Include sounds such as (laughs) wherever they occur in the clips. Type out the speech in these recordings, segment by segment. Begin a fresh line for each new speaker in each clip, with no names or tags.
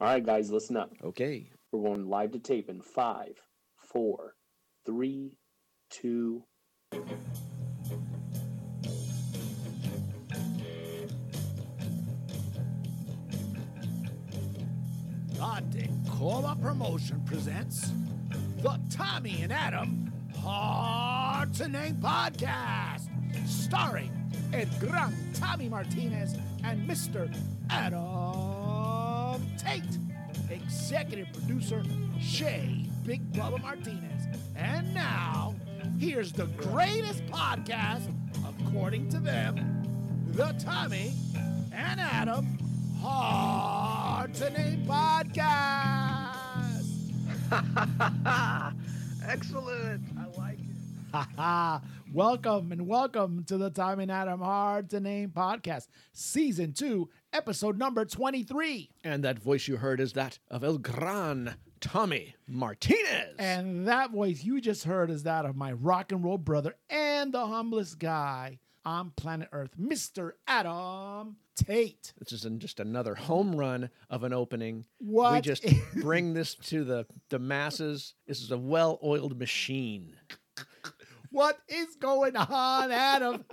All right, guys, listen up.
Okay.
We're going live to tape in five, four, three, two.
The Decola Promotion presents the Tommy and Adam Hard to Name Podcast, starring El Gran Tommy Martinez and Mr. Adam Tate, executive producer Shay Big Bubba Martinez. And now, here's the greatest podcast, according to them, the Tommy and Adam Hard to Name Podcast.
(laughs) Excellent. I like it.
Haha. welcome and welcome to the Tom and Adam Hard to Name podcast, season two, episode number 23.
And that voice you heard is that of El Gran Tommy Martinez.
And that voice you just heard is that of my rock and roll brother and the humblest guy on planet Earth, Mr. Adam Tate.
this is an- just another home run of an opening. We
What
just
(laughs)
bring this to the, the masses. This is a well oiled machine.
What is going
(laughs)
on, Adam?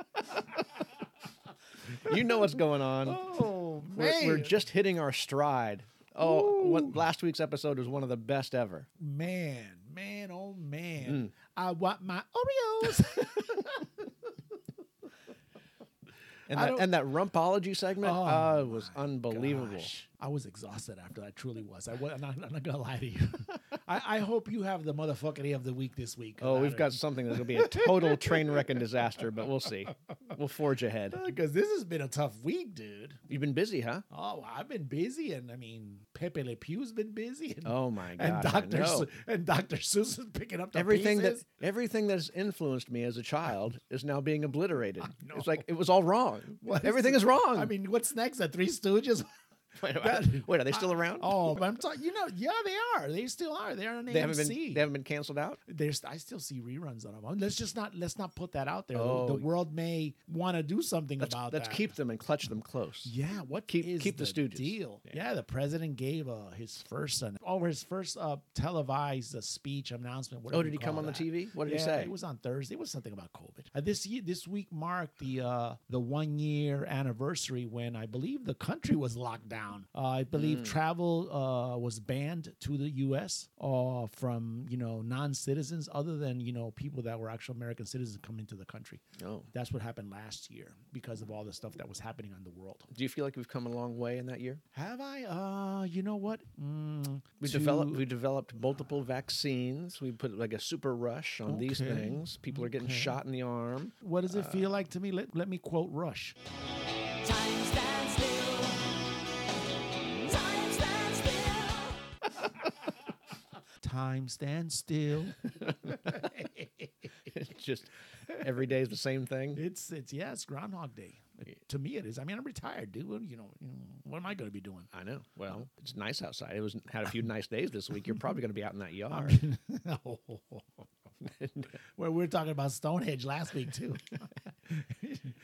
You know what's going on.
oh, man.
We're, we're just hitting our stride. Oh, what, last week's episode was one of the best ever.
man, man, oh,
Mm.
man. I want my Oreos.
And
I
that,
don't-
and that rumpology segment
Oh,
uh, was (laughs) unbelievable.
Gosh, I was exhausted after that. Truly was. I was I'm, not, I'm not gonna lie to you. (laughs) I, I hope you have the motherfucking of the week this week.
Oh, we've got something that's going to be a total train wreck and disaster, but we'll see. We'll forge
(laughs)
ahead.
because this has been a tough week, dude.
You've been busy, huh?
Oh, I've been busy, and I mean Pepe Le Pew's been busy, and,
Oh my god!
and
I
Doctor
know.
and Doctor Susan's picking up the
everything that
pieces.
everything that's influenced me as a child is now being
(laughs)
obliterated.
know.
It's like it was all
(laughs)
wrong.
What is
everything
the-
is wrong.
I mean, what's next? The Three Stooges.
wait,
that-
wait, are they still around?
Oh, but I'm talking. You know, yeah, they are. They still are. They are on
they haven't been
AMC.
they haven't been canceled out.
there's I still see reruns on them. Let's just not let's not put that out there. The- the,
Oh.
world may want to do something
Let's,
about
let's
that.
keep them and clutch them close.
yeah, what
keep-
is
keep the Stooges.
deal? Yeah. the president gave uh, his first son over his first uh, televised uh, speech announcement.
Oh,
whatever
did
you
he come on
call
the
that.
TV? What did
yeah,
he say?
It was on Thursday. It was something about COVID. Uh, this year, this week marked the uh, the one year anniversary when I believe the country was locked down. Uh, I believe travel uh, was banned to the U.S. Uh, from you know non citizens, other than you know people that were actual American citizens coming to the country.
oh,
That's what happened last year because of all the stuff that was happening on the world.
do you feel like we've come a long way in that year?
Have I? Uh, you know what? Mm,
We
to-
developed we developed multiple vaccines. We put like a super rush on these
Okay.
things. People are getting shot in the arm. (laughs)
What does it feel like to me? Let, let me quote Rush.
Time stands still. Time stands still.
Time stands still.
It's
(laughs)
just every day is the same thing.
It's it's yeah, it's Groundhog Day. It- To me, it is. I mean, I'm retired, dude. What- You know, you know, what am I going to be doing?
I know. Well, it's nice outside. It was had
(laughs)
a few nice days this week. You're probably going to be out in that yard.
Well, we were talking about Stonehenge last week too.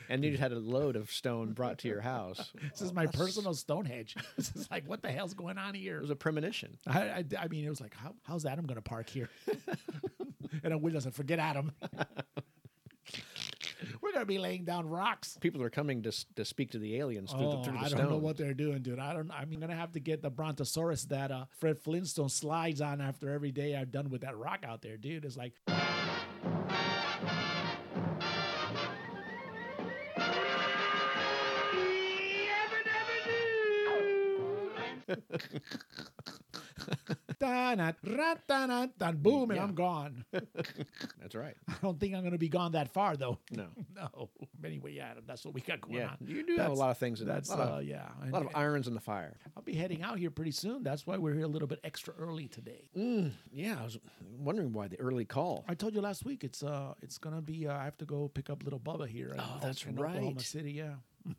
and you had a load of stone brought to your house.
this is my personal Stonehenge. This is like, what the hell's going on
It
here?
was a premonition.
I, I, I mean, it was like, how, how's Adam going to park here? and I would doesn't forget Adam. we're going to be laying down rocks.
People are coming to s- to speak to the aliens through
Oh,
the through the
I
stone.
don't know what they're doing, dude. I don't. I'm gonna have to get the brontosaurus that uh, Fred Flintstone slides on after every day I've done with that rock out there, dude. It's like, (laughs) "Da-na, ra-da-na, dun," boom, and
Mm, Yeah.
I'm gone. (laughs)
That's right.
I don't think I'm gonna be gone that far though. (laughs)
No.
No. Anyway, Adam, that's what we got going
yeah.
on.
You do have a
That's-
lot of things in that.
That's
A lot,
uh,
of,
yeah.
a lot of irons in the fire.
I'll be heading out here pretty soon. That's why we're here a little bit extra early today.
Mm, Yeah, I was wondering why the early call.
I told you last week it's uh it's gonna be uh, I have to go pick up little Bubba here. in
Oh,
O-
that's
in Oklahoma
right.
City, yeah.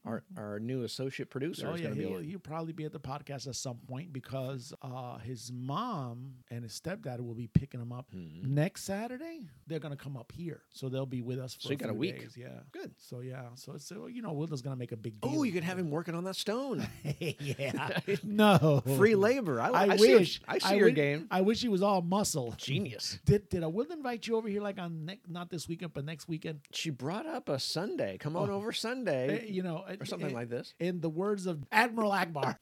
our our new associate producer
Oh
is
yeah,
going to be
he'll,
able to
he'll probably be at the podcast at some point because uh, his mom and his stepdad will be picking him up
Hmm.
next Saturday. They're gonna come up here, so they'll be with us for
So
a
you got a
few
week.
days, Yeah,
Good.
So yeah, so so you know, Wilda's gonna make a big deal.
Oh, you could have him working on that stone.
(laughs)
(laughs)
yeah, no
Free labor. I,
I,
I see your-
wish.
I see your
wi-
game.
I wish he was all muscle.
Genius.
Did did I will invite you over here like on ne- not this weekend but next weekend?
She brought up a Sunday. Come
Oh.
on over Sunday,
Eh, you know,
or something
like that.
like this.
in the words of Admiral Akbar.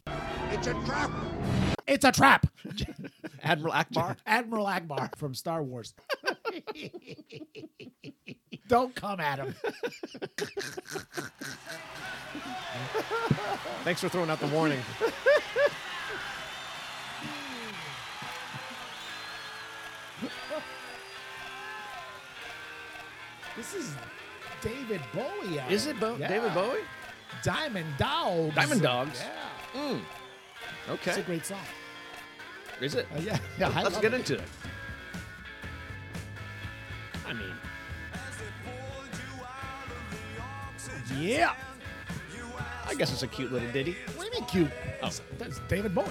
It's a trap!
It's
(laughs)
a trap.
Admiral Akbar.
Admiral Akbar from Star Wars. (laughs) Don't come at him.
Thanks for throwing out the warning.
This is David Bowie. out
Is
here.
it Bo-
Yeah.
David Bowie?
Diamond Dogs.
Diamond Dogs?
Yeah. It's a
Okay.
great song.
Is it? (laughs)
Uh, yeah. yeah I
Let's
love
get
it.
into it. I mean,
Yeah.
I guess it's a cute little ditty.
What do you mean cute?
Oh.
That's David Bowie.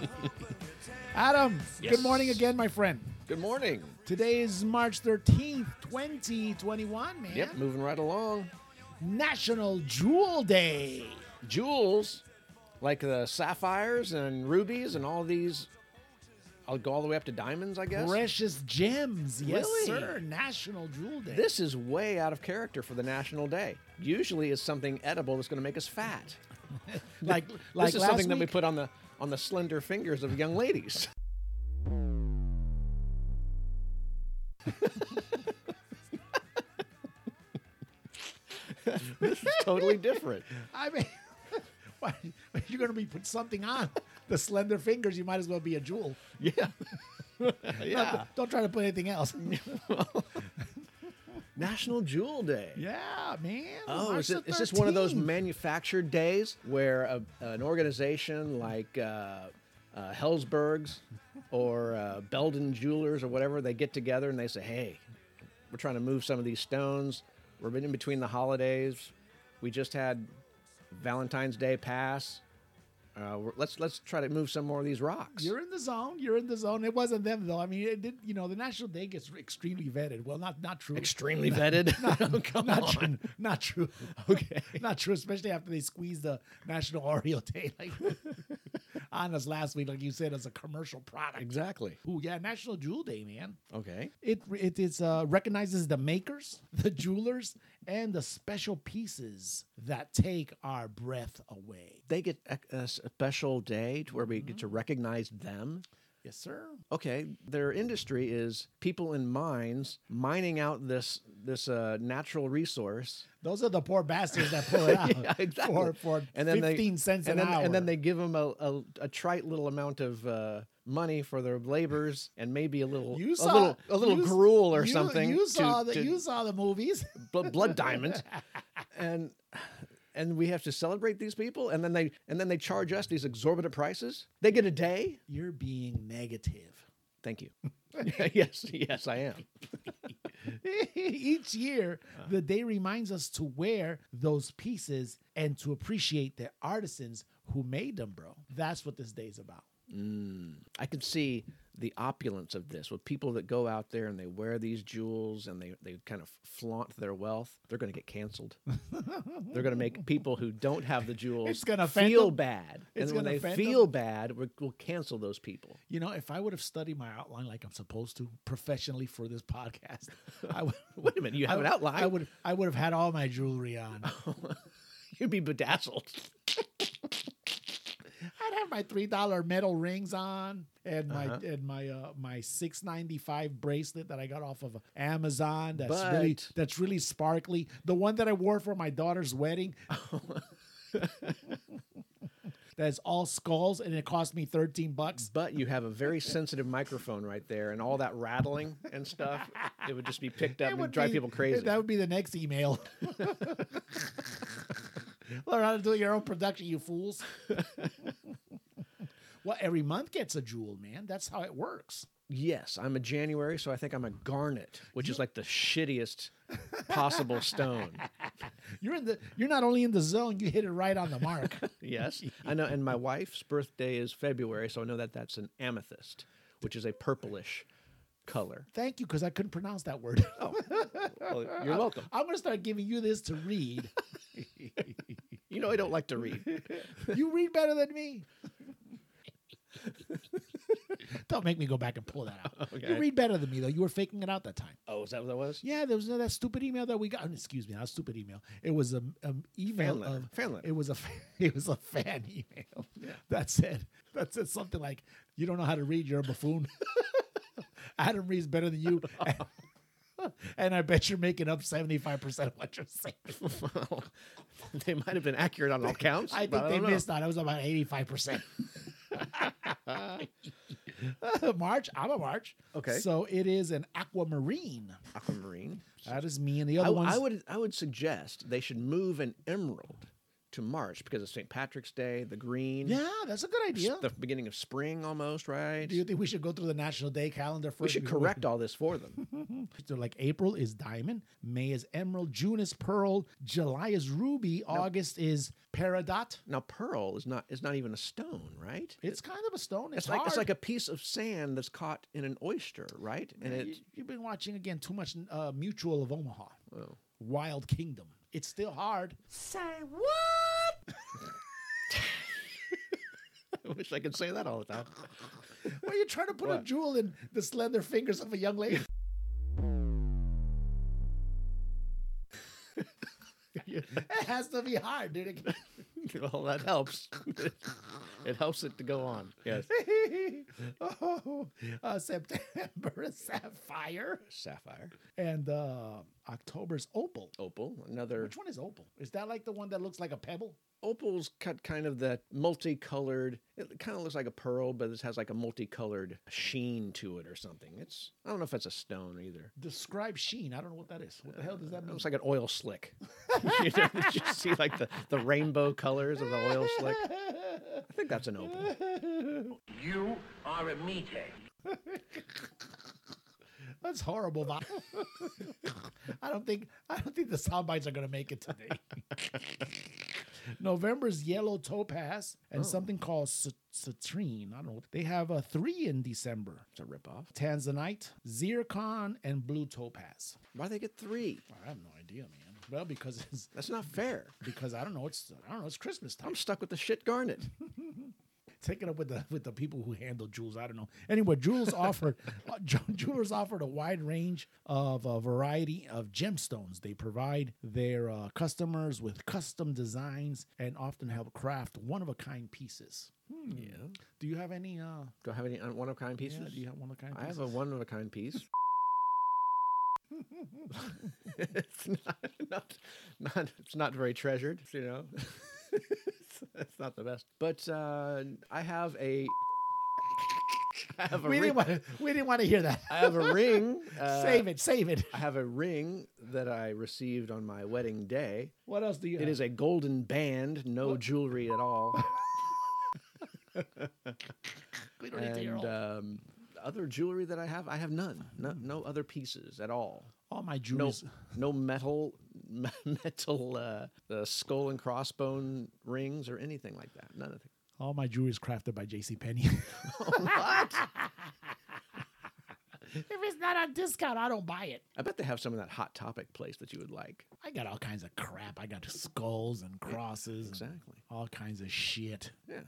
(laughs) Adam,
Yes.
good morning again, my friend.
Good morning.
Today is March 13th, 2021, man.
Yep, moving right along.
National Jewel Day.
Jewels, like the sapphires and rubies and all these, I'll go all the way up to diamonds, I guess.
Precious gems. Yes,
Really?
sir. National Jewel Day.
This is way out of character for the national day. Usually, it's something edible that's going to make us fat.
(laughs) like like
this is
last
something that we
week-
put on the on the slender fingers of young ladies. (laughs) this is totally
(laughs)
different.
I mean, why, if you're going to be put something on the slender fingers. You might as well be a jewel. (laughs)
Yeah. yeah.
Don't try to put anything else. (laughs)
National Jewel Day.
yeah, man.
Oh, is,
March the
it, is this one of those
13th.
manufactured days where a, an organization like uh, uh, Hellsbergs or uh, Belden Jewelers or whatever they get together and they say, "Hey, we're trying to move some of these stones. We're in between the holidays. We just had Valentine's Day pass. Uh, we're- let's let's try to move some more of these rocks."
You're in the zone. You're in the zone. It wasn't them though. I mean, it did. You know, the national day gets extremely vetted. Well, not not
(laughs)
true.
extremely
(laughs)
vetted. Oh, (laughs) come
not
on.
true. Not true.
Okay.
Not true, especially after they squeezed the National Oreo Day (laughs) like on us last week, like you said, as a commercial product.
Exactly.
Ooh, yeah, National Jewel Day, man.
Okay.
It it is uh, recognizes the makers, the jewelers, and the special pieces that take our breath away.
They get a, a special day to where we get to recognize them.
Yes, sir.
okay, their industry is people in mines mining out this this uh, natural
(laughs)
resource.
Those are the poor bastards that pull it
(laughs)
out for for fifteen cents
and
an
then,
hour.
And then they give them a, a, a trite little amount of uh, money for their labors and maybe a little
you
a
saw
little a little
you-
gruel or
you-
something.
You
to-
saw the
to
you saw the movies.
bl- blood
(laughs)
diamonds, and and we have to celebrate these people, and then they and then they charge us these exorbitant prices. They get a day.
You're being negative.
Thank you. (laughs) yes, yes, I am.
(laughs) Each year, the day reminds us to wear those pieces and to appreciate the artisans who made them, bro. That's what this day's about.
Mm. I could see the opulence of this with people that go out there and they wear these jewels and they, they kind of flaunt their wealth. They're going to get
(laughs)
canceled. They're going to make people who don't have the jewels
It's gonna offend
feel
them.
bad.
It's
and when
gonna
they
offend
feel bad, we're, we'll cancel those people. (laughs)
You know, if I would have studied my outline like I'm supposed to professionally for this podcast, (laughs) I would.
Wait a minute, you have an
I-
outline.
I would. I would have had all my jewelry on.
You'd be bedazzled.
I'd have my three dollar metal rings on and my
Uh-huh.
and my uh, my six ninety five bracelet that I got off of Amazon. That's really
But-
that's really sparkly. The one that I wore for my
(laughs)
daughter's wedding. that's all skulls, and it cost me thirteen bucks.
But you have a very sensitive microphone right there and all that rattling and stuff. It would just be picked up
(laughs) It
and drive
be-
people crazy.
That would be the next email.
(laughs)
Learn how to do your own production,
(laughs)
you fools. well, every month gets a jewel, man. That's how it works.
Yes, I'm a January,
(laughs)
so I think I'm a garnet, which is like the shittiest possible stone.
You're in the. You're not only in the zone. You hit it right on
(laughs)
the mark.
Yes, I know. And my wife's birthday is February, so I know that that's an amethyst, which is a purplish color.
Thank you, because I couldn't pronounce that word.
Oh. Well, you're welcome.
(laughs) I'm gonna start giving you this to read.
You know I don't like to
(laughs)
read.
You read better
(laughs)
than me. Don't make me go back and pull that out.
Okay.
You read better than me, though. You were faking it out that time.
Oh, is that what that was?
Yeah, there was no, that stupid email that we got. Excuse me, not a stupid email. It was an email
Fan letter.
of
Fan letter.
(laughs) It was a fa- it was a fan email. That said, that said something like, "You don't know how to read. You're a buffoon." (laughs) Adam reads better
(laughs)
than you, and, (laughs) and I bet you're making up seventy five percent of what you're
(laughs)
saying.
Well, they might have been accurate on all counts.
I
but
think they
don't know.
missed out. I was about eighty five percent. (laughs) March, I'm a March.
(laughs) Okay.
(laughs) so it is an aquamarine.
aquamarine.
That is me, and the
I,
other
I
ones.
would I would suggest they should move an emerald to March because of St. Patrick's Day, the green,
Yeah, that's a good
s-
idea.
the beginning of spring almost, right?
Do you think we should go through the National Day calendar first?
we should
before
correct all this for them.
So like April is diamond, May is emerald, June is pearl, July is ruby, August is peridot.
Now, pearl is not is not even a stone, right?
It's kind of a stone. It's,
It's like it's
hard.
like a piece of sand that's caught in an oyster, right? And
Man,
it
you, have been watching again too much uh, Mutual of Omaha,
oh.
Wild Kingdom. It's still hard. (laughs)
I wish I could say that all the time. (laughs)
Well, you're trying to put a
What?
jewel in the slender fingers of a young lady. (laughs) it has to be hard, dude. (laughs) It-
well, that helps. (laughs) it helps it to go on. Yes.
oh, uh, September is sapphire,
Sapphire,
and uh, October's opal.
opal, another
Which one is opal? Is that like the one that looks like a pebble?
opal's cut kind of that multicolored. It kind of looks like a pearl, but it has like a multicolored sheen to it or something. It's I don't know if it's a stone either.
Describe sheen. I don't know what that is. What the hell does that
It
mean?
looks like an oil slick. you know, you see like the, the rainbow colors of the (laughs) oil slick. I think that's an opal.
You are a meathead.
(laughs) That's horrible. Vi. (laughs) I don't think I don't think the sound bites are gonna make it today. (laughs) November's yellow topaz
Oh.
and something called cit- citrine. I don't know. what- They have a three in December.
It's a ripoff.
Tanzanite, zircon, and blue topaz.
Why they get three?
I have no idea, man. Well, because it's
That's not fair.
because I don't know. It's I don't know. It's Christmas time.
I'm stuck with the shit garnet.
Take it up with the with the people who handle jewels. I don't know. Anyway,
(laughs)
jewels offered uh, jew- jewelers offered a wide range of a variety of gemstones. They provide their uh, customers with custom designs and often help craft one of a kind pieces. Hmm.
Yeah.
Do you have any? Uh,
Do I have any one of a kind pieces?
yeah, do you have one of kind?
I
Pieces?
have a
(laughs)
one of a kind piece. it's not, not, not, it's not very treasured, you know. (laughs) it's, it's not the best. But uh, I have a, I have a
We
ring.
didn't, want to, we didn't want to hear that.
I have a
(laughs)
ring. Uh,
save it. Save it.
I have a ring that I received on my wedding day.
What else do you?
It is a golden band, no jewelry at
(laughs)
all.
We don't need to hear
and
all-
um, other jewelry that I have, I have none. No, no other pieces at all.
all my
No,
jewels.
no metal, (laughs) metal uh, uh, skull and crossbone rings or anything like that. None of it.
All my jewelry is crafted by J.C. Penney. (laughs) if it's not on discount, I don't buy it.
I bet they have some in that Hot Topic place that you would like.
I got all kinds of crap. I got skulls and crosses, and
Exactly.
all kinds of shit.
Yeah.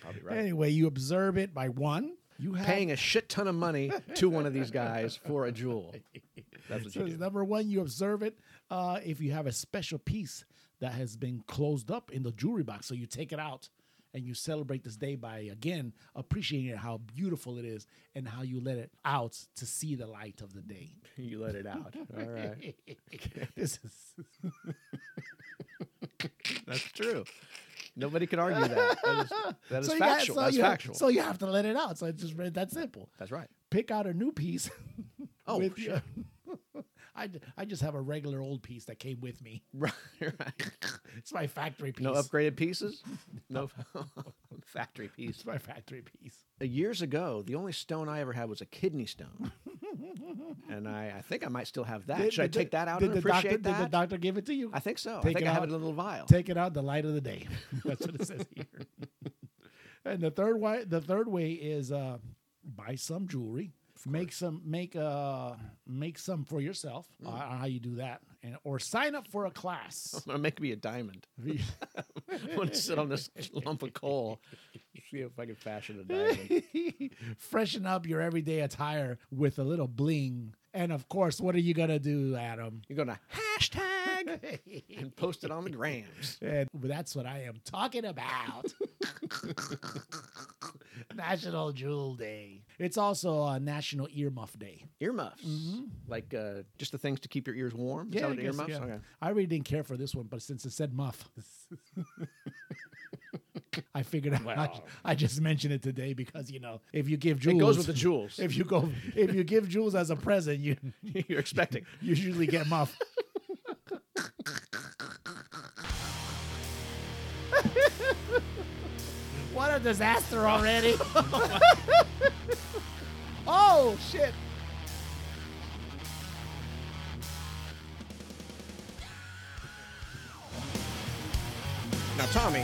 Probably right.
Anyway, you observe it by one. You have
Paying a shit ton of money to one of these guys for a jewel. That's what
so
you
it's
do.
number one. You observe it uh, if you have a special piece that has been closed up in the jewelry box. So you take it out and you celebrate this day by again appreciating how beautiful it is and how you let it out to see the light of the day.
You let it
(laughs)
out. All right.
this is
That's true. Nobody can argue that. That is, that is
so you got-
factual.
so
That's
you have-
factual.
so you have to let it out. So it's just re- that simple.
That's right.
Pick out a new piece.
Oh,
with your- (laughs) I, d- I just have a regular old piece that came with me.
(laughs) Right, right.
It's my factory piece.
No upgraded pieces? No (laughs) factory piece.
It's my factory piece. (laughs)
Uh, Years ago, the only stone I ever had was a kidney stone. and I, I think I might still have that.
Did-
Should I
did the-
take that out
did
and
the doctor-
appreciate that?
Did the doctor give it to you?
I think so. I
Take
think
it
I have
out.
it in a little vial. (laughs)
Take it out the light of the day. (laughs) That's what it says here. (laughs) and the third way, the third way is uh, buy some jewelry, make some, make uh, make some for yourself.
Mm.
Uh, how you do that, and or sign up for a class.
I'm gonna make me a
(laughs)
diamond. (laughs) I'm gonna sit on this lump of
(laughs)
coal. See if I can fashion a diamond.
Freshen up your everyday attire with a little bling. And of course, what are you gonna do, Adam?
(laughs) You're gonna hashtag
(laughs)
and post it on the grams.
And that's what I am
(laughs)
talking about. National Jewel Day. It's also uh, National Earmuff Day.
Earmuffs, like uh, just the things to keep your ears warm. Is that
I
what
guess,
earmuffs?
Mm-hmm. yeah.
Okay. (laughs)
I really didn't care for this one, but since it said muff, (laughs) I figured out. I,
Well.
I just mentioned it today because you know if you give jewels,
It goes with the jewels
(laughs) If you go, if you give jewels as a present, you
you're expecting.
you usually get muff. what a disaster already! (laughs) oh shit!
Now, Tommy,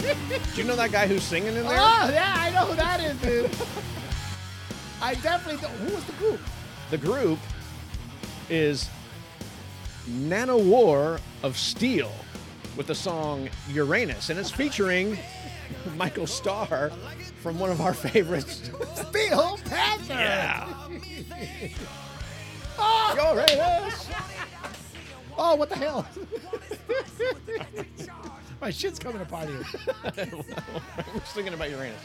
do you know that guy who's singing in there?
Oh yeah, I know who that is, dude. I definitely don't. Who was the group?
The group is Nano War of Steel with the song Uranus, and it's featuring Michael Starr from one of our favorites,
Steel Panther.
Yeah.
Oh,
(laughs) Uranus.
oh, what the (laughs) hell? My shit's coming apart here.
I was thinking about Uranus.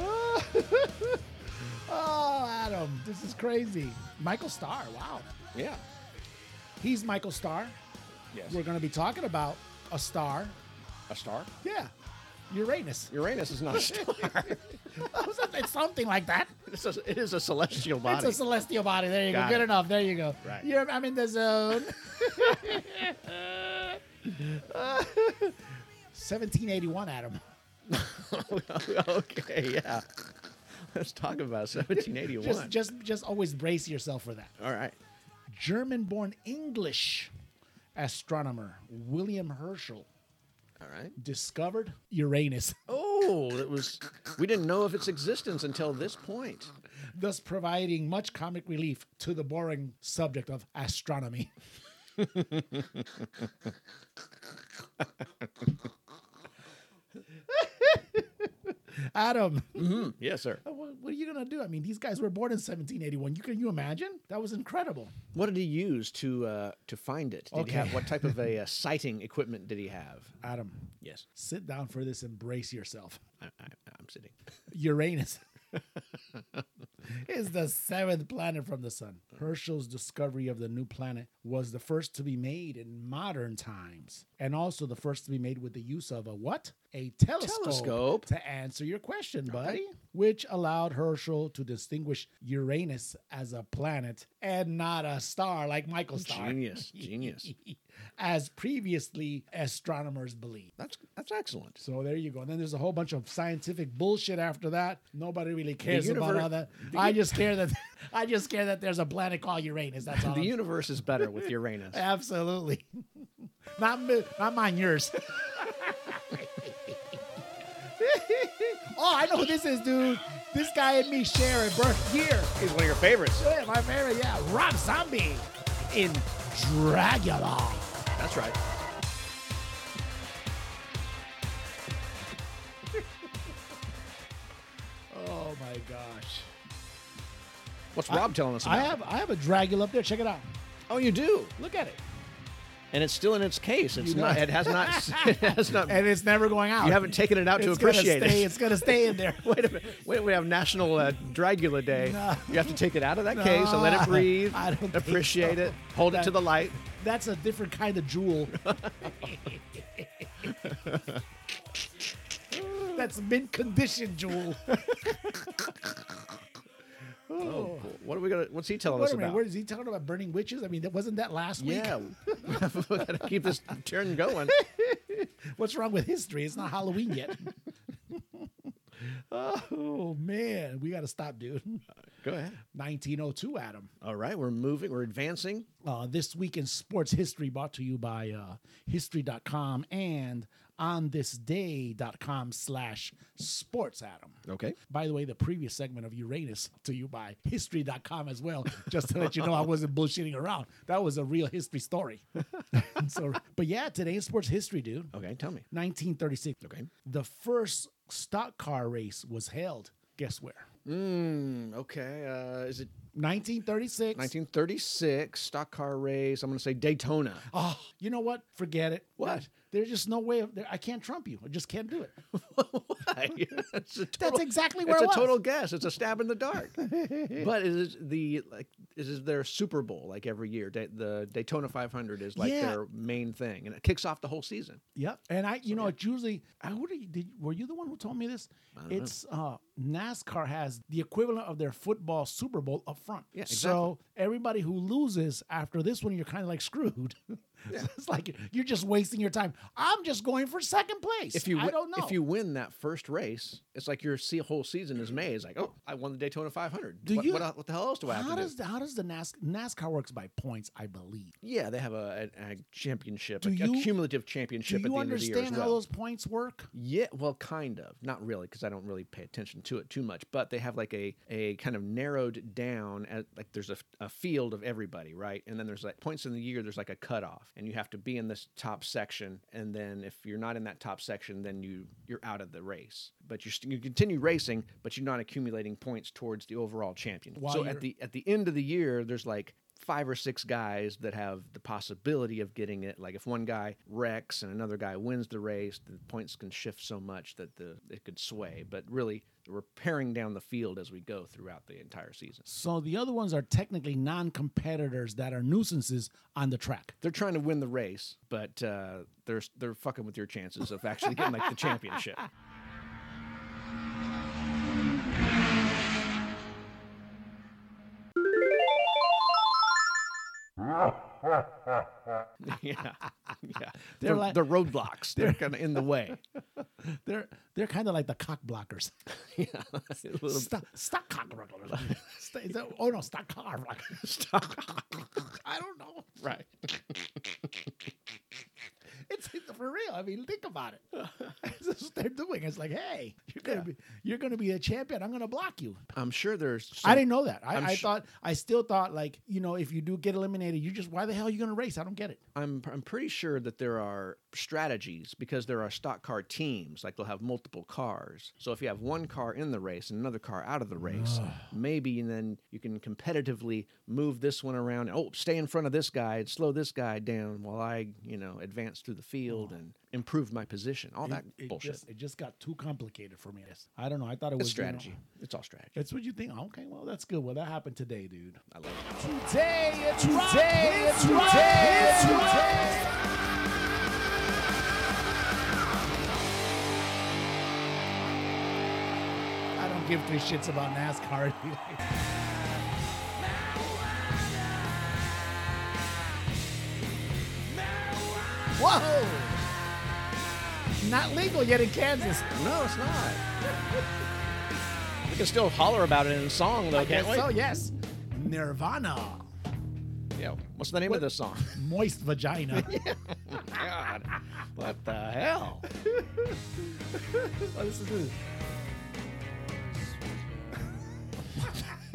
Oh, Adam, this is crazy. Michael Starr. Wow,
Yeah.
he's Michael Starr.
Yes.
We're gonna be talking about a star.
A star?
Yeah, Uranus. (laughs)
Uranus is not a star.
it's something like that.
it's a, it is a celestial body.
It's a celestial body. There you go.
Got
Good
it.
enough. There you go.
Right.
You're, I'm in the (laughs) zone. 1781, Adam.
(laughs) okay, yeah. Let's talk about 1781.
Just, just, just always brace yourself for that.
All right.
German-born English astronomer William Herschel
All right.
discovered Uranus,
Oh, it was. We didn't know of its existence until this point.
thus providing much comic relief to the boring subject of astronomy. (laughs) Adam, (laughs)
Yes, sir.
What, what are you gonna do? I mean, these guys were born in 1781. You can you imagine? That was incredible.
What did he use to uh, to find it? Did
Okay.
he have what type of a uh, sighting equipment did he have?
Adam,
Yes,
sit down for this. Embrace yourself.
I, I, I'm
(laughs)
sitting.
Uranus (laughs) is the seventh planet from the sun. Herschel's discovery of the new planet was the first to be made in modern times, and also the first to be made with the use of a what? A telescope.
Telescope.
To answer your question, buddy, which allowed Herschel to distinguish Uranus as a planet and not a star like Michael Starr,
Genius, genius.
(laughs) as previously astronomers believed.
That's that's excellent.
So there you go. And then there's a whole bunch of scientific bullshit after that. Nobody really cares about
universe-
all that. I just care that (laughs) I just care that there's a planet called Uranus. That's
(laughs)
all.
The
I'm-
universe is better with
(laughs)
Uranus.
Absolutely. not mi- not mine. Yours. (laughs) oh, I know who this is, dude. This guy and me share a birth year.
He's one of your favorites.
Yeah, my favorite. Yeah, Rob Zombie in Dragula.
That's right.
Oh my gosh.
What's Rob telling us about?
I have I have a Dragula up there. Check it out.
Oh, you do.
Look at it.
And it's still in its case. It's
You know.
not. It has not. (laughs) It has
(laughs)
not.
and it's never going out.
you haven't taken it out to
it's
appreciate
gonna stay,
it.
It's gonna stay in there. (laughs)
Wait a minute. Wait, we have National uh, Dragula Day.
No.
You have to take it out of that case and let it breathe.
I don't think
appreciate
so.
it. Hold
That-
it to the light.
That's a different kind of jewel. (laughs) That's mint condition jewel. oh.
What are we gonna? What's he telling
Wait
us
a minute.
about?
What is he talking about? Burning witches? I mean, that wasn't that last week?
yeah, (laughs) we gotta keep this turn going.
What's wrong with history? It's not
(laughs)
(laughs) Halloween yet. oh man, we got to stop, dude. (laughs)
Go ahead.
1902, Adam.
All right, we're moving. We're advancing.
Uh, this week in sports history brought to you by uh, history.com and onthisday.com slash sports, Adam.
Okay.
By the way, the previous segment of Uranus to you by history.com as well, just to let you know I wasn't bullshitting around. That was a real history story. (laughs) so, but yeah, today in sports history, dude.
Okay, tell me.
1936.
Okay.
The first stock car race was held. Guess where?
Mm, okay. Uh, is it
1936.
1936 stock car race? I'm going to say
(laughs)
Daytona.
Oh, you know what? Forget it.
What?
There's, there's just no way of. There, I can't trump you. I just can't
(laughs)
do it.
it's a total,
That's exactly where
it's
I
a
was.
total guess. It's a stab in the
(laughs)
dark. but is it the like is their Super Bowl like every year? Da- the Daytona 500 is like
Yeah.
their main thing, and it kicks off the whole season.
Yep. And I, you know, it's usually. I would. Did were you the one who told me this? It's uh NASCAR has the equivalent of their football Super Bowl up front.
Yeah,
So everybody who loses after this one, you're kind of like screwed. (laughs) it's like you're just wasting your time. I'm just going for second place.
If you
I
wi-
don't know.
if you win that first race, it's like your se- whole season is made. It's like oh, I won the Daytona 500.
Do
what,
you-
what, el- what the hell else do I have
how
to
does
do?
the, how does the NAS, NASCAR works by points? I believe.
Yeah, they have a, a, a championship, a,
Do
a
you-
cumulative
Do
championship at
you
the end of the year as
understand
well.
how those points work?
Yeah, well, kind of. Not really, because I don't really pay attention to it too much. But they have like a a kind of narrowed down at like there's a, f- a field of everybody, right? And then there's like points in the year. There's like a cutoff, and you have to be in this top section. And then if you're not in that top section, then you you're out of the race. But you you continue racing, but you're not accumulating points towards the overall champion.
While
so
you're-
at the at the end of the year, there's like five or six guys that have the possibility of getting it. Like if one guy wrecks and another guy wins the race, the points can shift so much that the it could sway. But really, we're paring down the field as we go throughout the entire season.
So the other ones are technically non-competitors that are nuisances on the track.
They're trying to win the race, but uh, they're they're fucking with your chances of actually getting (laughs) like the championship. yeah, yeah. They're,
like-
they're roadblocks. They're kind of in the way.
They're they're kind of like the cock blockers.
yeah, (laughs) a little
Stop, stop cock blockers. (laughs) Sta- is that- oh no, stop cock blockers. (laughs) I don't know.
right.
(laughs) It's it's for real. I mean, think about it. (laughs) That's what they're doing. It's like, hey, you're gonna be you're gonna be a champion. I'm gonna block you.
I'm sure there's.
I didn't know that. I,
I'm
I
sh-
thought I still thought like you know if you do get eliminated, you just why the hell are you gonna race? I don't get it.
I'm I'm pretty sure that there are strategies because there are stock car teams. Like they'll have multiple cars. So if you have one car in the race and another car out of the race, maybe then you can competitively move this one around. Oh, stay in front of this guy and slow this guy down while I, you know, advance through the field and improve my position. All that
it
bullshit.
Just, it just got too complicated for me. Yes. I don't know. I thought it was
it's
you know-
strategy. It's all strategy.
That's what you think. Okay, well that's good. Well that happened today, dude.
I love it.
Today, it's today, it's today, it's today. I don't give three shits about NASCAR. (laughs) Whoa! Not legal yet in Kansas.
No, it's not. (laughs) we can still holler about it in song though, can't we?
so yes, Nirvana,
Yeah. What's the name of this song?
moist vagina. (laughs)
God, what the hell? (laughs)
Oh, this is good.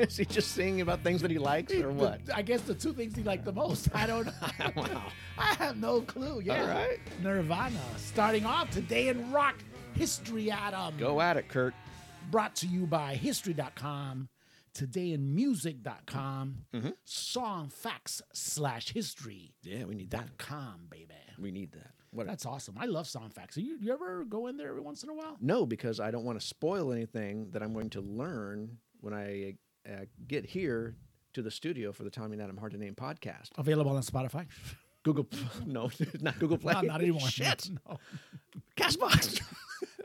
Is he just singing about things that he likes or what?
The- I guess the two things he liked the most. I don't know.
(laughs)
(laughs) I have no clue. Yeah.
All right.
Nirvana starting off today in rock history, Adam.
Go at it, Kurt.
Brought to you by history.com, today in music.com,
Mm-hmm.
song facts slash history.
Yeah, we need that.
Com, baby.
We need that. What?
That's awesome. I love song facts. You, you ever go in there every once in a while?
no, because I don't want to spoil anything that I'm going to learn when I uh, get here to the studio for the Tommy and Adam Hard to Name podcast.
Available on Spotify? (laughs)
Google, (laughs) no, not Google Play.
no, not anymore. (laughs)
Shit,
No. (laughs)
Castbox.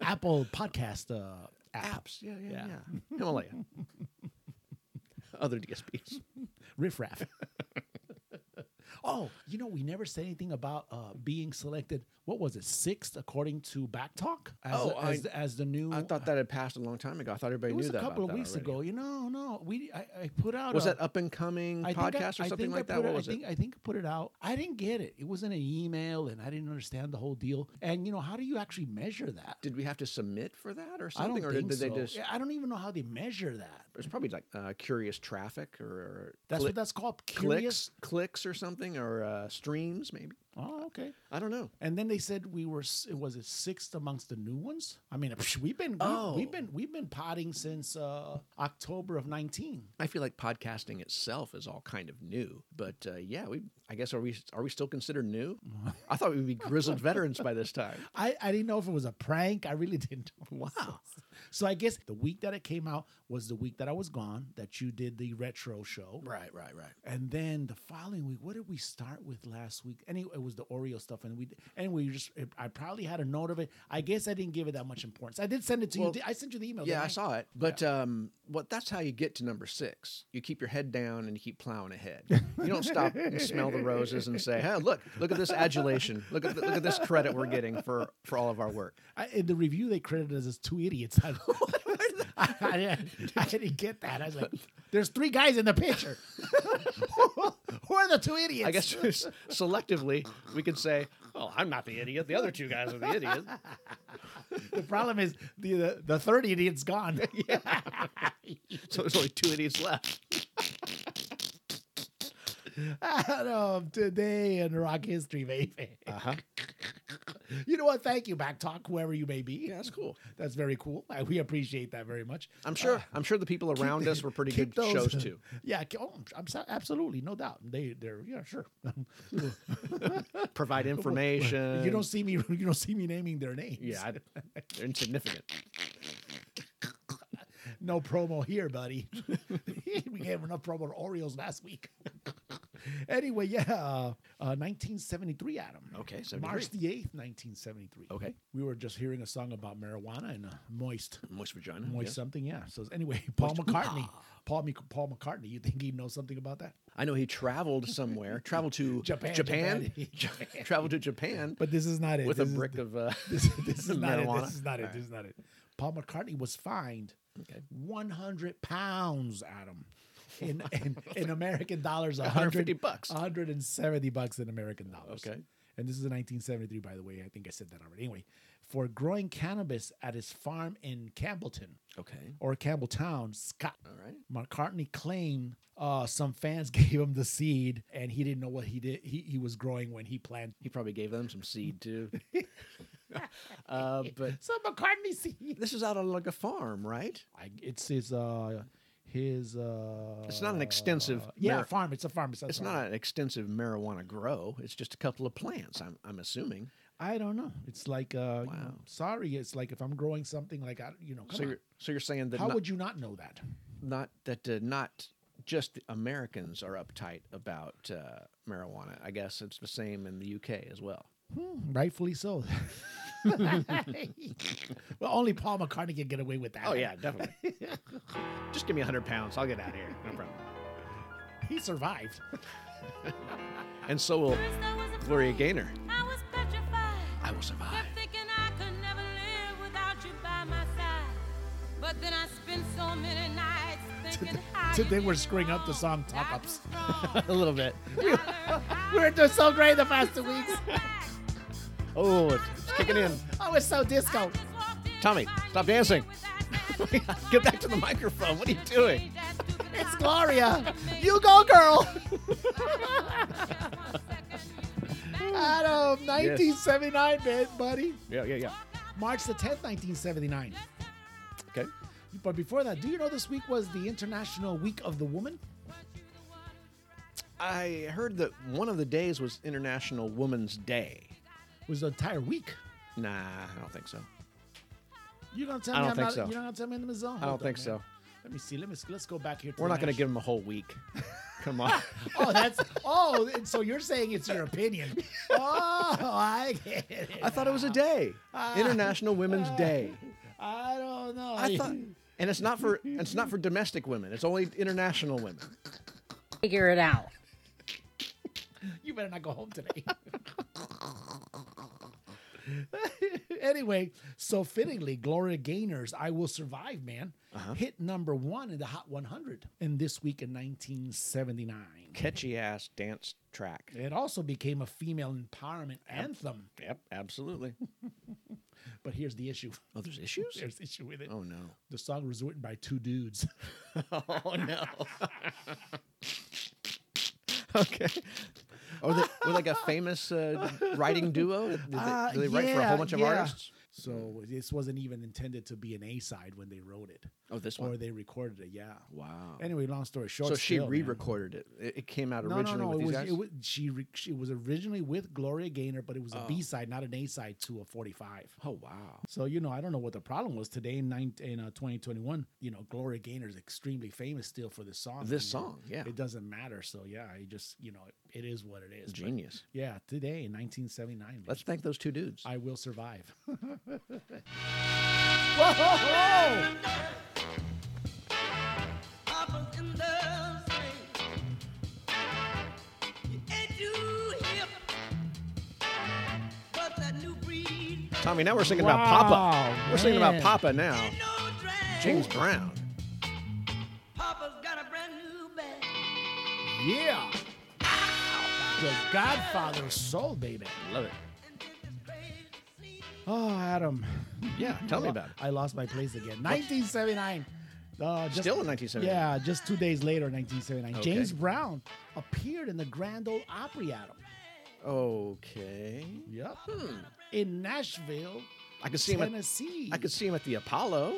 Apple Podcast uh, app.
Apps. Yeah, yeah, yeah.
(laughs)
Himalaya. Other DSPs. (laughs)
Riff Raff. Oh, you know, we never said anything about uh, being selected. What was it, sixth, according to Backtalk? As,
Oh, I-
as, as the new.
I thought that had passed a long time ago. I thought everybody
it was
knew
a
that.
couple of
about that
weeks
already.
ago. You know, no, we I, I put out.
Was
a-
that up and coming
I think I-
podcast
I
or something
think I
like that?
put
What
it-
was
I think,
it?
I think put it out. I didn't get it. It wasn't an email, and I didn't understand the whole deal. And you know, how do you actually measure that?
Did we have to submit for that or
I don't
something, or did,
think
did they
so.
just?
Yeah, I don't even know how they measure that.
It's probably like uh, curious traffic or, or
That's
cli-
what that's called.
clicks,
Curious.
clicks or something, or uh, streams maybe.
Oh, okay.
I don't know.
And then they said we were s- was it sixth amongst the new ones. I mean, (laughs) psh, we've been we,
Oh.
we've been we've been potting since uh, October of nineteen.
I feel like podcasting itself is all kind of new, but uh, yeah, we. I guess are we are we still considered new?
(laughs)
I thought we'd be grizzled veterans by this time.
I, I didn't know if it was a prank. I really (laughs) didn't.
(laughs)
Wow. So I guess the week that it came out was the week that I was gone. That you did the retro show,
Right, right, right.
And then the following week, what did we start with last week? Anyway, it was the Oreo stuff, and we anyway, you just I probably had a note of it. I guess I didn't give it that much importance. I did send it to
Well,
you. Did- I sent you the email.
Yeah,
didn't
I saw it. But um, what that's how you get to number six. You keep your head down and you keep plowing ahead. You don't stop and smell the roses and say, "Hey, look, look at this adulation. Look at look at this credit we're getting for for all of our work."
I, in the review, they credited us as two idiots. (laughs) I, I, didn't- I didn't get that. I was like, "There's three guys in the picture. (laughs) Who are the two idiots?"
I guess (laughs) selectively we could say, "Oh, I'm not the idiot. The other two guys are the idiot."
the problem is the the, the third
(laughs)
idiot's gone.
So there's only two idiots left.
out of today in rock history, baby.
Uh-huh.
You know what? Thank you, Back Talk, whoever you may be.
Yeah, that's cool.
That's very cool. I, we appreciate that very much.
I'm sure. I'm sure the people around us were pretty good
Ah. Keep those- (laughs)
shows too.
Yeah, ke- oh, I'm so, absolutely, no doubt. They, they're yeah, sure. (laughs)
Uh, Provide information.
you don't see me. (laughs) You don't see me naming their names.
Yeah, I, they're insignificant.
no promo here, buddy. (laughs) we gave enough promo to Orioles last week. (laughs) anyway, yeah, uh, uh, 1973, Adam.
Okay, 73.
March the 8th, 1973.
Okay.
We were just hearing a song about marijuana and uh, moist.
Moist vagina.
Moist
Mm, yeah.
something, yeah. So anyway, (laughs) Paul McCartney.
(laughs)
Paul, Mc- Paul McCartney. You think he knows something about that?
I know he traveled
(laughs)
somewhere. Traveled to
Japan,
Japan.
Japan,
(laughs) Japan. traveled to Japan
But this is not it.
with a
This is-
brick of uh,
(laughs) This,
(laughs)
this is not it.
marijuana.
This is not it. This is not it. Paul McCartney was fined
Okay.
100 pounds, Adam.
(laughs)
In, in, in American dollars,
150
100
bucks.
170 bucks in American dollars.
Okay.
And this is in 1973, by the way. I think I said that already. Anyway, for growing cannabis at his farm in Campbellton
Okay.
or Campbelltown, Scott.
All right.
McCartney claimed uh, some fans (laughs) gave him the seed and he didn't know what he did. He, he was growing when he planted
He probably gave them some seed
(laughs)
too. uh, but
some McCartney seed.
this is out on like a farm, right?
I, it's his uh his uh
It's not an extensive
yeah
mar-
farm it's a farm it's, a
It's
farm.
not an extensive marijuana grow. It's just a couple of plants. I'm I'm assuming.
i don't know it's like uh you know,
Wow.
sorry it's like if i'm growing something like i you know come
so
on.
you're so you're saying that
how
not,
would you not know that
not that uh, not just the Americans are uptight about uh, marijuana. I guess it's the same in the UK as well.
Hmm, rightfully so (laughs) well only paul mccartney can get away with that
Oh, definitely. just give me hundred pounds. I'll get out of here. No problem.
(laughs) he survived (laughs)
And so will
First I was
Gloria
afraid.
Gaynor.
I was petrified.
I will survive.
Kept thinking I could never live without you by my side. But then I spent so many nights thinking how
today
you
we're
did
screwing up the
wrong.
song Top
I
Ups.
was
(laughs) A little
(laughs)
bit.
wrong. I learned how
we were doing so great the past two
to
weeks
fight back.
Oh, it's, it's kicking in.
(laughs) oh it's so
I
disco
just walked in
Tommy,
to find
stop
you
dancing.
without that
(laughs)
bad
Get back to the microphone. What are you doing?
Change that stupid
(laughs)
it's
lock.
gloria you go
(laughs)
girl
Just one second, you back.
adam 1979 man buddy
Yeah, yeah, yeah.
March the 10th, 1979.
Okay.
But before that, do you know this week was the International Week of the Woman?
I heard that one of the days was International Women's Day.
It was the entire week.
Nah, I don't think so.
You're gonna tell
I
me
don't
I'm
think
not,
so.
you're not gonna tell me I'm in the zone.
I don't think so.
Let me see. Let me let's go back here. To
We're
the
not going to give
national-
them a whole week. (laughs) Come on.
Oh, that's oh. and So you're saying it's your
(laughs)
opinion? Oh, I get it.
I thought it was a day, International Women's Day.
I don't know.
I thought, (laughs) and it's not for it's not for domestic women. It's only international women.
figure it out.
you better not go home today. (laughs) anyway, so fittingly, Gloria Gaynor's I Will Survive, man,
Uh-huh.
hit number one in the Hot 100 in this week in 1979.
Catchy ass dance track.
It also became a female empowerment anthem.
Yep, absolutely.
But here's the issue.
Oh,
(laughs)
there's issues?
There's the issue with it.
Oh, no.
The song was written by two dudes. (laughs)
Oh, no. (laughs) okay. Or they, were like a famous uh, writing duo? Did they,
Uh,
did they write for a
yeah,
whole bunch of
yeah.
artists?
So
Mm.
this wasn't even intended to be an A side when they wrote it
Oh, this
or
one.
they recorded it. Yeah.
wow.
Anyway, long story short.
Oh. so she
still, man.
re-recorded it. it. It came out
No,
originally
no, no.
with
it
these
was,
guys.
it was she. Re, she was originally with Gloria Gaynor, but it was a B side, not an A side to a forty-five.
oh wow.
So you know, I don't know what the problem was today in nine, in uh, twenty twenty-one. You know, Gloria Gaynor is extremely famous still for this song.
This
you know.
song, yeah.
It doesn't matter. So yeah, I just you know, it is what it is. but
Genius.
yeah, today in nineteen seventy-nine.
Let's thank those two dudes.
I will survive. (laughs)
Tommy, now we're singing about Papa.
Wow,
We're singing about
man.
Papa now. James Brown.
Papa's got a brand new bag.
yeah. The Godfather of Soul, baby.
Love it.
And this is crazy scene.
Oh, Adam.
Yeah, tell me about it.
I lost my place again. 1979. Uh, just,
Still in 1979.
Yeah, just two days later, 1979.
Okay.
James Brown appeared in the Grand Ole Opry, Adam.
Okay.
Yep. Hmm. In Nashville,
I could see him. At,
Tennessee.
I could see him at the Apollo.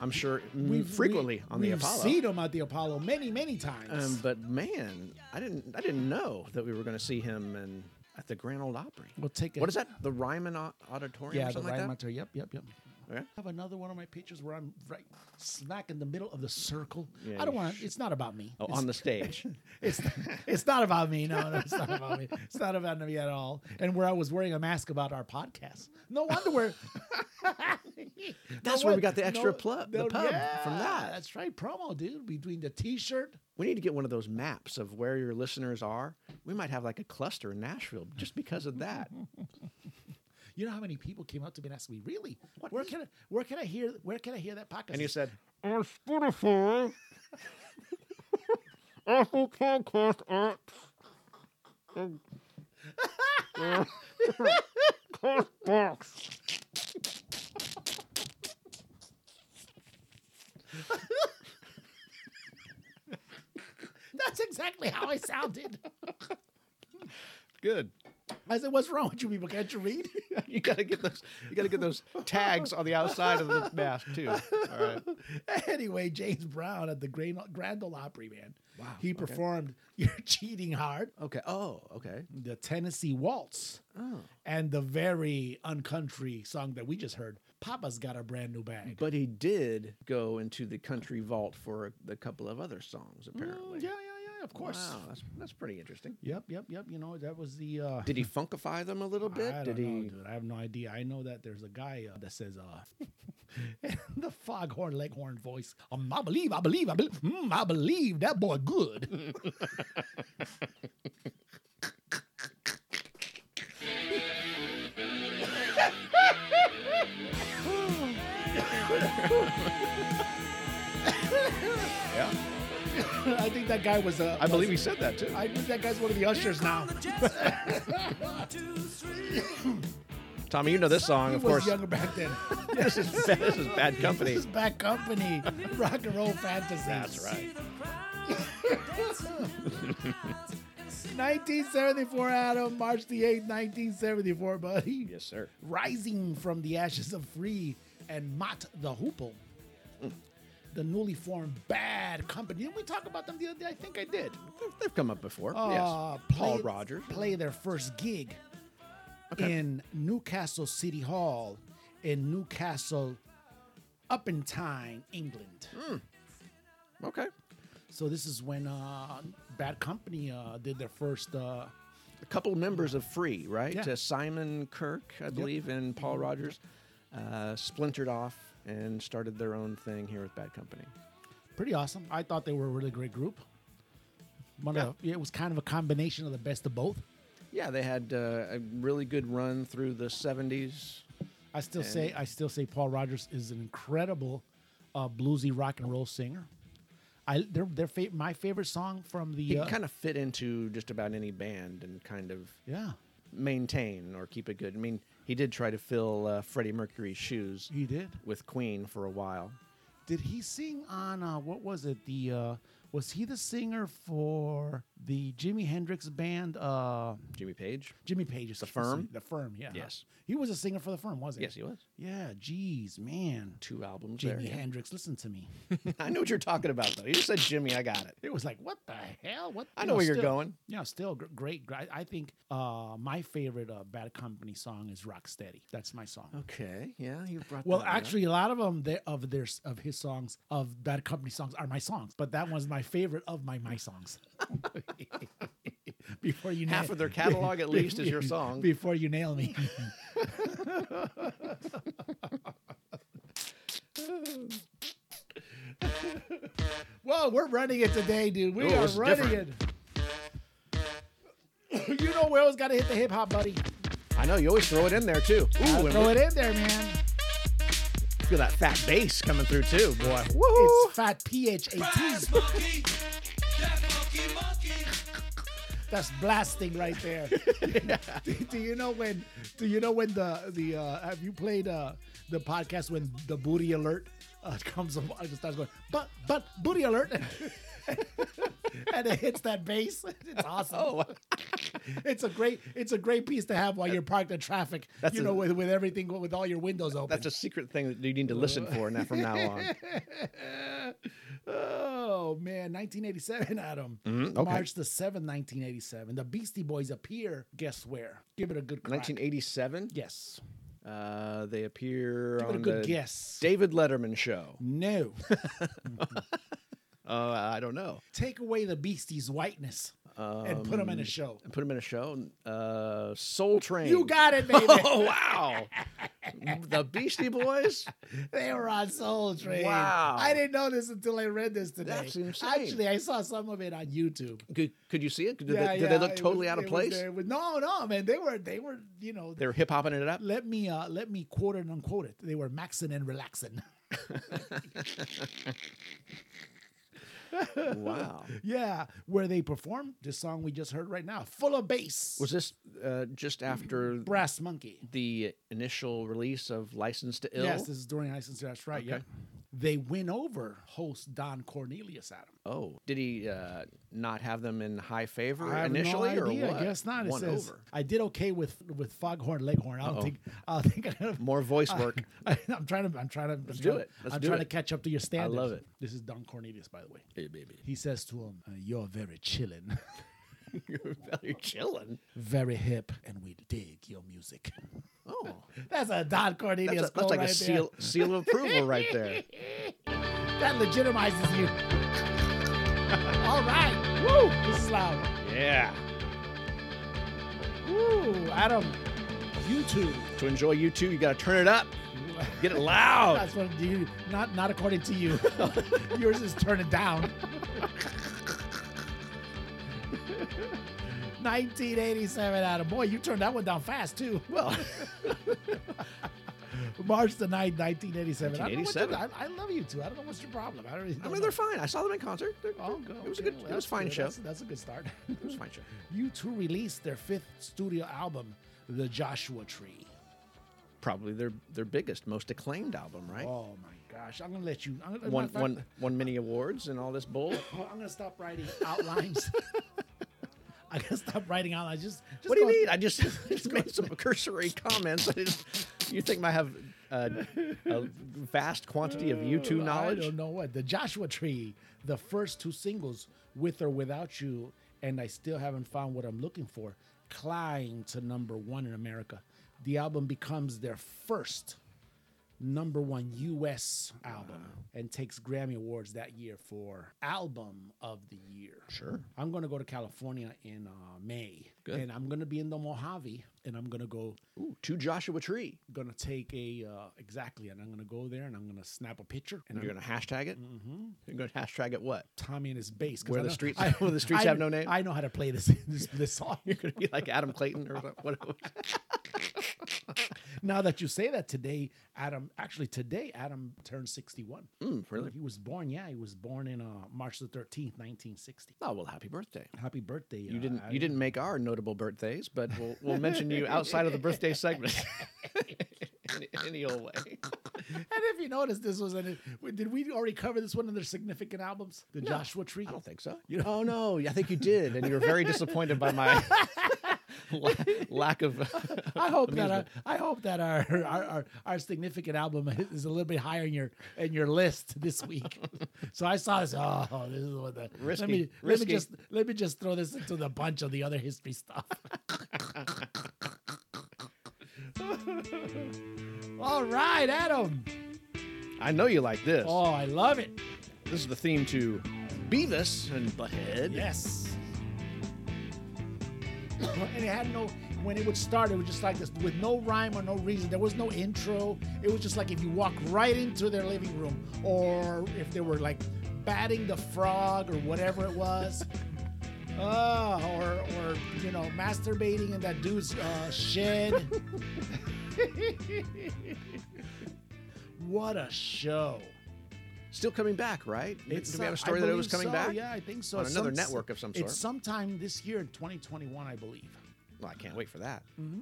I'm sure m-
We've-
frequently
we-
on the
we've
Apollo.
seen him at the Apollo many, many times.
Um, but man, I didn't. I didn't know that we were going to see him and at the Grand Ole Opry.
We'll take
What
a-
is that? The Ryman Au- Auditorium
yeah,
or
the
something
right
like
monitor. Yep, yep, yep.
that? Okay.
I have another one of my pictures where I'm right smack in the middle of the circle.
Yeah,
I don't
you
want to. It's not about me.
Oh,
It's-
on the
(laughs)
stage.
It's it's not about me. No, no, it's not
(laughs)
about me. It's not about me at all. And where I was wearing a mask about our podcast. No
(laughs)
wonder we're.
That's
No
where
won-
we got the extra
no-
plug, the
no-
pub from
yeah,
that.
That's right, promo, dude. Between the T-shirt.
We need to get one of those maps of where your listeners are. We might have like a cluster in Nashville just because of that.
You know how many people came up to me and asked me, "Really? where can I, where can I hear where can I hear that podcast?"
And you said,
on Spotify, Apple Podcast apps, and, uh, Castbox.
"That's exactly how I sounded."
"Good, (laughs)
I said, "What's wrong with you people? Can't you read?"
you got to get those. You got to get those tags on the outside of the mask too." All right.
(laughs) anyway, James Brown at the Grand, Grand Ole Opry, man.
Wow,
He
okay.
performed (laughs) "You're Cheating Hard,"
Okay. Oh, okay.
the Tennessee Waltz,
Oh.
and the very uncountry song that we just heard, "Papa's Got a Brand New Bag."
But he did go into the country vault for a, a couple of other songs, apparently.
Mm, yeah, yeah, yeah. Of course.
Wow, that's, that's pretty interesting.
Yep, yep, yep. You know that was the. Uh,
Did he funkify them a little bit?
I
did
don't
he?
know, dude. I have no idea. I know that there's a guy uh, that says, uh, (laughs) the foghorn leghorn voice. Um, I believe, I believe, I believe, mm, I believe that boy good.
Yeah,
(laughs) I think that guy was. Uh,
I believe he said that too.
I think that guy's one of the ushers now.
Tommy, you know this song,
He
of
was
course.
younger back then.
(laughs)
(laughs)
This is this is bad company.
This is bad company. Rock and roll fantasy.
That's right.
(laughs) 1974, Adam. March the 8th, 1974, buddy.
Yes, sir.
Rising from the ashes of Free and Mott the Hoople. The newly formed Bad Company. Didn't we talk about them the other day? I think I did.
They've come up before.
Uh,
yes. Paul Rogers.
Play their first gig in Newcastle City Hall in Newcastle, Upentine, England.
Okay.
So this is when uh, Bad Company uh, did their first. Uh,
A couple members of Free, right?
Yeah. Mm-hmm.
Uh, Simon Kirk, I believe, and Paul Rogers uh, splintered off and started their own thing here with Bad Company.
pretty awesome. I thought they were a really great group. One of- yeah, it was kind of a combination of the best of both.
yeah, they had uh, a really good run through the 70s.
I still say I still say Paul Rogers is an incredible uh, bluesy rock and roll singer. I their their fa- my favorite song from
He
the uh,
kind of fit into just about any band and kind of
yeah
maintain or keep it good. I mean, he did try to fill uh, Freddie Mercury's shoes
he did.
with Queen for a while.
Did he sing on uh, what was it the uh, was he the singer for the Jimi Hendrix band uh,
Jimmy Page?
Jimmy Page's The
Firm?
The Firm yeah
Yes.
he was a singer for The Firm wasn't
Yes, he was.
yeah geez man
Two albums there.
Jimi
yeah.
Hendrix listen to me
I know what you're talking about, though. You just said Jimmy, I got it.
it was like what the hell what
I
you
know where you're
still-
going.
Yeah, still gr- great. gr- I- I think uh, my favorite uh, Bad Company song is "Rocksteady." That's my song.
Okay, Oh, yeah, you brought
Well,
that up.
actually, a lot of them they, of their s- of his songs of Bad Company songs are my songs, but that one's my favorite of my my songs. (laughs) before you
half
nail-
of their catalog at least
(laughs)
is your song.
Before you nail me, (laughs) well, we're running it today, dude. We
Ooh,
are
this is
running it. (laughs) you know, we always got to hit the hip hop, buddy.
I know you always throw it in there too. Ooh,
Gotta
and
throw
we-
it in there, man.
Feel that fat bass coming through too, boy. Woo!
It's Fat PH 18. That's blasting right
(laughs)
there. do, do you know when? Do you know when the the uh, have you played uh, the podcast when the booty alert uh, (laughs) comes? up- It starts going, but but booty alert, (laughs) and it hits that bass. (laughs) It's awesome.
Oh,
(laughs) It's a great it's a great piece to have while you're parked in traffic.
That's
you
a-
know, with with everything with all your windows open.
That's a secret thing that you need to listen for now from now
(laughs)
on.
oh man, 1987, Adam.
Mm-hmm, okay.
March the 7th, 1987. The Beastie Boys appear. Guess where? Give it a good crack.
1987.
Yes.
Uh, they appear
Give it
on
a good
the
guess.
David Letterman show.
no. (laughs)
Uh, I don't know.
Take away the Beastie's whiteness and put
Um,
them in a show.
Put him in a show. Uh, Soul Train.
You got it, baby.
(laughs) Oh wow! the Beastie Boys.
They were on Soul Train.
Wow.
I didn't know this until I read this today.
That's insane.
Actually, I saw some of it on YouTube.
Could, could you see it? Did,
Yeah,
they, did
yeah,
they look
it
totally
was-
out of
it was
place?
there. It was- no, no, man. They were, they were, you know,
They were hip hopping it up.
let me uh let me quote and unquote it. They were maxing and relaxing. (laughs)
Wow.
yeah, where they perform this song we just heard right now, full of bass.
(laughs) Was this uh, just after
Brass Monkey?
the initial release of License to Ill?
Yes, this is during license. That's right. Yeah,
Okay.
they win over host Don Cornelius Adam.
oh, did he uh, not have them in high favor
I have no
initially,
idea.
or what?
I guess not. It
Won
says,
over.
I did okay with with Foghorn Leghorn. I don't think. I don't think. I
(laughs) More voice work.
(laughs) I, am trying to. I'm trying to. Let's
do it. Let's
I'm
do
trying to
it.
catch up to your standards.
love it.
This is Don Cornelius, by the way.
hey, baby, (laughs)
He says to him, uh, "You're very chillin',
you're chilling.
very hip, and we dig your music." (laughs)
Oh,
That's a Don
that's, a-
Cornelius.
that's
quote
like
right
a
there.
seal seal of approval right there.
(laughs) That legitimizes you. (laughs) All right. Woo! This is loud.
Yeah.
Woo! Adam, (laughs) YouTube.
To enjoy you two, you got to turn it up. Get it
(laughs)
loud.
That's what you not not according to you. (laughs) Yours is turn it down. (laughs) 1987, Adam. Boy, you turned that one down fast too.
well,
March the 9th, 1987. I don't know what you-
1987.
I, I love you two. I don't know what's your problem. I don't really.
I
don't
mean,
know.
they're fine. I saw them in concert. They're,
Oh, go.
It was a
okay,
good.
well,
it was
that's
a fine
good.
show.
That's, that's a good start. (laughs)
It was a fine show.
You two released their fifth studio album, The Joshua Tree.
Probably their their biggest, most acclaimed album, right?
Oh my gosh! I'm gonna let you. I'm gonna,
One
matter of
one
fact,
one mini awards and all this bull.
I'm gonna stop writing
(laughs)
outlines. (laughs) I'm gonna stop writing outlines. Just, just
What do you
go-
mean? I just, (laughs) just made some cursory comments. I just, you think I have a, a vast quantity of U2
I
knowledge?
don't know what the Joshua Tree. The first two singles, "With or Without You," and I still haven't found what I'm looking for. Climbed to number one in America. The album becomes their first number one U.S. album and takes Grammy awards that year for album of the year.
Sure.
I'm going to go to California in uh, May,
Good.
and I'm going to be in the Mojave, and I'm going to go
Ooh, to Joshua Tree.
going to take a uh, exactly, and I'm going to go there, and I'm going to snap a picture, and
You're
I'm,
going to hashtag it? Mm-hmm. You're going to hashtag it what? (laughs)
Tommy and his bass. 'cause
Where
I
the
know-
streets-
(laughs) I-
(laughs) where the streets
I-
have no name?
I know how to play this (laughs) this, this song.
You're going to be like Adam Clayton or something. whatever.
now that you say that today, Adam actually today Adam turned 61.
Mm, really?
He was born, yeah, he was born in uh, March the 13th, 1960.
Oh, well, happy birthday.
Happy birthday.
You
uh,
didn't
Adam.
you didn't make our notable birthdays, but we'll we'll mention you outside of the birthday segment. (laughs) any, any old way.
(laughs) And if you notice, this was an. Did we already cover this one in their significant albums? The Joshua Tree.
I don't think so. oh no, I think you did, and you were very disappointed by
(laughs)
my la- lack of. (laughs)
I hope that our, I hope that our, (laughs) our our our significant album (laughs) is a little bit higher in your in your list this
(laughs)
week. so I saw this. Oh, this is what the
Risky,
Let me
risky.
let me just let me just throw this into the bunch of the other history stuff. (laughs) All right, Adam.
I know you like this.
Oh, I love it.
This is the theme to Beavis and Butthead.
Yes. and it had no when it would start, it was just like this with no rhyme or no reason. There was no intro. It was just like if you walk right into their living room, or if they were like batting the frog or whatever it was. (laughs) Uh, or, or you know, masturbating in that dude's uh, shed. (laughs) what a show!
Still coming back, right? Do we have
uh, I
a story that it was
believe
coming
so.
back?
Yeah, I think so.
On another
Some-
network of some sort.
It's sometime this year in 2021, I believe.
Well, I can't wait for that. Mm-hmm.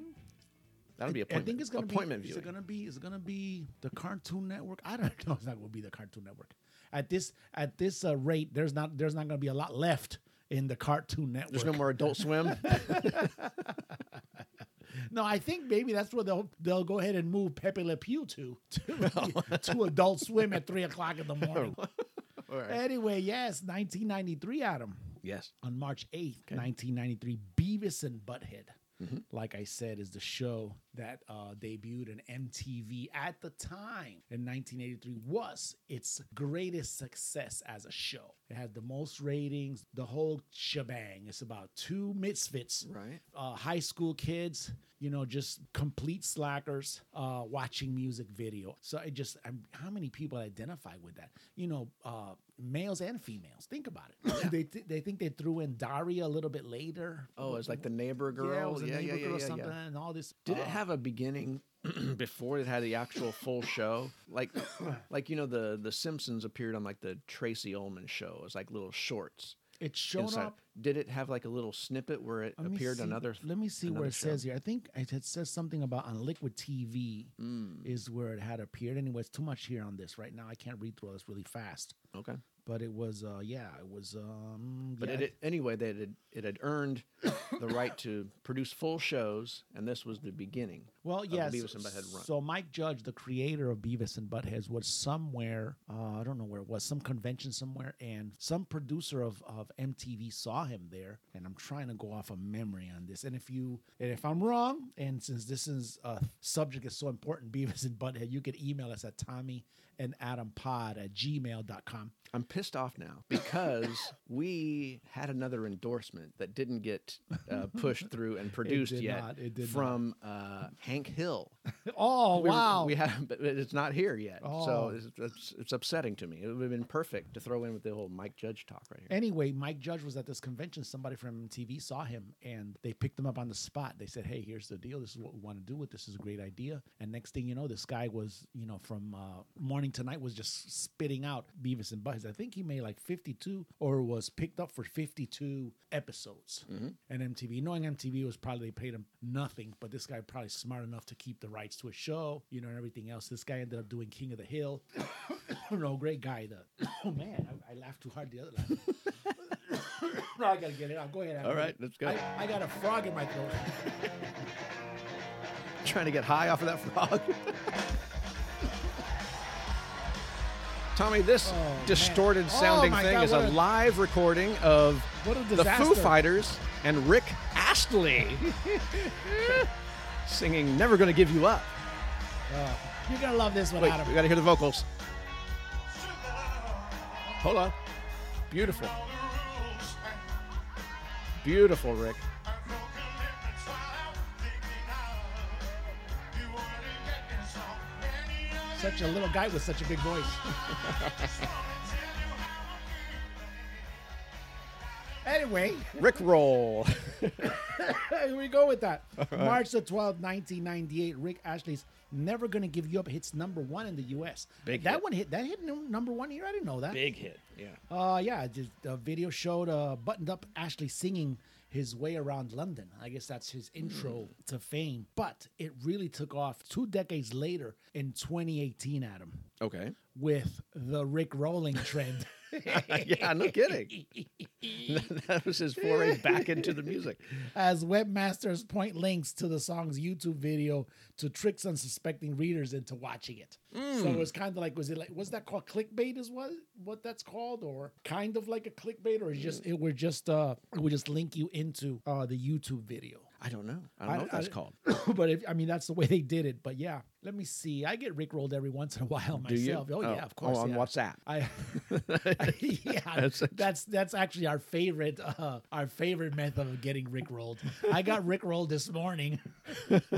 That'll be
I
appointment.
think it's going to be.
appointment
Is
viewing.
it going to be? Is it going to be the Cartoon Network? I don't (laughs) know. It's not going to be the Cartoon Network. At this at this uh, rate, there's not there's not going to be a lot left in the Cartoon Network.
There's no more Adult
(laughs)
Swim.
No, I think maybe that's where they'll they'll go ahead and move Pepe Le Pew to
(laughs)
(laughs) to, to Adult Swim at three o'clock in the morning.
All Oh. right.
Anyway, yes, 1993, Adam.
Yes.
on March 8th, 1993, Beavis and Butthead, like I said, is the show that uh, debuted on MTV at the time in 1983, was its greatest success as a show. It had the most ratings, the whole shebang. It's about two misfits
Right.
uh, high school kids, you know, just complete slackers uh, watching music video. So I just, I'm, how many people identify with that? You know, uh, males and females. Think about it. they, th- they think they threw in Daria a little bit later.
Oh, it's like the neighbor girl.
Yeah, it was a
yeah,
neighbor
yeah,
girl or
yeah, yeah,
something,
yeah.
and all this.
Did
uh,
it have a beginning (clears throat) before it had the actual full show?
(coughs)
Like, like you know, the the Simpsons appeared on like the Tracy Ullman show. It was like little shorts.
It showed
inside.
up.
Did it have like a little snippet where it
Let me
appeared
see-
another?
Let me see where
another
it
show?
says here. I think it it says something about on Liquid TV
mm,
is where it had appeared. Anyway, it's too much here on this right now. I can't read through all this really fast.
Okay,
but it was uh yeah it was um
but
yeah,
it, it anyway, they had, it had earned the right to produce full shows, and this was the beginning.
well
of the
yes
Beavis and Butthead run.
so mike judge the creator of beavis and butthead was somewhere uh, i don't know where it was some convention somewhere and some producer of, of mtv saw him there and i'm trying to go off of memory on this and if you and if i'm wrong and since this is a subject is so important (laughs) beavis and butthead you could email us at tommy and adam pod at gmail.com
I'm pissed off now
(laughs)
because we had another endorsement that didn't get uh, pushed through
(laughs)
and produced
did
yet
not, it did not.
from uh, Hank Hill.
(laughs) oh
We were-
wow
we have, (laughs) but it's not here yet,
Oh.
so it's, it's, it's upsetting to me. It would have been perfect to throw in with the whole Mike Judge talk right here.
Anyway, Mike Judge was at this convention. Somebody from MTV saw him and they picked him up on the spot. They said, Hey, here's the deal. This is what we want to do with this. this is a great idea. And next thing you know, this guy was, you know, from uh, morning to night was just spitting out Beavis and Butthead. I think he made like 52 or was picked up for 52 episodes. And MTV, knowing MTV was probably, they paid him nothing, but this guy probably smart enough to keep the rights to a show, you know, and everything else. This guy ended up doing King of the Hill. (coughs) no, great guy. The, (coughs) oh man, I, I laughed too hard the other laugh. (coughs) No, I gotta get it out. Go ahead. Adam.
All right, let's go.
I, I got a frog in my throat.
Trying to get high off of that frog. (laughs) Tommy, this
Oh, man.
distorted sounding
Oh, my
thing
God,
is a
what a-
live recording of
What a
the Foo
disaster.
Fighters and Rick
(laughs)
Astley singing "Never Gonna Give You Up."
Uh, You're gonna love this one,
Wait,
Adam.
we gotta hear the vocals. Hold on. Beautiful. Beautiful, Rick.
Such a little guy with such a big voice. anyway, (laughs)
Rick roll.
here we go with that. March the 12th, 1998, Rick Ashley's Never Gonna Give You Up hits number one in the U.S.
Big
that
hit.
one hit, that hit num- number one here? I didn't know that.
Big hit. Yeah.
Uh, yeah, just the video showed uh, buttoned up Ashley singing his way around London. I guess that's his intro to fame. But it really took off two decades later in 2018, Adam,
Okay.
with the Rick Rolling trend.
(laughs) yeah, no kidding. that was his foray back into the music.
as webmasters point links to the song's YouTube video to tricks unsuspecting readers into watching it. So
Mm.
it was kind of like, was it like, was that called clickbait? Is what what that's called, or kind of like a clickbait, or is just it would just uh it would just link you into uh the YouTube video. (coughs)
I don't know. I don't know what that's called.
but if, I mean, that's the way they did it. But yeah, let me see. I get rickrolled every once in a while
Do you?
myself. Oh, yeah, of course.
Oh, on
yeah.
WhatsApp.
I, (laughs) yeah,
That's-
that's that's actually our favorite uh, our favorite method of getting rickrolled. I got rickrolled this morning (laughs) at,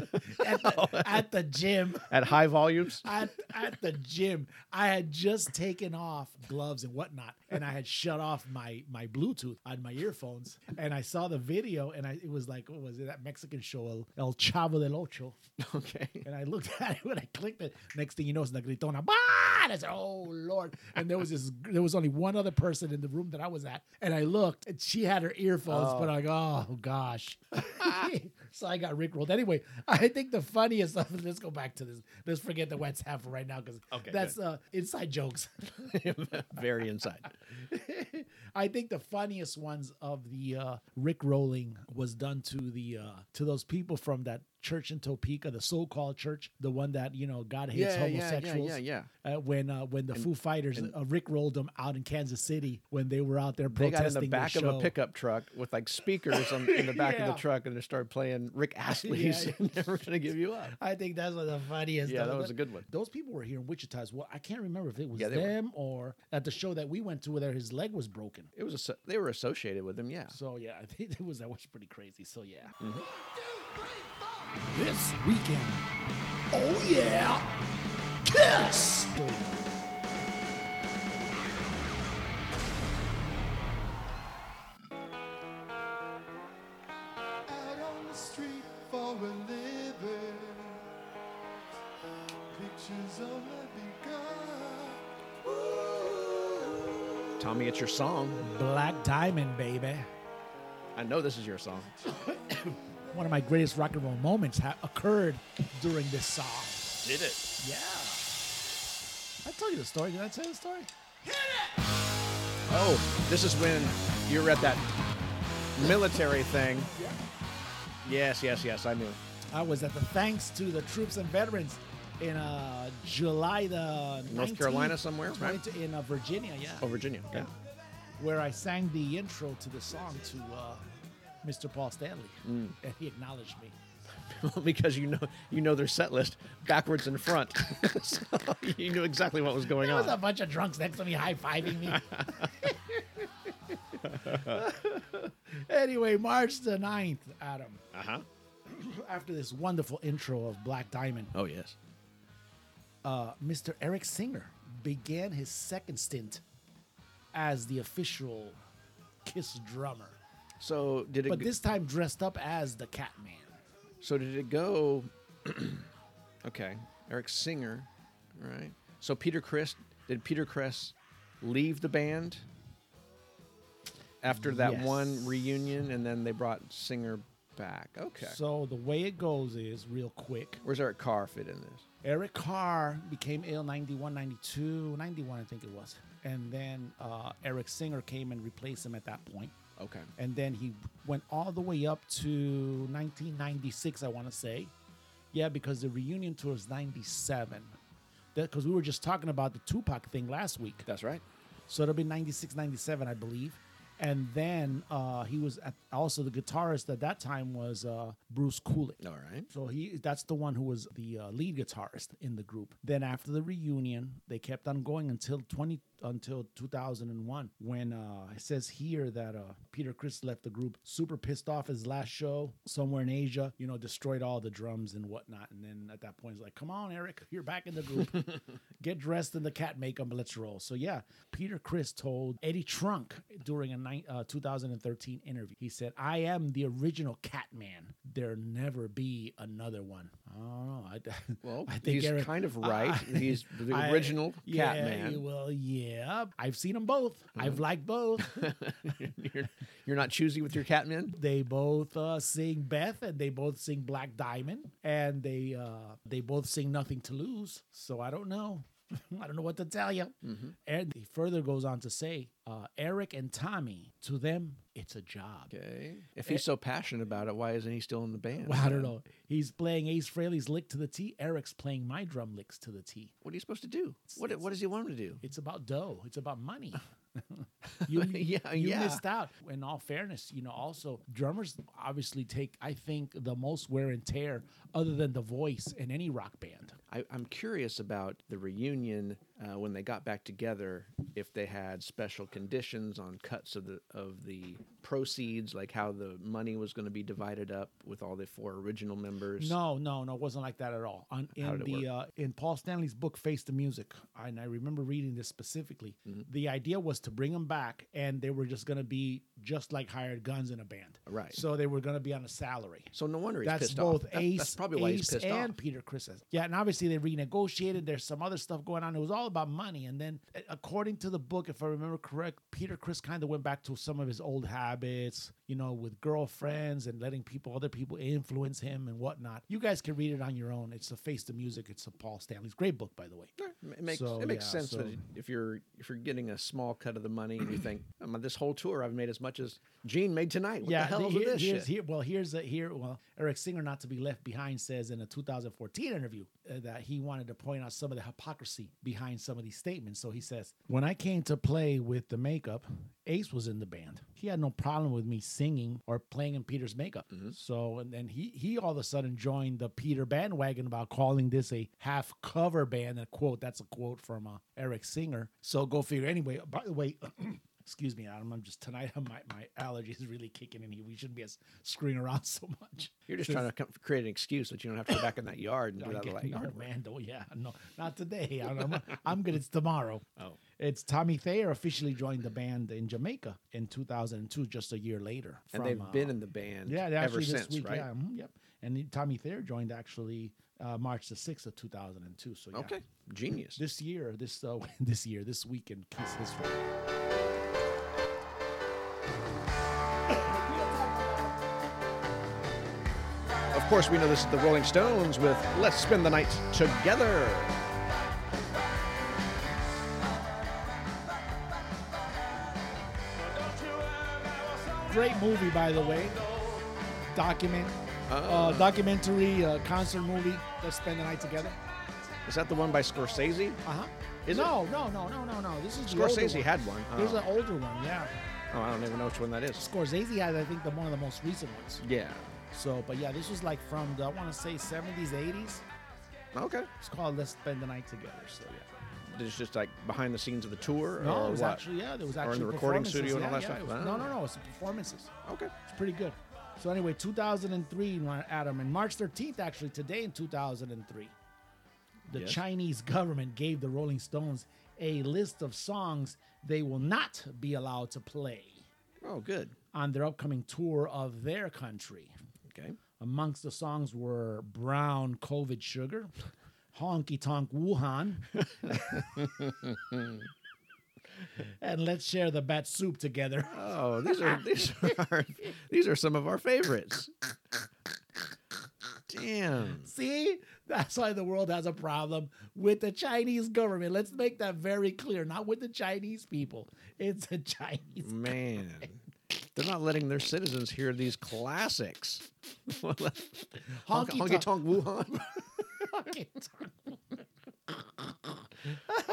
the, at the gym.
At high
(laughs)
volumes.
At, at the gym, I had just taken off gloves and whatnot, and I had shut off my my Bluetooth on my earphones. And I saw the video, and I it was like, what was it that Mexican show El, El Chavo del Ocho?
Okay.
(laughs) And I looked at it when I clicked it. Next thing you know, it's Negritona. Bah! And I said, "Oh Lord!" And there was this. There was only one other person in the room that I was at, and I looked, and she had her earphones. But I go, "Oh
(laughs)
gosh!" (laughs) so I got rickrolled. Anyway, (laughs) I think the funniest. (laughs) let's go back to this. Let's forget the WhatsApp for right now because
Okay,
that's
good.
uh, inside jokes.
(laughs) Very inside.
(laughs) I think the funniest ones of the uh, Rick rolling was done to the uh, to those people from that church in Topeka, the so-called church, the one that you know God hates
Yeah, yeah, yeah,
homosexuals.
yeah, yeah.
Uh, when uh, when the Foo Fighters uh, Rick rolled them out in Kansas City when they were out there
They
protesting
got in the
their
back of a
show.
pickup truck with like speakers on, in the back of
Yeah.
the truck, and they started playing Rick Astley's
(laughs) Yeah.
(laughs) "Never Gonna Give You Up."
I think that's one of the funniest.
Yeah,
though.
that was a good one.
Those people were here in Wichita as well. I can't remember if it was
Yeah, they were.
them or at the show that we went to where his leg was broken.
It was asso- they were associated with him, yeah.
So yeah, (laughs) I think it was that was pretty crazy. So yeah. This weekend. Oh yeah. Kiss.
out on the street for a living. Pictures only begun.
Tommy, it's your song.
Black Diamond, baby.
I know this is your song.
One of my greatest rock and roll moments ha- occurred during this song.
Did it?
Yeah. I told you the story. Did I tell you the story?
Oh, this is when you were at that military thing. Yes, yes, yes. I knew.
I was at the thanks to the troops and veterans in uh, July the
North
19th,
Carolina somewhere, right?
22 in uh, Virginia, yeah,
Oh, Virginia. Yeah.
where I sang the intro to the song to uh, Mr. Paul Stanley,
Mm.
and he acknowledged me.
(laughs) because you know you know their set list backwards and front. (laughs) so you knew exactly what was going
There was a
on.
bunch of drunks next to me high
(laughs)
fiving me. anyway, March the 9th, Adam.
Uh huh.
After this wonderful intro of Black Diamond,
Oh yes.
uh, Mr. Eric Singer began his second stint as the official Kiss drummer,
So did it?
but
go-
this time dressed up as the Catman.
so did it go? (clears throat) okay, Eric Singer, right? So Peter Chris did Peter Chris leave the band after that
Yes.
one reunion, and then they brought Singer back. Okay.
So the way it goes is real quick.
Where's Eric Carr fit in this?
Eric Carr became ill 91, 92, 91, I think it was. And then uh, Eric Singer came and replaced him at that point.
Okay.
And then he went all the way up to 1996, I want to say. Yeah, because the reunion tour is 97. Because we were just talking about the Tupac thing last week.
That's right.
So it'll be 96, 97, I believe. And then uh, he was at, also the guitarist at that time was uh, Bruce Kulick.
All right.
So he that's the one who was the uh, lead guitarist in the group. Then after the reunion, they kept on going until 20 until 2001 when uh, it says here that uh, Peter Chris left the group super pissed off his last show somewhere in Asia, you know, destroyed all the drums and whatnot. And then at that point, it's like, come on, Eric, you're back in the group. Get dressed in the cat makeup, and let's roll. So yeah, Peter Chris told Eddie Trunk during a ni- uh, 2013 interview. He said, "I am the original Catman. There never be another one." I don't know. I, (laughs)
Well,
I think
he's
Eric-
kind of
(laughs)
right. he's the
I-
original (laughs)
yeah,
Catman. Mm-hmm.
Well, yeah, I've seen them both. I've liked both. (laughs)
you're, you're not choosy with your Catman.
they both uh, sing Beth, and they both sing Black Diamond, and they uh, they both sing Nothing to Lose. So I don't know. (laughs) I don't know what to tell you. And he further goes on to say, uh, Eric and Tommy, to them, it's a job.
Okay. If he's so passionate about it, why isn't he still in the band?
Eh Well, I don't know. He's playing Ace Frehley's lick to the T. Eric's playing my drum licks to the T.
What are you supposed to do? What What does he want him to do?
It's about dough. It's about money.
(laughs)
you,
Yeah,
you
yeah.
missed out. In all fairness, you know, also drummers obviously take, I think, the most wear and tear other than the voice in any rock band.
I, I'm curious about the reunion uh, when they got back together. If they had special conditions on cuts of the of the proceeds, like how the money was going to be divided up with all the four original members.
No, no, no, it wasn't like that at all. On, in
did it
the
work?
uh, in Paul Stanley's book Face the Music, and I remember reading this specifically.
Mm-hmm.
The idea was to bring them back, and they were just going to be just like hired guns in a band.
Right.
So they were going to be on a salary.
So no wonder he's
that's
pissed
both
off. That-
Ace,
that's probably why
Ace
he's pissed
and
off.
Peter Chris. Yeah, and obviously they renegotiated. There's some other stuff going on. It was all about money. And then, a- according to the book, if I remember correct, Peter Chris kind of went back to some of his old habits, you know, with girlfriends and letting people, other people influence him and whatnot. You guys can read it on your own. It's the Face to Music. It's a Paul Stanley's great book, by the way.
It makes
So,
it makes
yeah,
sense
so-
that if you're if you're getting a small cut of the money and you
(clears throat)
think "Um, this whole tour I've made as much as Gene made tonight. What the hell is
the-
with
here-
this
here's,
shit?
Here, well, here's a, here. Well, Eric Singer, not to be left behind, says in a 2014 interview uh, that he wanted to point out some of the hypocrisy behind some of these statements. So he says, "When I came to play with the makeup, Ace was in the band. He had no problem with me singing or playing in Peter's makeup.
Mm-hmm.
So and then he he all of a sudden joined the Peter bandwagon about calling this a half cover band. And quote, that's a quote from uh, Eric Singer. So go figure. Anyway, by the way." (clears throat) Excuse me, Adam. I'm just tonight. (laughs) My my allergies is really kicking in here. We shouldn't be as screwing around (laughs) so much.
You're just trying to come, create an excuse that you don't have to go back in that yard and do
I
that
get-
like
(laughs) no,
yard work.
man. Oh yeah, no, not today. I'm, I'm, (laughs) I'm good. It's tomorrow. Oh, it's Tommy Thayer officially joined the band in Jamaica in 2002, just a year later.
And
from,
they've been
uh,
in the band
yeah, they
ever
actually this
since,
week,
right?
Yeah, mhm, yep. And then Tommy Thayer joined actually uh, March the 6th of 2002. So yeah.
Okay, genius.
This year, this uh, (laughs) this year, this week in Kiss history.
Of course, we know this is the Rolling Stones with Let's Spend the Night Together.
Great movie, by the way. Document,
Oh,
uh, documentary, uh, concert movie. Let's spend the night together.
Is that the one by Scorsese?
Uh huh.
Is
no, no, no, no, no, no. This is the older
Scorsese
one.
had one.
There's
Oh.
an older one, yeah.
Oh, I don't even know which one that is.
Scorsese had, I think, the one of the most recent ones.
Yeah.
So, but yeah, this was like from the I want to say 70s, 80s.
Okay.
It's called Let's Spend the Night Together. So yeah.
It's just like behind the scenes of the tour,
No,
or
it was
what?
actually yeah, there was
in
actually
the recording
performances.
studio and all
Yeah,
that
yeah,
stuff?
it was- no,
Ah.
no, no. It's performances.
Okay.
It's pretty good. So anyway, 2003, Mar- Adam, and March 13th, actually today in 2003, the
Yes.
Chinese (laughs) government gave the Rolling Stones a list of songs they will not be allowed to play
Oh, good.
on their upcoming tour of their country.
Okay.
Amongst the songs were Brown COVID Sugar, (laughs) Honky Tonk Wuhan, and Let's Share the Bat Soup Together. (laughs)
Oh, these are these (laughs) are our, these are some of our favorites. Damn.
See, that's why the world has a problem with the Chinese government. Let's make that very clear. Not with the Chinese people. It's the Chinese.
Man, they're not letting their citizens hear these classics. (laughs) honky,
Honky
honky tonk (laughs) Wuhan.
fucking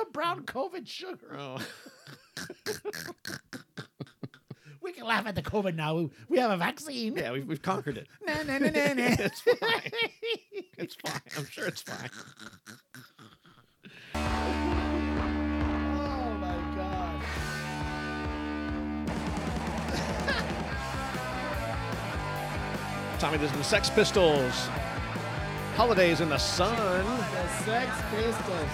(laughs) Brown COVID sugar.
Oh,
laugh at the COVID now. We, we have a vaccine.
Yeah, we've, we've conquered (laughs) it.
Na, na, na, na, na.
(laughs) It's fine. It's fine. I'm sure it's fine.
(laughs) Oh my god.
Tommy, this is the Sex Pistols. Holidays in the Sun.
The Sex Pistols.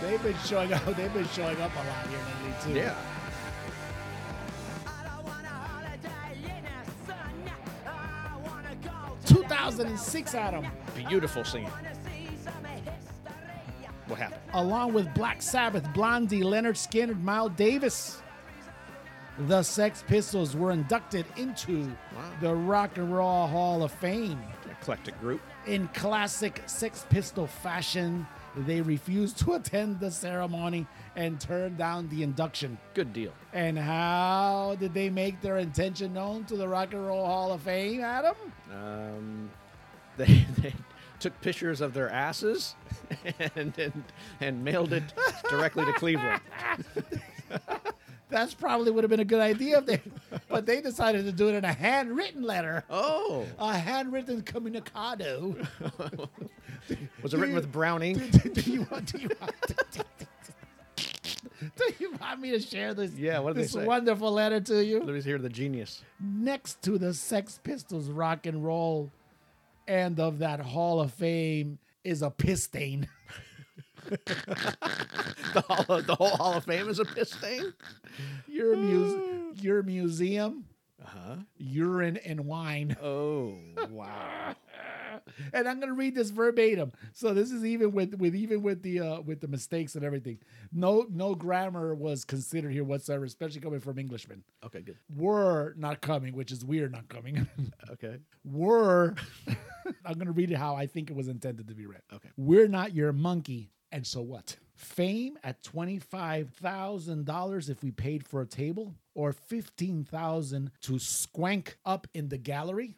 They've been showing up. They've been showing up a lot here lately too.
Yeah.
I don't want a holiday in the sun. I want to go to
2006 Adam,
Beautiful singing.
wanna see some history.
What happened?
along with Black Sabbath, Blondie, Leonard Skinner, Miles Davis. The Sex Pistols were inducted into the Rock and Roll Hall of Fame.
Eclectic group.
In classic Sex Pistol fashion, they refused to attend the ceremony and turned down the induction.
Good deal. (laughs)
And how did they make their intention known to the Rock and Roll Hall of Fame, Adam?
Um, they, they took pictures of their asses (laughs) and, and, and mailed it directly to Cleveland.
That's probably would have been a good idea if they, but they decided to do it in a handwritten letter,
(laughs) Oh.
a handwritten comunicado.
Was it written with brown ink?
do, (laughs) do you want? Do you want? (laughs) do you want me to share this?
Yeah, what did they
this
say?
wonderful letter to you.
Let me hear the genius. (laughs)
next to the Sex Pistols rock and roll and of that Hall of Fame is a piss stain. (laughs)
The, hall, the whole Hall of Fame is a piss stain? (laughs)
Your muse, your museum,
Uh-huh.
urine and wine. (laughs)
Oh, wow.
And I'm gonna read this verbatim. So this is even with with even with the uh, with the mistakes and everything. No no grammar was considered here whatsoever, especially coming from Englishmen.
Okay, good.
Were not coming, which is weird not coming. (laughs)
Okay.
were (laughs) I'm gonna read it how I think it was intended to be read.
Okay.
We're not your monkey, and so what? Fame at twenty-five thousand dollars if we paid for a table, or fifteen thousand to squank up in the gallery,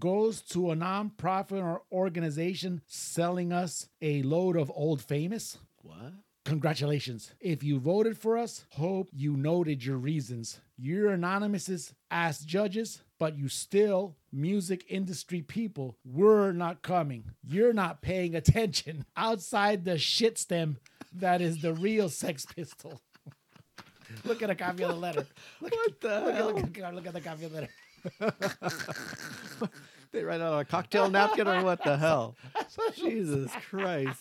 goes to a nonprofit or organization selling us a load of old famous.
What?
Congratulations. If you voted for us, hope you noted your reasons. You're anonymous as judges, but you still, music industry people, we're not coming. You're not paying attention outside the shit stem that is the real Sex Pistol. (laughs) look at a copy of the letter. Look,
What the
look, at-
hell?
look, at- look at the copy of the letter.
They write out on a cocktail napkin or what the (laughs) hell? Jesus (laughs) Christ.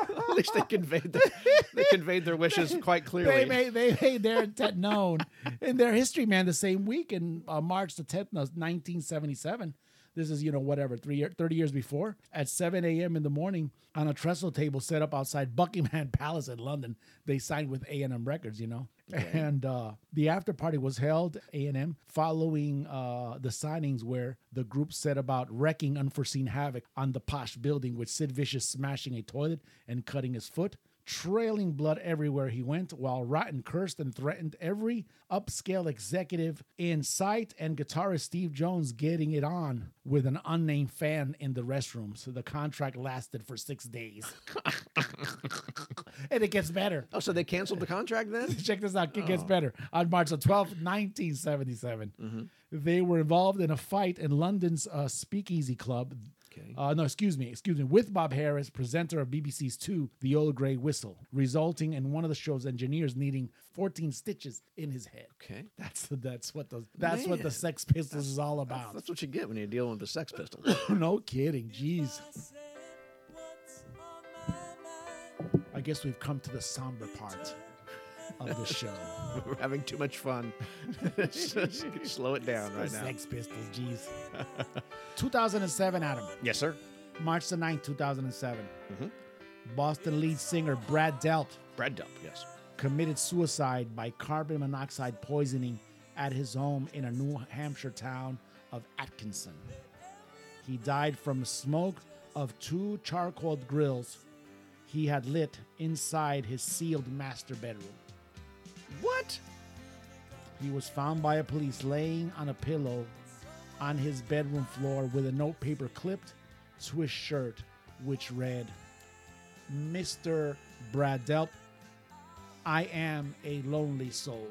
At least they conveyed the, they conveyed their wishes quite
They
clearly.
made, they made their intent known in their history, man, the same week in uh, March the 10th, no, 1977. This is, you know, whatever, three year, 30 years before, at 7 a.m. in the morning on a trestle table set up outside Buckingham (laughs) Palace in London. They signed with A&M Records, you know. And uh, the after party was held, A&M, following uh, the signings where the group set about wrecking unforeseen havoc on the posh building with Sid Vicious smashing a toilet and cutting his foot trailing blood everywhere he went, while Rotten cursed and threatened every upscale executive in sight and guitarist Steve Jones getting it on with an unnamed fan in the restrooms. So the contract lasted for six days. (laughs) and it gets better.
oh, so they canceled the contract then?
(laughs) Check this out. It gets
Oh.
better. On March the 12th, 1977,
Mm-hmm.
they were involved in a fight in London's uh, Speakeasy Club.
Okay.
Uh, no, excuse me, excuse me, with Bob Harris, presenter of BBC's 2, The Old Grey Whistle, resulting in one of the show's engineers needing 14 stitches in his head.
Okay.
That's that's what the that's what the
Man.
Sex Pistols is all about. (laughs)
That's what you get when you deal with the Sex (laughs) Pistols.
no kidding, jeez. I guess we've come to the somber part of the show.
We're having too much fun. (laughs) Slow it down (laughs) right
The
now.
Sex Pistols,
(laughs)
jeez. 2007, Adam.
Yes, sir.
March the 9th, 2007. Boston lead singer Brad Delp
Brad Delp, yes.
committed suicide by carbon monoxide poisoning at his home in a New Hampshire town of Atkinson. He died from smoke of two charcoal grills he had lit inside his sealed master bedroom.
What?
He was found by a police laying on a pillow on his bedroom floor with a notepaper clipped to his shirt, which read, Mr. Brad Delp, I am a lonely soul.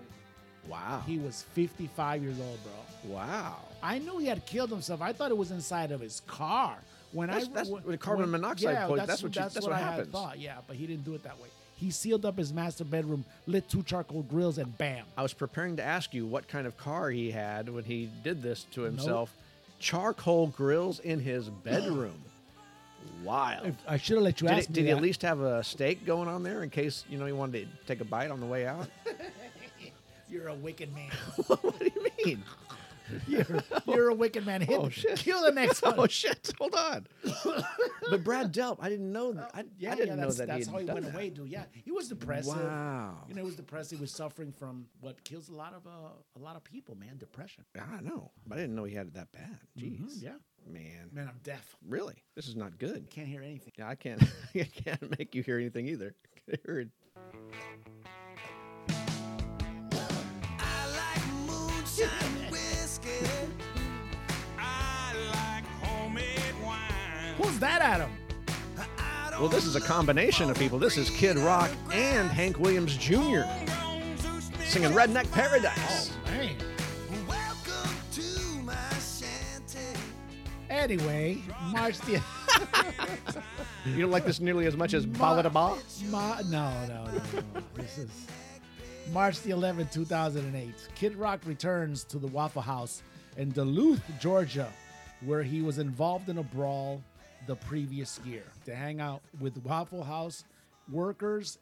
Wow.
He was 55 years old, bro.
Wow.
I knew he had killed himself. I thought it was inside of his car. When
That's-
I
that's what carbon monoxide
yeah,
poison-
that's,
that's what you- that's what
I had
happens.
thought. Yeah, but he didn't do it that way. He sealed up his master bedroom, lit two charcoal grills, and bam.
I was preparing to ask you what kind of car he had when he did this to himself. Charcoal grills in his bedroom.
(clears throat)
Wild.
If- I should have let you
Did, it,
ask me
did he
that.
at least have a steak going on there in case you know he wanted to take a bite on the way out? (laughs)
You're a wicked man.
what do you
(laughs)
mean?
You're, (laughs) you're a wicked man. Hit,
Oh, shit.
Kill the next one.
(laughs) Oh shit! Hold on. but Brad Delp, I didn't know. That. I,
Oh, yeah,
I didn't
yeah,
know
that's,
that
that's
he had
how he
done
went
that.
away, dude. Yeah, he was depressive.
Wow.
You know, he was depressed. He was suffering from what kills a lot of uh, a lot of people, man. Depression.
I don't know. But I didn't know he had it that bad. Jeez.
Mm-hmm, yeah.
Man.
Man, I'm deaf.
Really? This is not good.
Can't hear anything.
Yeah, I can't. (laughs) I can't make you hear anything either. (laughs) I hear it.
I like moonshine whiskey. I like homemade wine.
Who's that, Adam?
I don't
Well, this is a combination of people. This is Kid Rock and Hank Williams Jr. singing Redneck Paradise.
Man.
Welcome to my shanty.
Anyway, March the.
You don't like this nearly as much as Ballad of Ba?
Ma- no, no, no, no. This is March the 11th, 2008. Kid Rock returns to the Waffle House in Duluth, Georgia, where he was involved in a brawl the previous year to hang out with Waffle House workers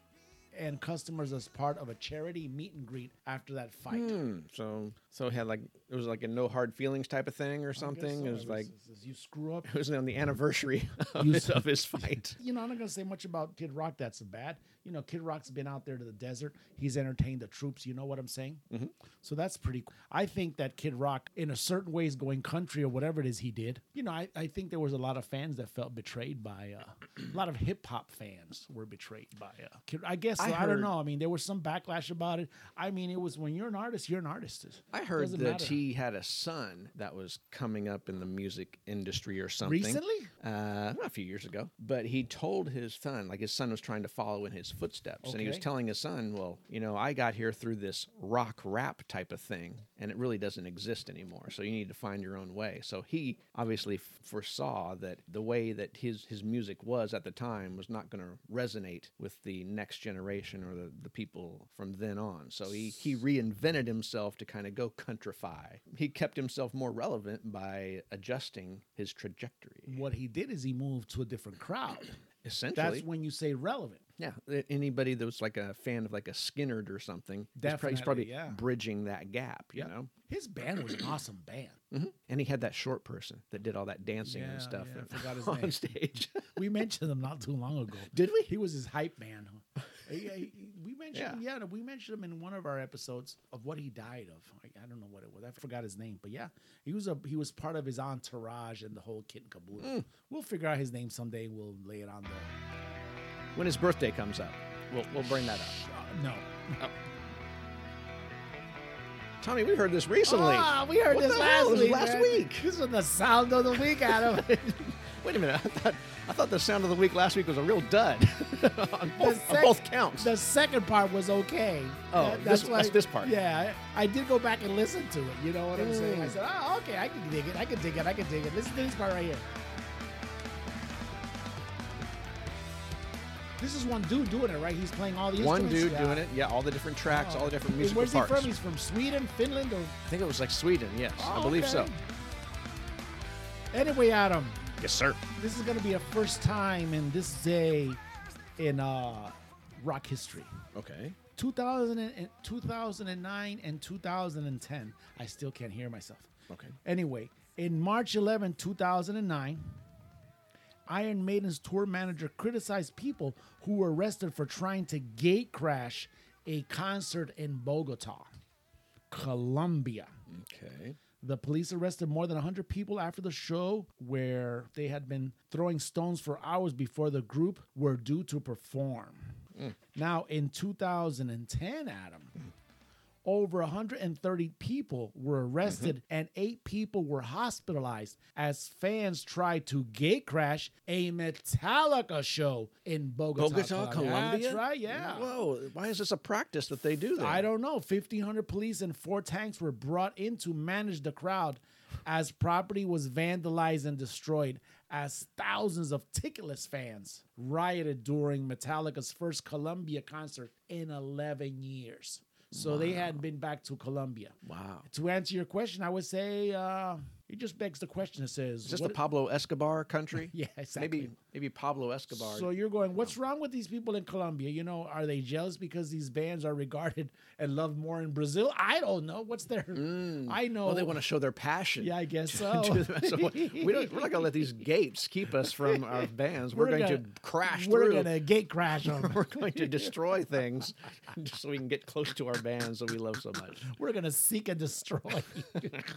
and customers as part of a charity meet and greet after that fight.
Hmm. So, so it had like it was like a no hard feelings type of thing or something. It was like
you
(laughs)
screw up
it was on the anniversary (laughs) of,
You
his,
s-
of his fight.
you know, I'm not gonna say much about Kid Rock. That's bad. You know, Kid Rock's been out there to the desert. He's entertained the troops. You know what I'm saying? Mm-hmm. So that's pretty. cool. I think that Kid Rock, in a certain way, is going country or whatever it is he did. You know, I, I think there was a lot of fans that felt betrayed by uh, a lot of hip hop fans were betrayed by uh, Kid. I guess so.
I
I, don't
heard-
know. I mean, there was some backlash about it. I mean, it was when you're an artist, you're an artist.
I heard
Doesn't
that
matter.
he had a son that was coming up in the music industry or something.
Recently?
Uh, not a few years ago. But he told his son, like his son was trying to follow in his footsteps. And he was
Okay.
telling his son, well, you know, I got here through this rock rap type of thing, and it really doesn't exist anymore. So you need to find your own way. So he obviously f- foresaw that the way that his, his music was at the time was not going to resonate with the next generation or the, the people from then on. So he, he reinvented himself to kind of go countrify. He kept himself more relevant by adjusting his trajectory.
What he did is he moved to a different crowd.
Essentially,
That's when you say relevant.
yeah. a- Anybody that was like a fan of like a Skinnerd or something, he's prob- he's
Definitely,
probably
yeah.
bridging that gap, you
Yep.
know.
His band was an awesome band.
hmm And he had that short person that did all that dancing
Yeah,
and stuff
yeah,
(laughs)
I
and-
forgot his
on
name.
stage. (laughs)
We mentioned him not too long ago.
Did we?
He was his hype man.
(laughs)
He- he- we mentioned
Yeah.
him, yeah, we mentioned him in one of our episodes of what he died of. I, I don't know what it was. I forgot his name, but yeah, he was a he was part of his entourage and the whole kit and caboodle.
Mm.
We'll figure out his name someday. We'll lay it on the
when his birthday comes up, we'll we'll bring that up.
uh, no.
Tommy, we heard this recently.
Ah, we heard
What
this
the
last
hell? This was
week.
last
man.
week.
This was the sound of the
(laughs)
week, Adam.
Wait a minute. I thought I thought the sound of the week last week was a real dud (laughs) on,
The
both, on
sec-
both counts.
The second part was okay.
Oh, this- that's this part.
Yeah, I, I did go back and listen to it. You know what I'm saying? I
Mm.
said, oh, okay, I can dig it. I can dig it. I can dig it. Listen to this part right here. This is one dude doing it, right? He's playing all the
One
instruments.
dude
Yeah.
doing it. Yeah, all the different tracks,
Oh.
all the different
And
musical
Where's
parts.
he from? He's from Sweden, Finland, or
I think it was like Sweden. Yes, I
Oh,
believe so.
okay. Anyway, Adam,
Yes, sir.
this is gonna be a first time in this day in uh, rock history.
Okay.
2000 and, 2009 and 2010. I still can't hear myself.
Okay.
Anyway, in March 11, 2009, Iron Maiden's tour manager criticized people who were arrested for trying to gate crash a concert in Bogota, Colombia.
Okay.
The police arrested more than 100 people after the show, where they had been throwing stones for hours before the group were
Mm.
due to perform. Now, in 2010, Adam, over 130 people were
Mm-hmm.
arrested and eight people were hospitalized as fans tried to gate crash a Metallica show in Bogota,
Bogota, Colombia.
That's right, yeah.
Whoa, why is this a practice that they do? There?
I don't know. 1,500 police and four tanks were brought in to manage the crowd as property was vandalized and destroyed as thousands of ticketless fans rioted during Metallica's first Columbia concert in 11 years. So they hadn't been back to Colombia.
Wow.
To answer your question, I would say uh, it just begs the question. It says,
Is this
what-
the Pablo Escobar country?
(laughs) Yeah, exactly.
Maybe maybe Pablo Escobar.
So you're going, what's wrong with these people in Colombia? You know, are they jealous because these bands are regarded (laughs) and loved more in Brazil? I don't know. What's their? I know.
oh, they want to show their passion. (laughs)
Yeah, I guess so.
to them. So we don't, we're not going to let
(laughs)
these gates keep us from our bands. We're, going
gonna-
to crash
We're
through.
gonna gate crash them.
(laughs) We're going to destroy things (laughs) just so we can get close to our bands that we love so
(laughs)
much.
we're gonna seek and destroy.
(laughs)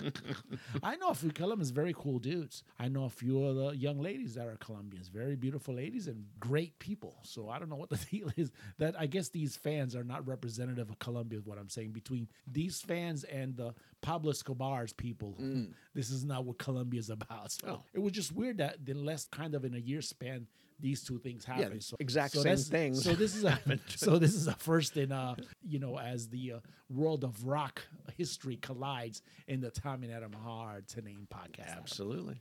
I know a few Colombians, very cool dudes. I know a few of the young ladies that are Colombians, very beautiful ladies and great people. So I don't know what the (laughs) deal is. That I guess these fans are not representative of Colombia. Is what I'm saying between these fans and the Pablo Escobar's people.
Mm.
(laughs) This is not what Colombia is about. So it was just weird that the less kind of in a year span. These two things happened. so,
exact
so
same
that's-
things.
So this
(laughs)
is a (laughs) so this is a first in uh you know as the uh, world of rock history collides in the Tom and Adam Hard to Name podcast. Adam.
Absolutely.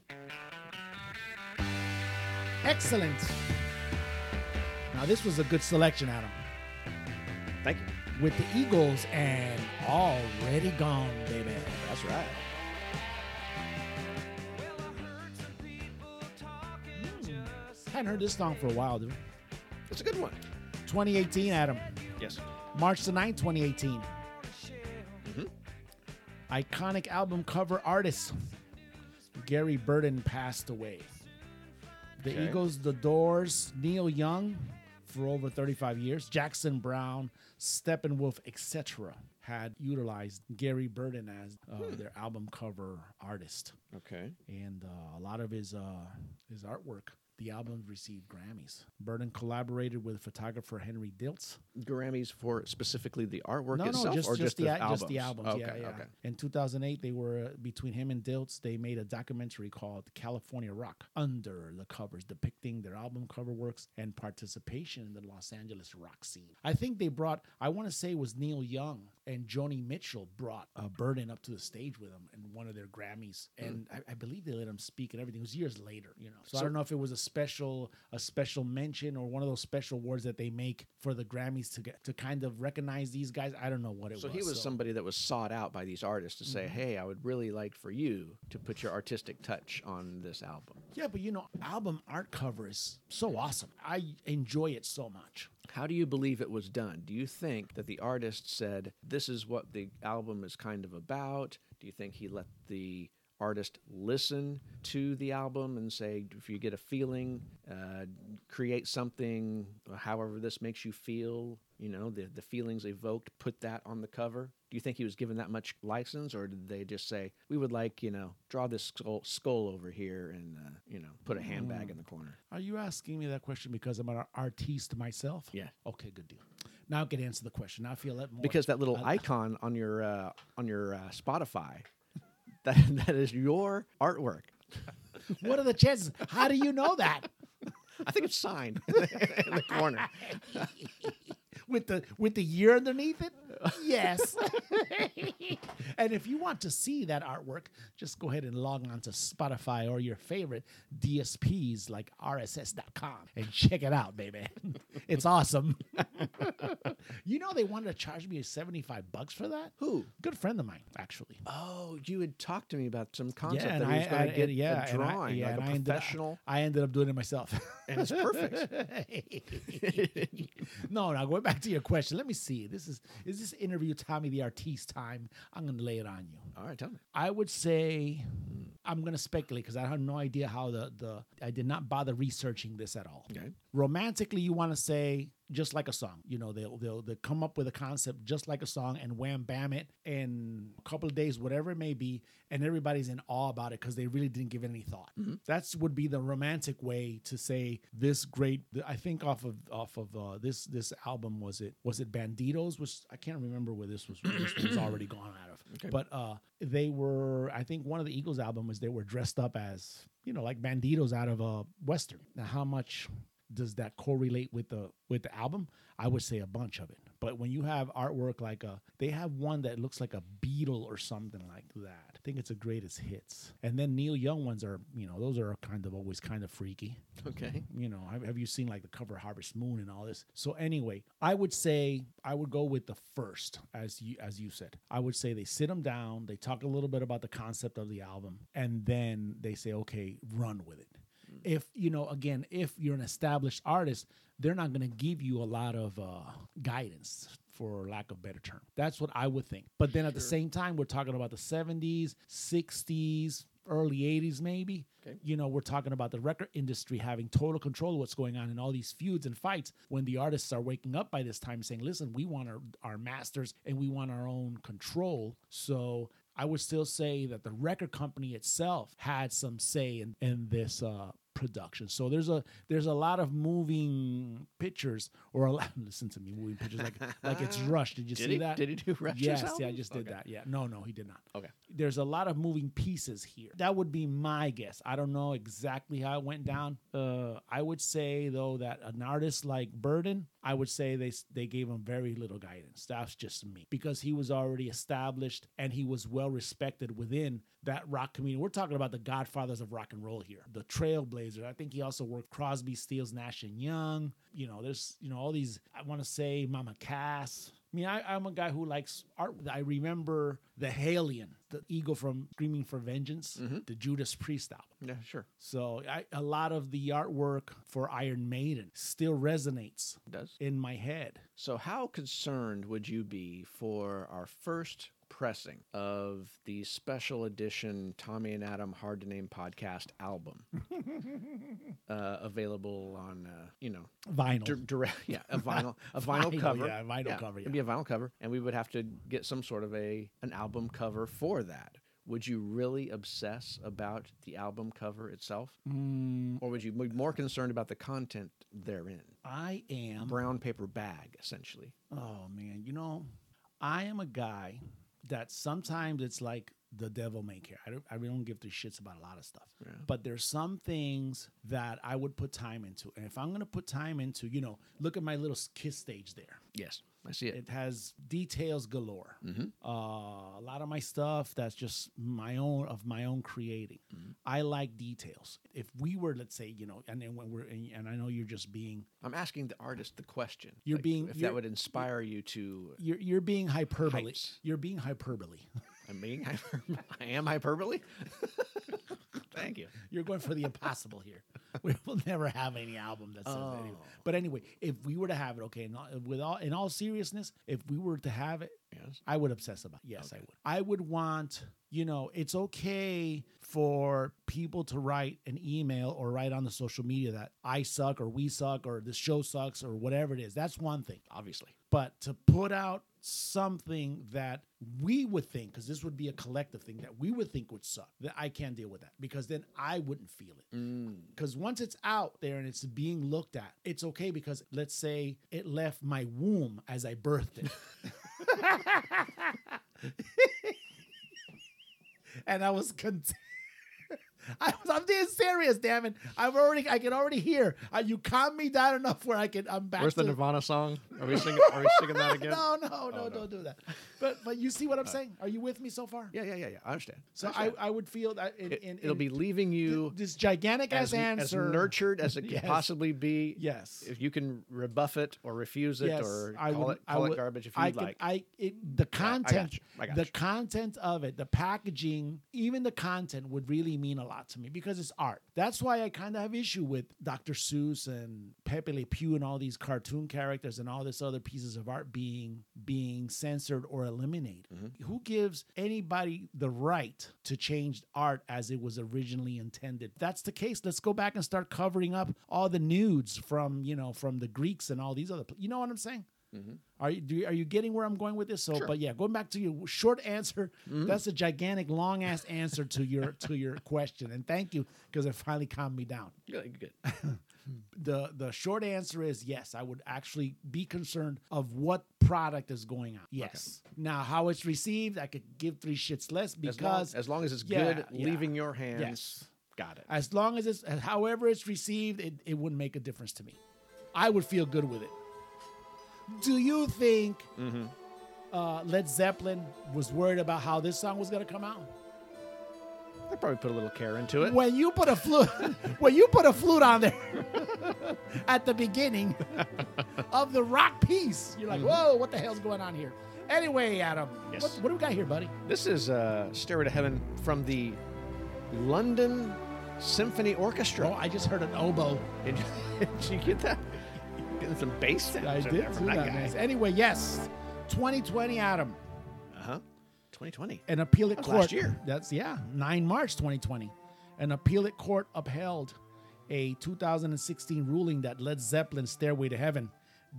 Excellent. Now this was a good selection, Adam,
Thank you.
with the Eagles and Already Gone, baby.
That's right.
Hmm. Hadn't heard this song for a while, dude.
It's a good one.
2018, Adam.
Yes.
March the 9th, 2018.
Mm-hmm.
Iconic album cover artist Gary Burton passed away. The
Okay.
Eagles, The Doors, Neil Young for over 35 years, Jackson Brown, Steppenwolf, etc. had utilized Gary Burton as uh,
Hmm.
their album cover artist
Okay.
and uh, a lot of his uh, his artwork. The album received Grammys. Burton collaborated with photographer Henry Diltz.
Grammys for specifically the artwork
no,
itself
no, just,
or just, the,
al-
albums?
just the albums.
Okay,
yeah, yeah.
okay.
In 2008, they were uh, between him and Diltz. They made a documentary called California Rock Under the Covers, depicting their album cover works and participation in the Los Angeles rock scene. I think they brought. I want to say it was Neil Young and Joni Mitchell brought uh, Burden up to the stage with them in one of their Grammys,
Hmm.
and I, I believe they let him speak and everything. It was years later, you know. So, I don't know if it was a special a special mention or one of those special awards that they make for the Grammys to get to kind of recognize these guys. I don't know what it
So
was. Mm-hmm.
he was somebody that was sought out by these artists to say, "Hey, I would really like for you to put your artistic touch on this album."
Yeah, but you know, album art cover is so awesome. I enjoy it so much.
How do you believe it was done? Do you think that the artist said, "This is what the album is kind of about"? Do you think he let the artist listen to the album and say, "If you get a feeling, uh, create something, however this makes you feel." You know, the the feelings evoked, put that on the cover. Do you think he was given that much license, or did they just say, "We would like, you know, draw this skull, skull over here and, uh, you know, put a handbag in the corner"?
Are you asking me that question because I'm an artiste myself?
Yeah.
Okay, good deal. Now I can answer the question. Now I feel that more
because that little icon on your uh, on your uh, Spotify, (laughs) that that is your artwork.
what are the chances? How do you know that?
I think it's signed (laughs) in the, in the corner.
with the with the year underneath it? Yes. (laughs) and if you want to see that artwork, just go ahead and log on to Spotify or your favorite DSPs like RSS.com and check it out, baby. (laughs) it's awesome. (laughs) you know they wanted to charge me 75 bucks for that?
Who?
Good friend of mine, actually.
Oh, you had talked to me about some concept
and
that he was
I-
going
and-
to get
and- yeah,
a
and I-
drawing,
yeah, and
like
I
a
ended up-
professional,
I ended up doing it myself.
and it's perfect.
(laughs) no, now going back to your question. Let me see. This is is this interview Tommy the Artiste time? I'm gonna lay it on you.
All right, tell me.
I would say I'm gonna speculate because I have no idea how the the I did not bother researching this at all.
Okay.
Romantically, you want to say just like a song. You know, they'll they'll they'll come up with a concept just like a song and wham bam it in a couple of days, whatever it may be, and everybody's in awe about it because they really didn't give it any thought. That's would be the romantic way to say this great. I think off of off of uh, this this album was it was it Bandidos, which I can't remember where this was where this was already gone out of. But uh, they were I think one of the Eagles albums they were dressed up as you know like Bandidos out of a western. Now how much does that correlate with the with the album? I would say a bunch of it. But when you have artwork like a, they have one that looks like a beetle or something like that. I think it's the greatest hits. And then Neil Young ones are, you know, those are kind of always kind of freaky.
Okay.
You know, have, have you seen like the cover Harvest Moon and all this? So anyway, I would say I would go with the first, as you as you said. I would say they sit them down, they talk a little bit about the concept of the album, and then they say, okay, run with it if you know again if you're an established artist they're not going to give you a lot of uh, guidance for lack of better term that's what i would think but then at the same time we're talking about the 70s 60s early 80s maybe
Okay.
you know we're talking about the record industry having total control of what's going on in all these feuds and fights when the artists are waking up by this time saying listen we want our, our masters and we want our own control so I would still say that the record company itself had some say in, in this uh, production. So there's a there's a lot of moving pictures, or a lot, (laughs) listen to me, moving pictures like like it's rushed. Did you
Did
see
he-
that?
did he do Rush's
Yes, yeah, I
album?
just did
Okay.
that. Yeah, no, no, he did not.
Okay.
There's a lot of moving pieces here. That would be my guess. I don't know exactly how it went down. Uh, I would say though that an artist like Burden, I would say they s- they gave him very little guidance. That's just me because he was already established and he was well respected within that rock community. We're talking about the godfathers of rock and roll here, the trailblazer. I think he also worked Crosby, Steals, Nash and Young. You know, there's you know all these. I want to say Mama Cass. I mean, I, I'm a guy who likes art. I remember the Halion, the eagle from Screaming for Vengeance, the Judas Priest album.
Yeah, sure.
So I, a lot of the artwork for Iron Maiden still resonates
It does.
in my head.
So, how concerned would you be for our first pressing of the special edition Tommy and Adam Hard to Name podcast
(laughs)
album, uh, available on uh, you know
Vinyl.
dir- direct, (laughs) yeah, a
(laughs)
vinyl, a vinyl,
Oh. Vinyl,
cover,
yeah, a vinyl cover,
it'd be a vinyl cover, and we would have to get some sort of a an album cover for that. Would you really obsess about the album cover itself,
Mm,
or would you be more concerned about the content therein?
I am.
Brown paper bag, essentially.
Oh man, you know, I am a guy that sometimes it's like the devil may care. I don't, I really don't give two shits about a lot of stuff. But there's some things that I would put time into, and if I'm gonna put time into, you know, look at my little s- kiss stage there.
Yes, I see it.
It has details galore. Uh, a lot of my stuff that's just my own of my own creating. I like details. If we were, let's say, you know, and then when we're, and, and I know you're just being
I'm asking the artist the question.
You're being-
if
you're-
that would inspire you to.
you're you're being hyperbole.
Heights.
You're being hyperbole.
I'm being hyper. (laughs) I am hyperbole. (laughs) Thank you.
You're going for the impossible here. (laughs) We will never have any album that says that anyway.
Oh.
But anyway, if we were to have it, okay, in all, with all in all seriousness, if we were to have it,
Yes.
I would obsess about. It. Yes, I would. I would want. You know, it's okay for people to write an email or write on the social media that I suck or we suck or this show sucks or whatever it is. That's one thing
Obviously.
but to put out something that we would think because this would be a collective thing that we would think would suck that i can't deal with that because then i wouldn't feel it because once it's out there and it's being looked at it's okay because let's say it left my womb as i birthed it (laughs) and i was content (laughs) I, I'm being serious, damn it! I've already, I can already hear. Uh, you calm me down enough where I can. I'm back.
Where's
to
the Nirvana song? Are we singing?
(laughs)
Are we singing that again? Oh, Uh,
no, no, no, don't do that. But but you see what I'm saying? Are you with me so far?
(laughs) Yeah, yeah, yeah, yeah. I understand.
So I,
understand.
I would feel that in,
It,
in,
will
in
be leaving you
this gigantic
as,
ass
as
answer.
nurtured as it
(laughs)
could
Yes.
possibly be.
Yes.
If you can rebuff it or refuse it
Yes,
or
I
call
would.
it call
I
it
would,
garbage if
I
you'd
can,
like.
I it, the
I got
content,
you. I got
the
you.
content of it, the packaging, even the content would really mean a lot to me because it's art. That's why I kind of have issue with Dr. Seuss and Pepe Le Pew and all these cartoon characters and all this other pieces of art being being censored or eliminated.
Mm-hmm.
Who gives anybody the right to change art as it was originally intended? If that's the case. Let's go back and start covering up all the nudes from you know from the Greeks and all these other. pl- You know what I'm saying? Are you do, you- are you getting where I'm going with this? So, but yeah, going back to your short answer,
Mm-hmm.
that's a gigantic long ass answer to your to your (laughs) question, and thank you because it finally calmed me down.
Good. good.
the The short answer is yes. I would actually be concerned of what product is going out. Yes. Now, how it's received, I could give three shits less
As long,
because
as long as it's
Yeah,
good,
yeah.
leaving your hands.
Yes.
Got it.
as long as it's however it's received, it, it wouldn't make a difference to me. I would feel good with it. Do you think uh, Led Zeppelin was worried about how this song was gonna come out?
I probably put a little care into it.
When you put a flute, (laughs) when you put a flute on there (laughs) at the beginning of the rock piece, you're like, whoa, what the hell's going on here? Anyway, Adam, what,
Yes.
what do we got here, buddy?
This is uh, Stairway to Heaven from the London Symphony Orchestra.
Oh, I just heard an oboe.
Did you, (laughs) did you get that? Getting some bass sounds.
I
in there
did
from
too, that,
guy.
man. Anyway, yes, 2020, Adam.
Uh-huh. 2020.
an appeal at
That's
court
last year.
That's yeah, 9 March 2020. An appeal at court upheld a 2016 ruling that Led Zeppelin's Stairway to Heaven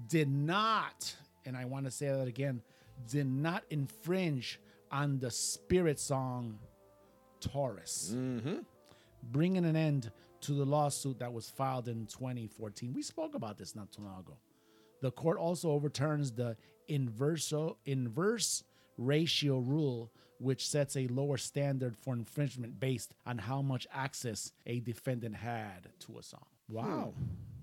did not, and I want to say that again, did not infringe on the spirit song Taurus,
Mm-hmm.
bringing an end to the lawsuit that was filed in 2014. We spoke about this not too long ago. The court also overturns the inverso, inverse ratio rule, which sets a lower standard for infringement based on how much access a defendant had to a song.
Hmm.
Wow.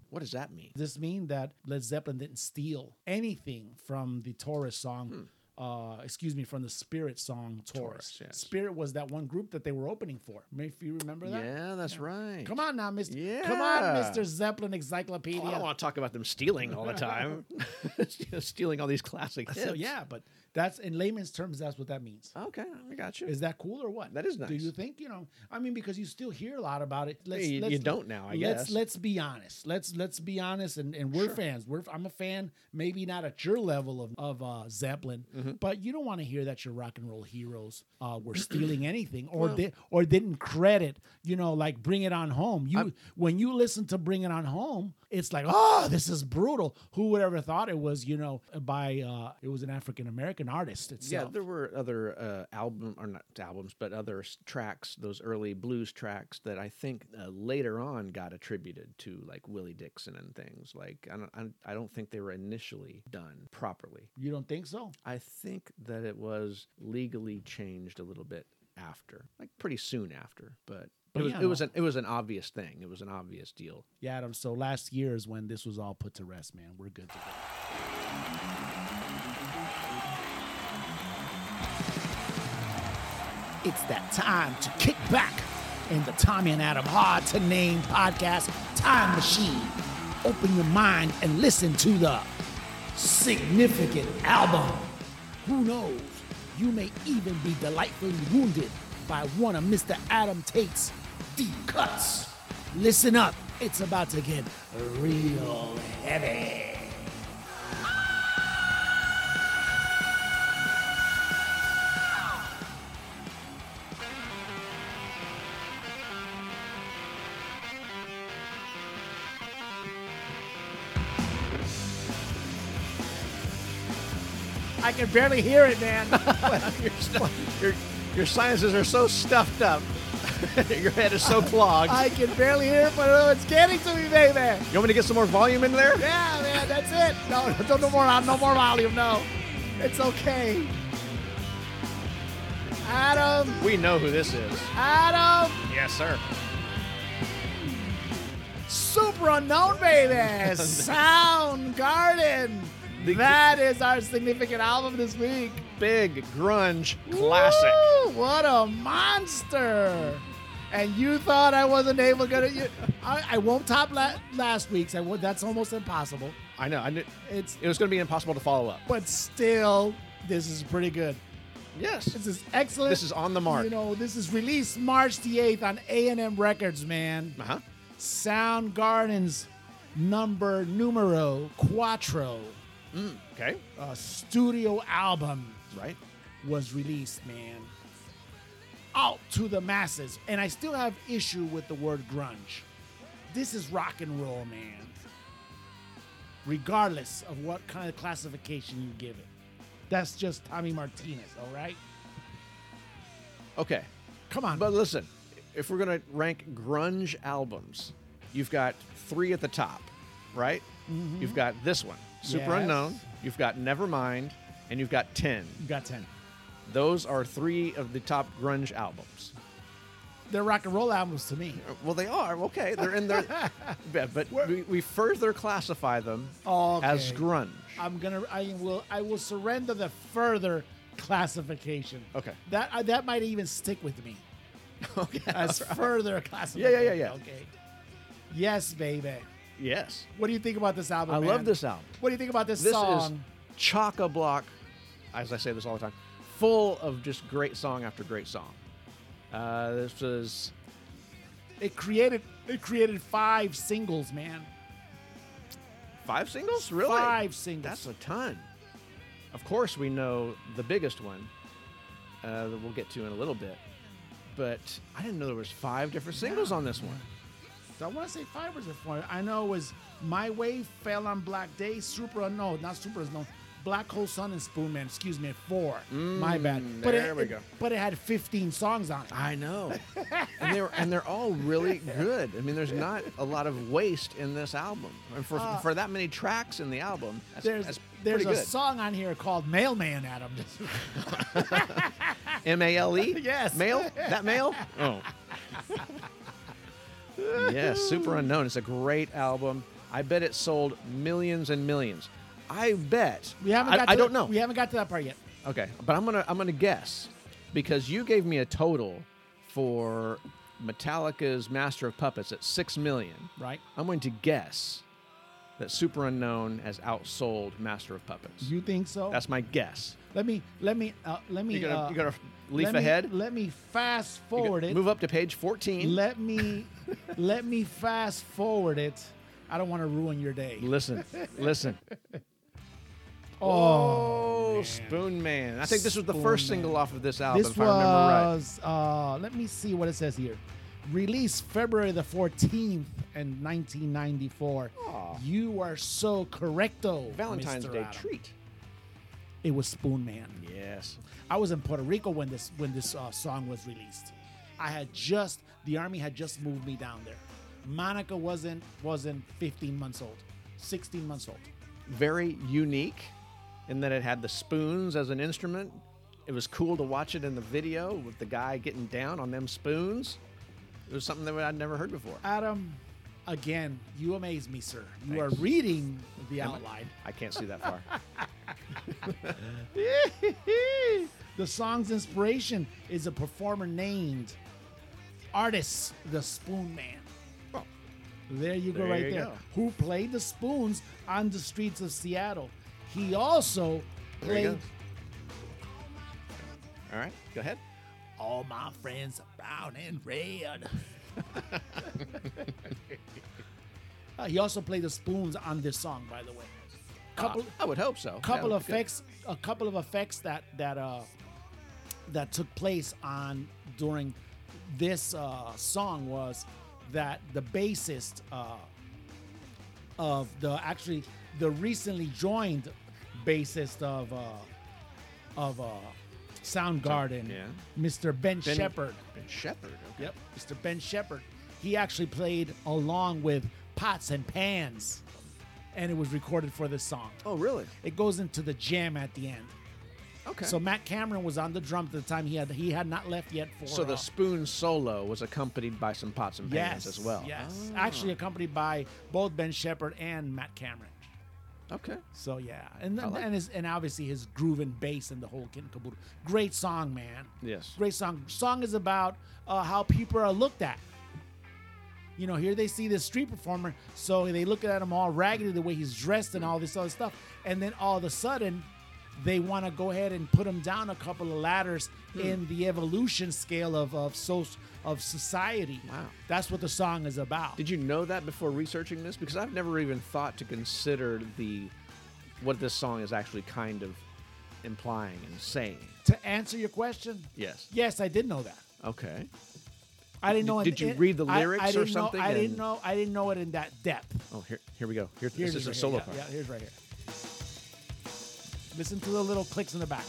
What does that mean?
Does this mean that Led Zeppelin didn't steal anything from the Taurus song? Uh, excuse me, from the Spirit song Taurus.
Taurus, Hmm. yes.
Spirit was that one group that they were opening for. If you remember that?
Yeah, that's right.
Come on now, Mr. Come on,
Yeah.
Mr. Zeppelin Encyclopedia.
Oh, I don't want to talk about them stealing
(laughs)
all the time. (laughs) stealing all these classic hits.
So yeah, but that's in layman's terms, that's what that means.
Okay, I got you.
Is that cool or what?
That is
Do
nice.
you think you know? I mean, because you still hear a lot about it. Let's,
you-
let's-
you don't now, I
let's,
guess.
Let's be honest. Let's let's be honest, and, and we're fans. We're I'm a fan, maybe not at your level of of uh, Zeppelin,
Mm-hmm.
but you don't want to hear that your rock and roll heroes uh,
(clears throat)
were stealing anything or did or didn't credit. You know, like Bring It On Home. You when you listen to Bring It On Home, it's like, oh, this is brutal. Who would ever thought it was? You know, by uh, it was an African American artist
yeah,
itself.
there were other uh, album or not albums, but other s- tracks, those early blues tracks that I think uh, later on got attributed to like Willie Dixon and things. Like I don't, I, I don't think they were initially done properly.
you don't think so?
I think that it was legally changed a little bit after, like pretty soon after. But
But
it was
yeah,
it was
no.
an it was an obvious thing. It was an obvious deal. (laughs)
Yeah, Adam. So last year is when this was all put to rest, man. We're good to go. It's that time to kick back in the Tommy and Adam Hard to Name podcast time machine. Open your mind and listen to the significant album. Who knows? You may even be delightfully wounded by one of Mr. Adam Tate's deep cuts. Listen up, it's about to get real heavy. I can barely hear it, man.
your, stu- your your sciences are so stuffed up. (laughs) your head is so clogged.
(laughs) I can barely hear it, but oh, it's getting to me, baby.
you want me to get some more volume in there?
Yeah, man, that's it. No, (laughs) no, no more, uh, no more volume. No, it's okay. Adam,
We know who this is.
Adam,
Yes, sir.
super
(laughs)
unknown, baby. Sound Garden.
The-
That is our significant album this week.
Big grunge classic.
Woo, what a monster! And you thought I wasn't able to. You, I, I won't top la- last week's. I won't, that's almost impossible.
I know. I knew
It's
it was going to be impossible to follow up.
but still, this is pretty good.
Yes.
This is excellent.
This is on the mark.
You know, this is released March the 8th on A&M Records, man.
Uh huh.
Soundgarden's number numero quattro
Okay.
uh, studio album
Right.
was released, man. Out to the masses. And I still have issue with the word grunge. This is rock and roll, man. Regardless of what kind of classification you give it. That's just Tommy Martinez, all right?
Okay.
Come on.
But listen, if we're going to rank grunge albums, you've got three at the top, right? You've got this one, Super
Mm-hmm. Yes.
Unknown. You've got Nevermind, and you've got Ten.
you got 10.
Those are three of the top grunge albums.
They're rock and roll albums to me.
Well, they are okay. They're in
(laughs)
there, but, but we, we further classify them
Okay.
as grunge.
I'm gonna. I will. I will surrender the further classification.
Okay.
That I that might even stick with me
(laughs) okay.
as further
Yeah,
classification.
yeah, yeah, yeah.
Okay. Yes, baby.
Yes,
What do you think about this album?
I
man?
love this album.
What do you think about this,
This
song?
is chock a block, as I say this all the time, full of just great song after great song. Uh, this was
It created. It created five singles, man.
five singles, really?
Five singles.
That's a ton. Of course, we know the biggest one uh, that we'll get to in a little bit, but I didn't know there was five different singles on this one.
So I want to say five was four. I know it was My Way, Fell on Black Day, Super No, not Super Unknown, Black Hole Sun and Spoon Man, excuse me, four. My bad. But
Mm, there
it,
we
it-
go. Ah,
But it had 15 songs on it.
I
(laughs)
know, and they're and they're all really good. I mean, there's not a lot of waste in this album, and for for that many tracks in the album, that's,
Uh, there's
that's
there's
pretty
a
good.
song on here called Mailman, Adam. (laughs)
M A L E?
Yes.
Male? That
(laughs)
male? Oh. yes, Super Unknown. It's a great album. I bet it sold millions and millions. I bet.
we haven't
I,
got
I
to
don't
the-
know.
We haven't got to that part yet.
okay, but I'm gonna I'm gonna guess because you gave me a total for Metallica's Master of Puppets at six million.
Right.
I'm going to guess that Super Unknown has outsold Master of Puppets.
You think so?
That's my guess.
let me let me uh, let me
You gonna
uh,
you gonna leaf
let me-
ahead?
Let me fast
You gonna
forward it.
Move up to page 14.
Let me (laughs) let me fast forward it. I don't want to ruin your day. (laughs)
Listen, listen.
Oh,
Oh, Spoon Man. I think this was the
Spoon
first
Man.
single off of this album,
this
if I remember right.
was uh, let me see what it says here. Released February the 14th in 1994. You are so correcto.
Valentine's
Mr.
Day
Adam.
treat.
It was Spoon Man.
Yes.
I was in Puerto Rico when this when this uh, song was released. I had just the army had just moved me down there. Monica wasn't wasn't 15 months old, 16 months old.
Very unique in that it had the spoons as an instrument. It was cool to watch it in the video with the guy getting down on them spoons. It was something that I'd never heard before.
Adam, again, you amaze me, sir. You
Thanks.
are reading the outline.
I can't see that
(laughs)
far.
the song's inspiration is a performer named Artist the Spoon Man. There you go,
There
right
you
there.
go.
Who played the spoons on the streets of Seattle? He also
There you
played
go. All right, go ahead.
All My Friends Are Brown and
(laughs)
Red. (laughs) Uh, he also played the spoons on this song, by the way. Couple,
Uh, I would hope so. That
couple
would
of
be good.
effects a couple of effects that that uh that took place on during this uh song was that the bassist uh of the actually the recently joined bassist of uh of uh Soundgarden,
Yeah.
Mr. Ben,
Ben-
Shepherd.
Ben Shepherd. Okay.
Yep, Mr. Ben Shepherd. He actually played along with Pots and Pans, and it was recorded for this song.
Oh, really?
It goes into the jam at the end.
Okay.
So Matt Cameron was on the drum at the time. He had he had not left yet for.
So
uh,
the spoon solo was accompanied by some pots and pans
yes
as well.
Yes, actually accompanied by both Ben Shepherd and Matt Cameron.
Okay.
So yeah, and
I like
and his, and obviously his grooving bass and the whole kit and caboodle. Great song, man.
Yes.
Great song. Song is about uh, how people are looked at. You know, here they see this street performer, so they look at him all raggedy, the way he's dressed and all this other stuff, and then all of a sudden, they want to go ahead and put them down a couple of ladders
Hmm.
in the evolution scale of of so, of society.
Wow.
that's what the song is about.
Did you know that before researching this? Because I've never even thought to consider the what this song is actually kind of implying and saying.
to answer your question,
Yes.
yes, I did know that.
Okay.
I didn't
Did-
know. it-
did you
it-
read the
I-
lyrics
I
or
didn't know-
something
I didn't
and-
know. I didn't know it in that depth.
Oh, here, here we go. Here,
Here's
this is
right
a solo
here.
part.
Yeah, yeah, here's right here. Listen to the little clicks in the back.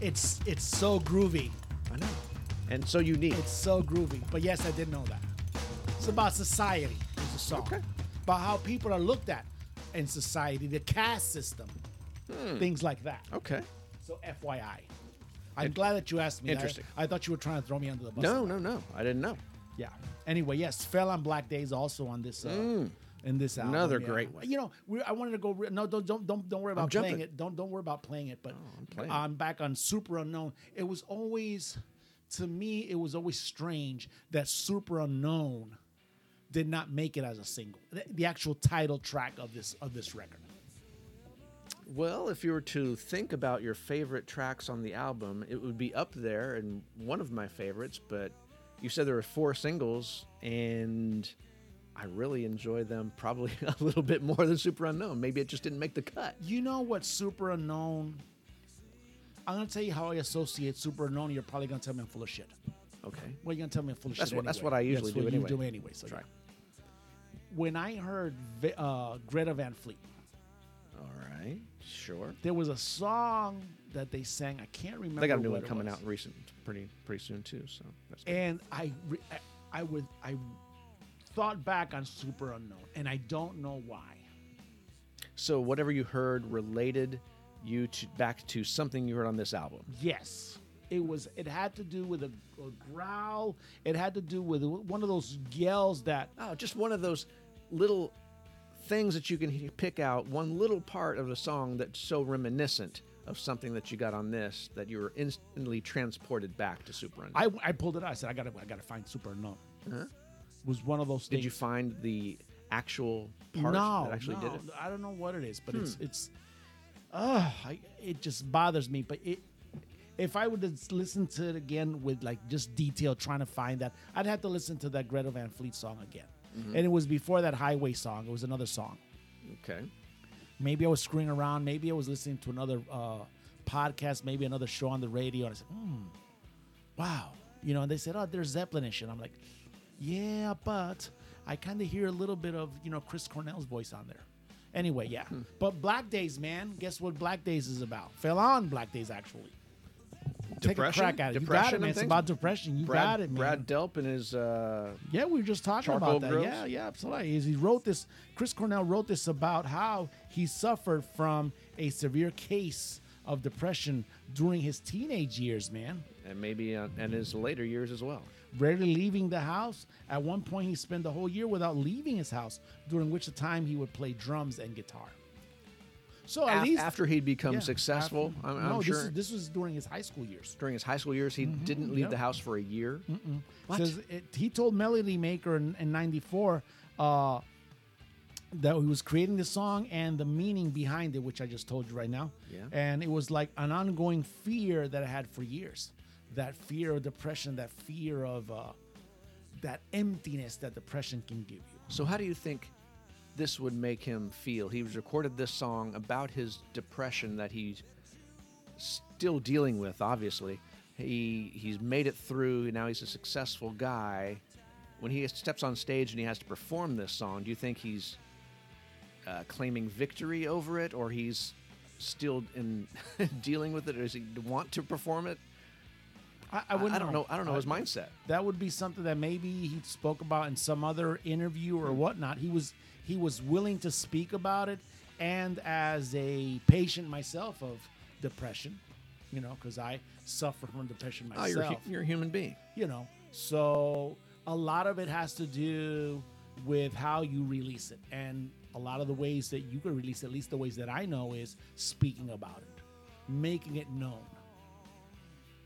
It's it's so groovy.
I know. And so unique.
It's so groovy. But yes, I did know that. It's about society. It's a song.
Okay.
About how people are looked at in society, the caste system, things like that.
Hmm. Okay.
So FYI. I'm glad that you asked me. that.
Interesting.
I, thought you were trying to throw me under the bus.
No, no, no. I didn't know.
Yeah. Anyway, yes, fell on black days also on this uh, in this album.
Mm. Another
yeah.
great one.
You know, we, I wanted to go. Re- no, don't don't don't don't worry about playing
jumping. Oh,
it. Don't don't worry about playing it. But
playing it.
I'm back on Super Unknown. It was always, to me, it was always strange that Super Unknown did not make it as a single. The, the actual title track of this of this record.
Well, if you were to think about your favorite tracks on the album, it would be up there and one of my favorites, but you said there were four singles and I really enjoy them probably (laughs) a little bit more than Super Unknown. Maybe it just didn't make the cut.
You know what Super Unknown? I'm gonna tell you how I associate Super Unknown. You're probably gonna tell me I'm full of shit.
Okay.
Well, you're gonna tell me I'm full of
That's
shit.
what- that's
anyway.
what I usually do
what you
anyway.
do anyway. So yeah. When I heard Vi- uh, Greta Van Fleet,
All right. Sure.
there was a song that they sang. I can't remember.
They got a new
what
one
it
coming
was.
out recent pretty pretty soon too, so that's good.
And I, re- I, I was I thought back on Super Unknown, and I don't know why.
So whatever you heard related you to, back to something you heard on this album.
Yes. It was. It had to do with a, a growl. It had to do with one of those yells that
Oh, just one of those little things that you can he- pick out, one little part of a song that's so reminiscent of something that you got on this that you were instantly transported back to Super Unknown.
I, I pulled it out. I said, I gotta I gotta find Super Unknown. It was one of those things.
Did you find the actual part
no,
that actually did
no,
it? Hmm.
I don't know what it is, but it's it's. Ugh, I, it just bothers me. But it, if I would just listen to it again with like just detail, trying to find that, I'd have to listen to that Greta Van Fleet song again.
Mm-hmm.
And it was before that Highway song. It was another song.
Okay.
Maybe I was screwing around. Maybe I was listening to another uh, podcast. Maybe another show on the radio. And I said, hmm, wow. You know, and they said, oh, there's Zeppelinish. And I'm like, yeah, but I kind of hear a little bit of, you know, Chris Cornell's voice on there. Anyway, yeah.
Hmm.
But Black Days, man, guess what Black Days is about? Fell on Black Days, actually.
Depression?
Take a crack at it. You got
Depression
it,
and
man. It's
things?
about depression. You
Brad,
got it, man.
Brad Delp and his uh,
Yeah, we were just talking
Charcoal
about that.
grills?
Yeah, yeah, absolutely. He he wrote this. Chris Cornell wrote this about how he suffered from a severe case of depression during his teenage years. Man,
and maybe uh, and his later years as well.
rarely leaving the house. At one point, he spent the whole year without leaving his house, during which time he would play drums and guitar. So at
Af-
least
after he'd become
yeah,
successful,
after-
I'm, I'm
no,
sure
this, is, this was during his high school years.
during his high school years he didn't leave
Mm-hmm. yep.
the house for a year. What?
Says it, he told Melody Maker in, in '94 uh, that he was creating the song and the meaning behind it, which I just told you right now.
Yeah.
And it was like an ongoing fear that I had for years, that fear of depression, that fear of uh, that emptiness that depression can give you.
So, how do you think this would make him feel? He was recorded this song about his depression that he's still dealing with. Obviously, he he's made it through. Now he's a successful guy. When he steps on stage and he has to perform this song, do you think he's uh, claiming victory over it, or he's still in (laughs) dealing with it, or does he want to perform it?
I,
I,
I wouldn't.
I don't know. I don't know his mindset.
that would be something that maybe he spoke about in some other interview
Hmm.
or whatnot. He was he was willing to speak about it, and as a patient myself of depression, you know, because I suffer from depression
Oh,
myself
you're, a hu- you're a human being.
you know so a lot of it has to do with how you release it and a lot of the ways that you can release at least the ways that i know is speaking about it making it known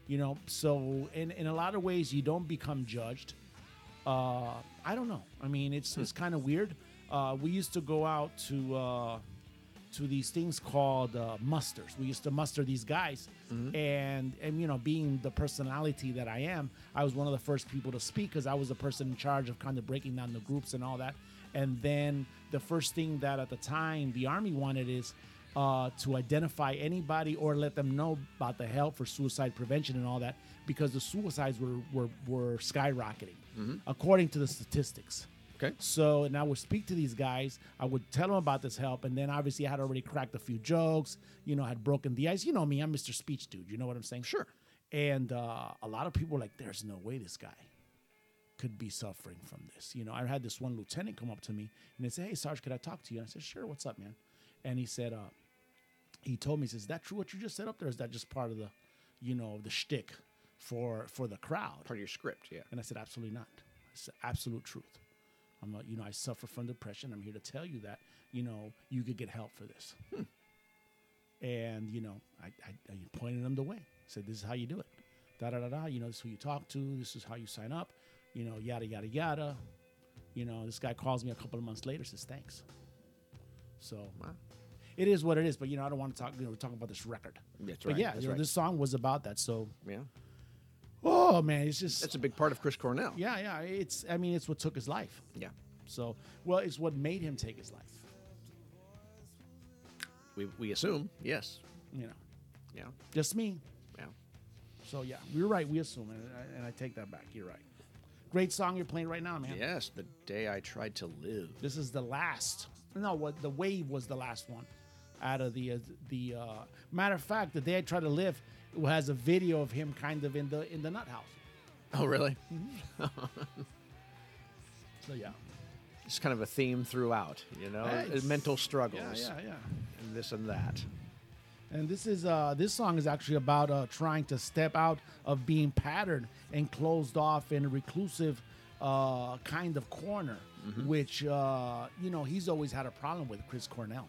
you know so in, in a lot of ways you don't become judged uh i don't know i mean it's it's kind of weird uh, we used to go out to uh, to these things called uh, musters. We used to muster these guys, and and you know, being the personality that I am, I was one of the first people to speak because I was the person in charge of kind of breaking down the groups and all that. And then the first thing that at the time the army wanted is uh, to identify anybody or let them know about the help for suicide prevention and all that because the suicides were were, were skyrocketing according to the statistics.
Okay.
So, and I would speak to these guys. I would tell them about this help, and then obviously I had already cracked a few jokes. You know, had broken the ice. You know me, I'm Mr. Speech Dude. You know what I'm saying? Sure. And uh, a lot of people were like, "There's no way this guy could be suffering from this." You know, I had this one lieutenant come up to me and they said, "Hey, Sarge, could I talk to you?" And I said, "Sure. What's up, man?" And he said, uh, "He told me, he says, is that true what you just said up there? Is that just part of the, you know, the shtick for for the crowd?"
Part of your script, yeah.
And I said, absolutely not. It's the absolute truth. I'm like, you know, I suffer from depression. I'm here to tell you that, you know, you could get help for this.
Hmm.
And, you know, I, I, I pointed them the way. Said, this is how you do it. Da da da da. You know, this is who you talk to. This is how you sign up. You know, yada yada yada. You know, this guy calls me a couple of months later, says thanks. So it is what it is. But you know, I don't want to talk. You know, we're talking about this record.
That's
But
right,
yeah,
that's
you know,
right.
this song was about that. So
Yeah.
oh man, it's just
That's a big part of Chris Cornell.
yeah, yeah. It's I mean, it's what took his life.
Yeah.
So, well, it's what made him take his life.
We, we assume, yes.
You know,
Yeah.
just me.
Yeah.
So yeah, you're right. We assume, and I, and I take that back. You're right. Great song you're playing right now, man.
Yes, the day I tried to live.
This is the last. No, what the wave was the last one out of the uh, the uh, matter of fact, the day I try to live has a video of him kind of in the in the nut house.
Oh, really?
Mm-hmm. So yeah,
It's kind of a theme throughout, you know,
Yeah,
uh,
it's-
mental
yeah,
struggles,
yeah, yeah.
and this and that.
And this is uh, this song is actually about uh, trying to step out of being patterned and closed off in a reclusive uh, kind of corner,
Mm-hmm.
which uh, you know he's always had a problem with Chris Cornell.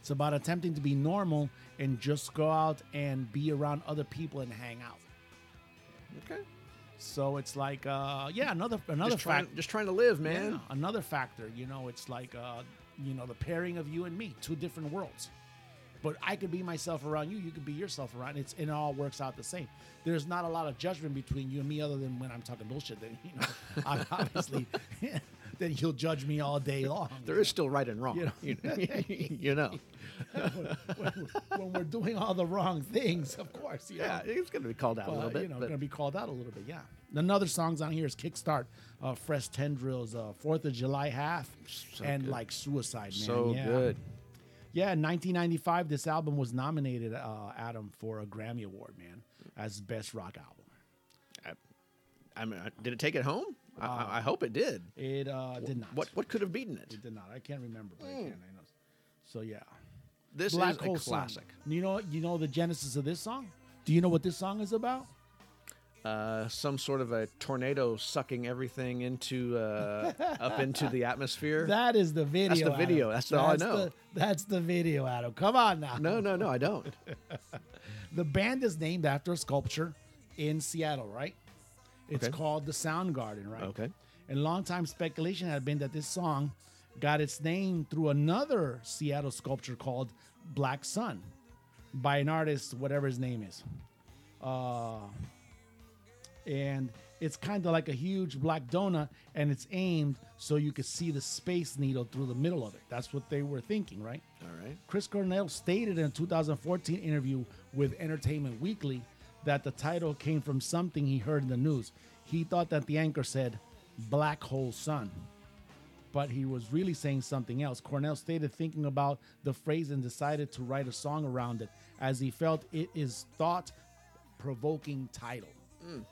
It's about attempting to be normal and just go out and be around other people and hang out.
Okay.
So it's like, uh, yeah, another another
Just trying,
fact.
just trying to live, man.
Yeah, another factor. You know, it's like uh, you know the pairing of you and me, two different worlds. But I could be myself around you. You could be yourself around. It's it all works out the same. There's not a lot of judgment between you and me, other than when I'm talking bullshit. Then you know, (laughs) ob- obviously, (laughs) then you'll judge me all day long.
There is still right and wrong.
You know.
You
(laughs)
know. you know.
when, when we're doing all the wrong things, of course. you
Yeah,
know.
it's going to be called out a
Well,
little bit.
you know,
but-
going to be called out a little bit. Yeah. Another songs on here is Kickstart, uh, Fresh Tendrils, uh, Fourth of July half, and
good.
like Suicide Man.
so
yeah.
good.
Yeah, in 1995, this album was nominated, uh, Adam, for a Grammy Award, man, as best rock album.
I mean, I- did it take it home? I- I, I hope it did.
It uh, did not.
What what could have beaten it?
It did not. I can't remember. But I can't, I know. So yeah,
This
Black
is
Hole
a
Sun.
classic.
You know, you know the genesis of this song. Do you know what this song is about?
Uh, some sort of a tornado sucking everything into uh, up into the atmosphere.
(laughs) That is the video.
the
Adam.
video. That's all I know.
The, that's the video, Adam. Come on now.
no, no, no, I don't.
The band is named after a sculpture in Seattle, right? It's
Okay.
called the Sound Garden, right?
Okay.
And longtime speculation had been that this song got its name through another Seattle sculpture called Black Sun by an artist, whatever his name is. Uh, and it's kind of like a huge black donut, and it's aimed so you could see the space needle through the middle of it. That's what they were thinking, right?
All right.
Chris Cornell stated in a 2014 interview with Entertainment Weekly that the title came from something he heard in the news. He thought that the anchor said Black Hole Sun, but he was really saying something else. Cornell stated thinking about the phrase and decided to write a song around it as he felt it is thought provoking title.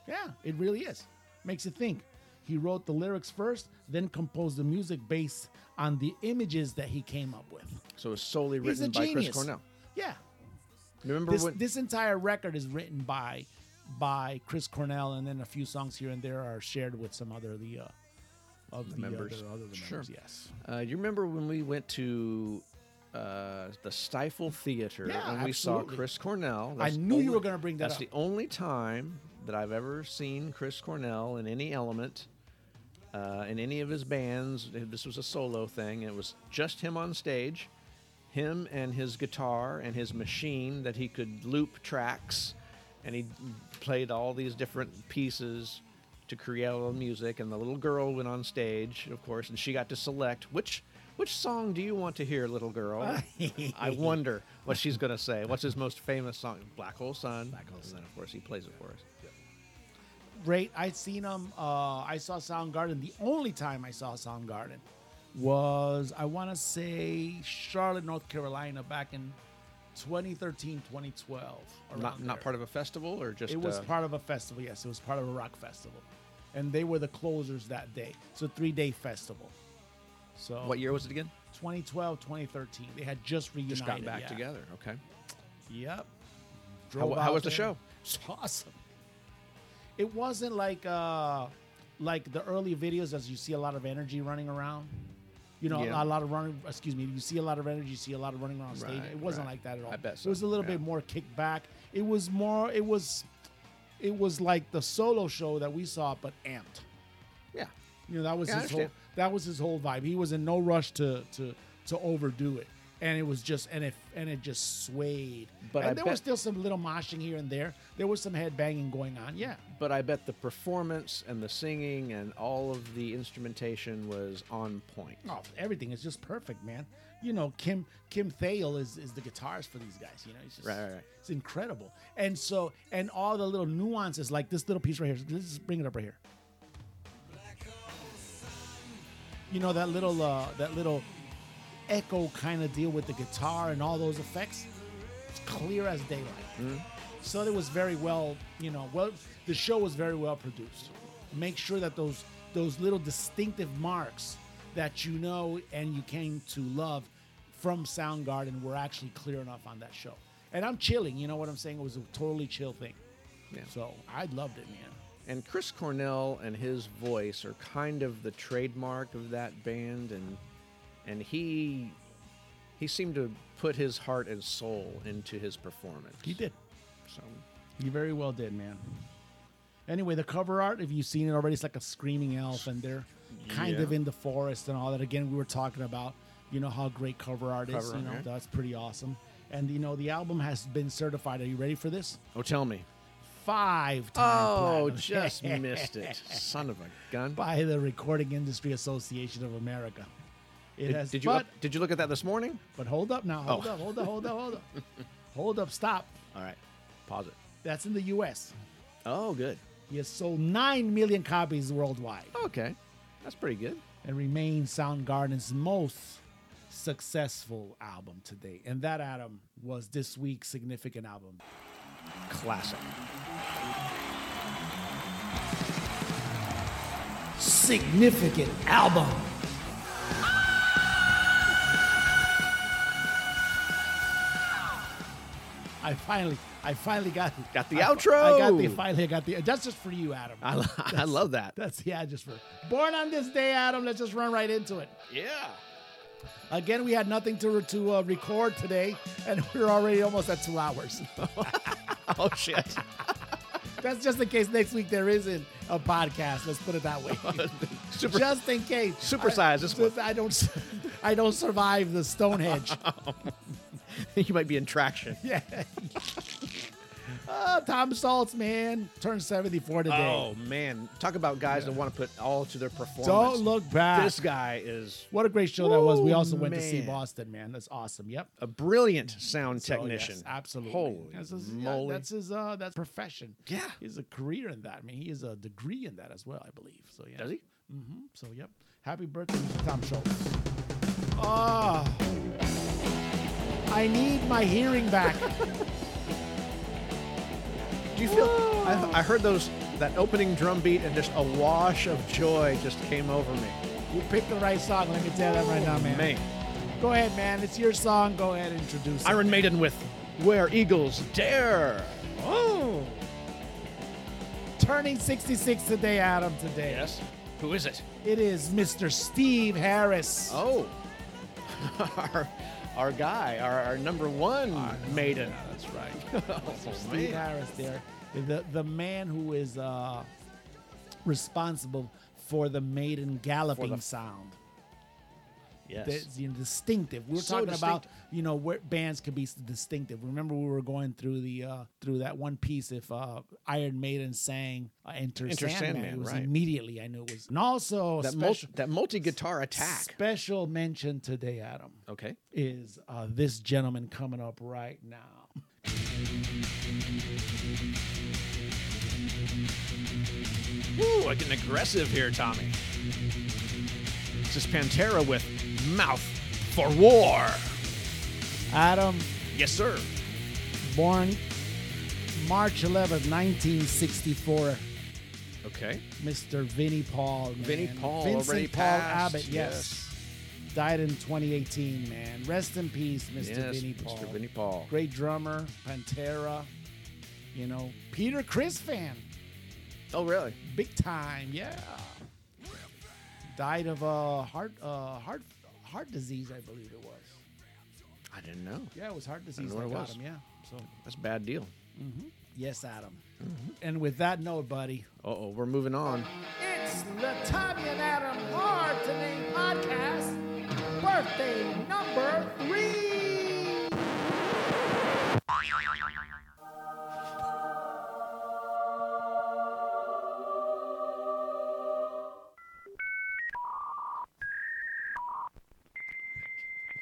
Yeah, it really is. Makes you think. He wrote the lyrics first, then composed the music based on the images that he came up with.
So it's solely
He's a
written by Chris
genius.
Cornell.
Yeah.
Remember
This,
when?
this entire record is written by by Chris Cornell, and then a few songs here and there are shared with some other of the uh, of the,
members.
Other, other members.
Sure.
Yes.
uh, you remember when we went to uh, the Stifle Theater
Yeah,
and we
absolutely.
saw Chris Cornell?
I
That's
knew you
only-
were going to bring that
That's
up.
the only time that I've ever seen Chris Cornell in any element uh, in any of his bands. This was a solo thing. It was just him on stage, him and his guitar and his machine that he could loop tracks, and he played all these different pieces to create all the music. And the little girl went on stage, of course, and she got to select which. Which song do you want to hear, little girl? I wonder what she's going to say. What's his most famous song? Black Hole Sun. Black Hole Sun. And then, of course, he plays it for us.
great. I'd seen them. Uh, I saw Soundgarden. The only time I saw Soundgarden was, I want to say, Charlotte, North Carolina, back in 2013, 2012.
Not, not part of a festival or just
It was
uh,
part of a festival. Yes, it was part of a rock festival, and they were the closers that day. It's a three-day festival. So
What year was it again?
2012, 2013. They had just reunited.
Just got back
yeah.
together. Okay.
Yep.
How- how
out
was the
there.
show?
It's awesome. It wasn't like uh like the early videos as you see a lot of energy running around. You know,
Yeah.
a lot of running. Excuse me. You see a lot of energy. You see a lot of running around stage.
Right,
It wasn't
right.
like that at all.
I bet
It was a
so,
little
yeah.
bit more kicked back. It was more. It was, it was like the solo show that we saw, but amped.
Yeah.
You know, that was
Yeah, I
his whole
understand.
that was his whole vibe. He was in no rush to to to overdo it. And it was just and it and it just swayed.
But
and
I
there
bet-
was still some little moshing here and there. There was some head banging going on. Yeah.
But I bet the performance and the singing and all of the instrumentation was on point.
Oh, everything is just perfect, man. You know, Kim Kim Thayil is is the guitarist for these guys. You know, it's just
Right, right, right.
it's incredible. And so and all the little nuances, like this little piece right here. Let's just bring it up right here. You know that little uh, that little echo kind of deal with the guitar and all those effects. It's clear as daylight. So it was very well, you know, well the show was very well produced. Make sure that those those little distinctive marks that you know and you came to love from Soundgarden were actually clear enough on that show. And I'm chilling, you know what I'm saying? It was a totally chill thing.
Yeah.
So I loved it, man.
And Chris Cornell and his voice are kind of the trademark of that band and and he he seemed to put his heart and soul into his performance.
He did.
So
You very well did, man. Anyway, the cover art, if you've seen it already, it's like a screaming elf, and they're kind
Yeah.
of in the forest and all that. Again, we were talking about, you know, how great cover art is.
Cover art,
you know,
yeah.
that's pretty awesome. And you know, the album has been certified. Are you ready for this?
Oh tell me.
Five (laughs)
Oh,
times
just missed
(laughs)
it. Son of a gun.
by the Recording Industry Association of America. It
Did,
has,
did you
but,
look- did you look at that this morning?
but hold up now, hold
Oh.
up, hold up, hold up,
(laughs)
hold up, hold up, stop.
All right. Pause it.
That's in the U.S.
Oh, good.
He has sold nine million copies worldwide.
Okay. That's pretty good.
and remains Soundgarden's most successful album to date. And that album was this week's significant album.
Classic.
Significant album. I finally, I finally got
Got the
I-
outro.
I got the finally, I got the. That's just for you, Adam.
I, lo- I love that.
That's yeah, just for born on this day, Adam. Let's just run right into it.
Yeah.
Again, we had nothing to to uh, record today, and (laughs) we're already almost at two hours.
(laughs)
(laughs)
Oh (laughs) shit.
That's just in case next week there isn't a podcast. Let's put it that way.
(laughs) Super.
just in case.
Supersize this
I,
one.
I don't. (laughs) I don't survive the Stonehenge.
(laughs)
(laughs)
you might be in traction.
yeah. Uh, Tom Saltz, man, turned seventy-four today.
Oh man, talk about guys that want to put all to their performance. Ah,
don't look back.
This guy is
what a great show that was. We
Woo,
also went to see
man.
Boston, man. That's awesome. Yep.
a brilliant sound
So,
technician.
yes, absolutely.
Holy
that's his, yeah,
moly.
that's his uh that's profession.
Yeah.
He's a career in that. I mean, he has a degree in that as well, I believe. So yeah.
Does he?
Mm-hmm. So yep. Happy birthday to Tom Schultz. Oh I need my hearing
(laughs)
back.
Do you feel? I, I heard those that opening drum beat and just a wash of joy just came over me.
you picked the right song, let me tell you that right now, man.
Man,
Go ahead, man. It's your song. Go ahead and introduce it.
Iron Maiden with "Where Eagles Dare." Oh,
Turning 66 today, Adam, today.
yes. Who is it?
It is Mr. Steve Harris.
Oh, (laughs) our, our guy, our, our number one maiden. Ah, Oh, that's (laughs) right.
Steve Harris there, the the man who is uh, responsible for the maiden galloping
the-
sound.
Yes.
That's you know, distinctive. We were
So
talking about you know where bands could be s- distinctive. Remember we were going through the uh, through that one piece. If uh, Iron Maiden sang uh, "Enter,
Enter
Sandman,",
Sandman,
it was
right.
immediately I knew it was. And also
that mul-
special,
that multi guitar attack.
special mention today, Adam,
Okay.
is uh, this gentleman coming up right now.
Ooh, I'm getting aggressive here, Tommy. This is Pantera with Mouth for War.
Adam,
Yes, sir.
born March 11th, 1964.
Okay.
Mr. Vinnie Paul. Man.
Vinnie Paul
Vincent
already
Paul
passed.
Abbott, yes. Died in 2018, man. Rest in peace, Mr.
yes,
Vinnie Paul.
Mr. Vinnie Paul.
Great drummer, Pantera. You know, Peter Chris fan,
Oh, really?
big time, yeah. Died of uh, heart uh, heart heart disease, I believe it was.
I didn't know.
Yeah, it was heart disease
know
that
what it
got
was.
him. Yeah. So
That's a bad deal.
yes, Adam.
Mm-hmm.
And with that note, buddy,
Uh oh, we're moving on.
It's the Tommy and Adam Hard to Name podcast, birthday number three.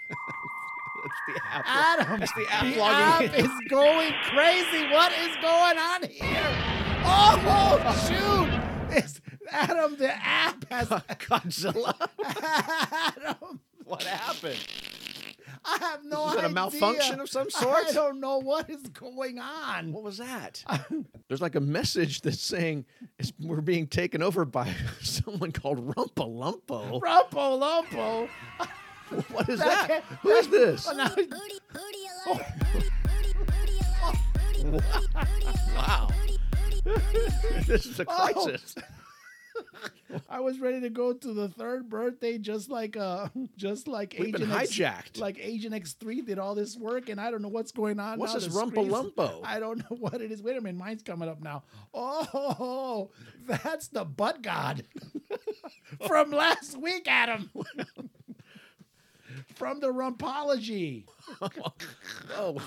That's the app.
Adam, That's
the app
the
logging
app
in.
is going crazy. What is going on here? Oh shoot! It's Adam. The app
(laughs)
has
Godzilla. (laughs)
Adam.
what happened?
I have no
Is
idea.
it a malfunction of some sort?
I don't know what is going on.
What was
(laughs)
that? There's like a message that's saying it's, we're being taken over by (laughs) someone called Rumpalumpo.
Rumpo Lumpo.
(laughs) What is
That
that?
can't-
Who's this?
(laughs)
Booty, booty alert. Booty, booty, booty alert. Booty, booty, booty alert.
Wow.
Booty, booty, booty alert.
This is a
Oh.
crisis.
I was ready to go to the third birthday, just like uh, just like
We've been
Agent X,
hijacked.
Like Agent X three did all this work, and I don't know what's going on.
What's
now.
this
The screen's-
rumpalumpo?
(laughs) I don't know what it is. Wait a minute, mine's coming up now. Oh, (laughs) that's the butt god (laughs) from last week, Adam. (laughs) from the rumpology. (laughs)
Oh,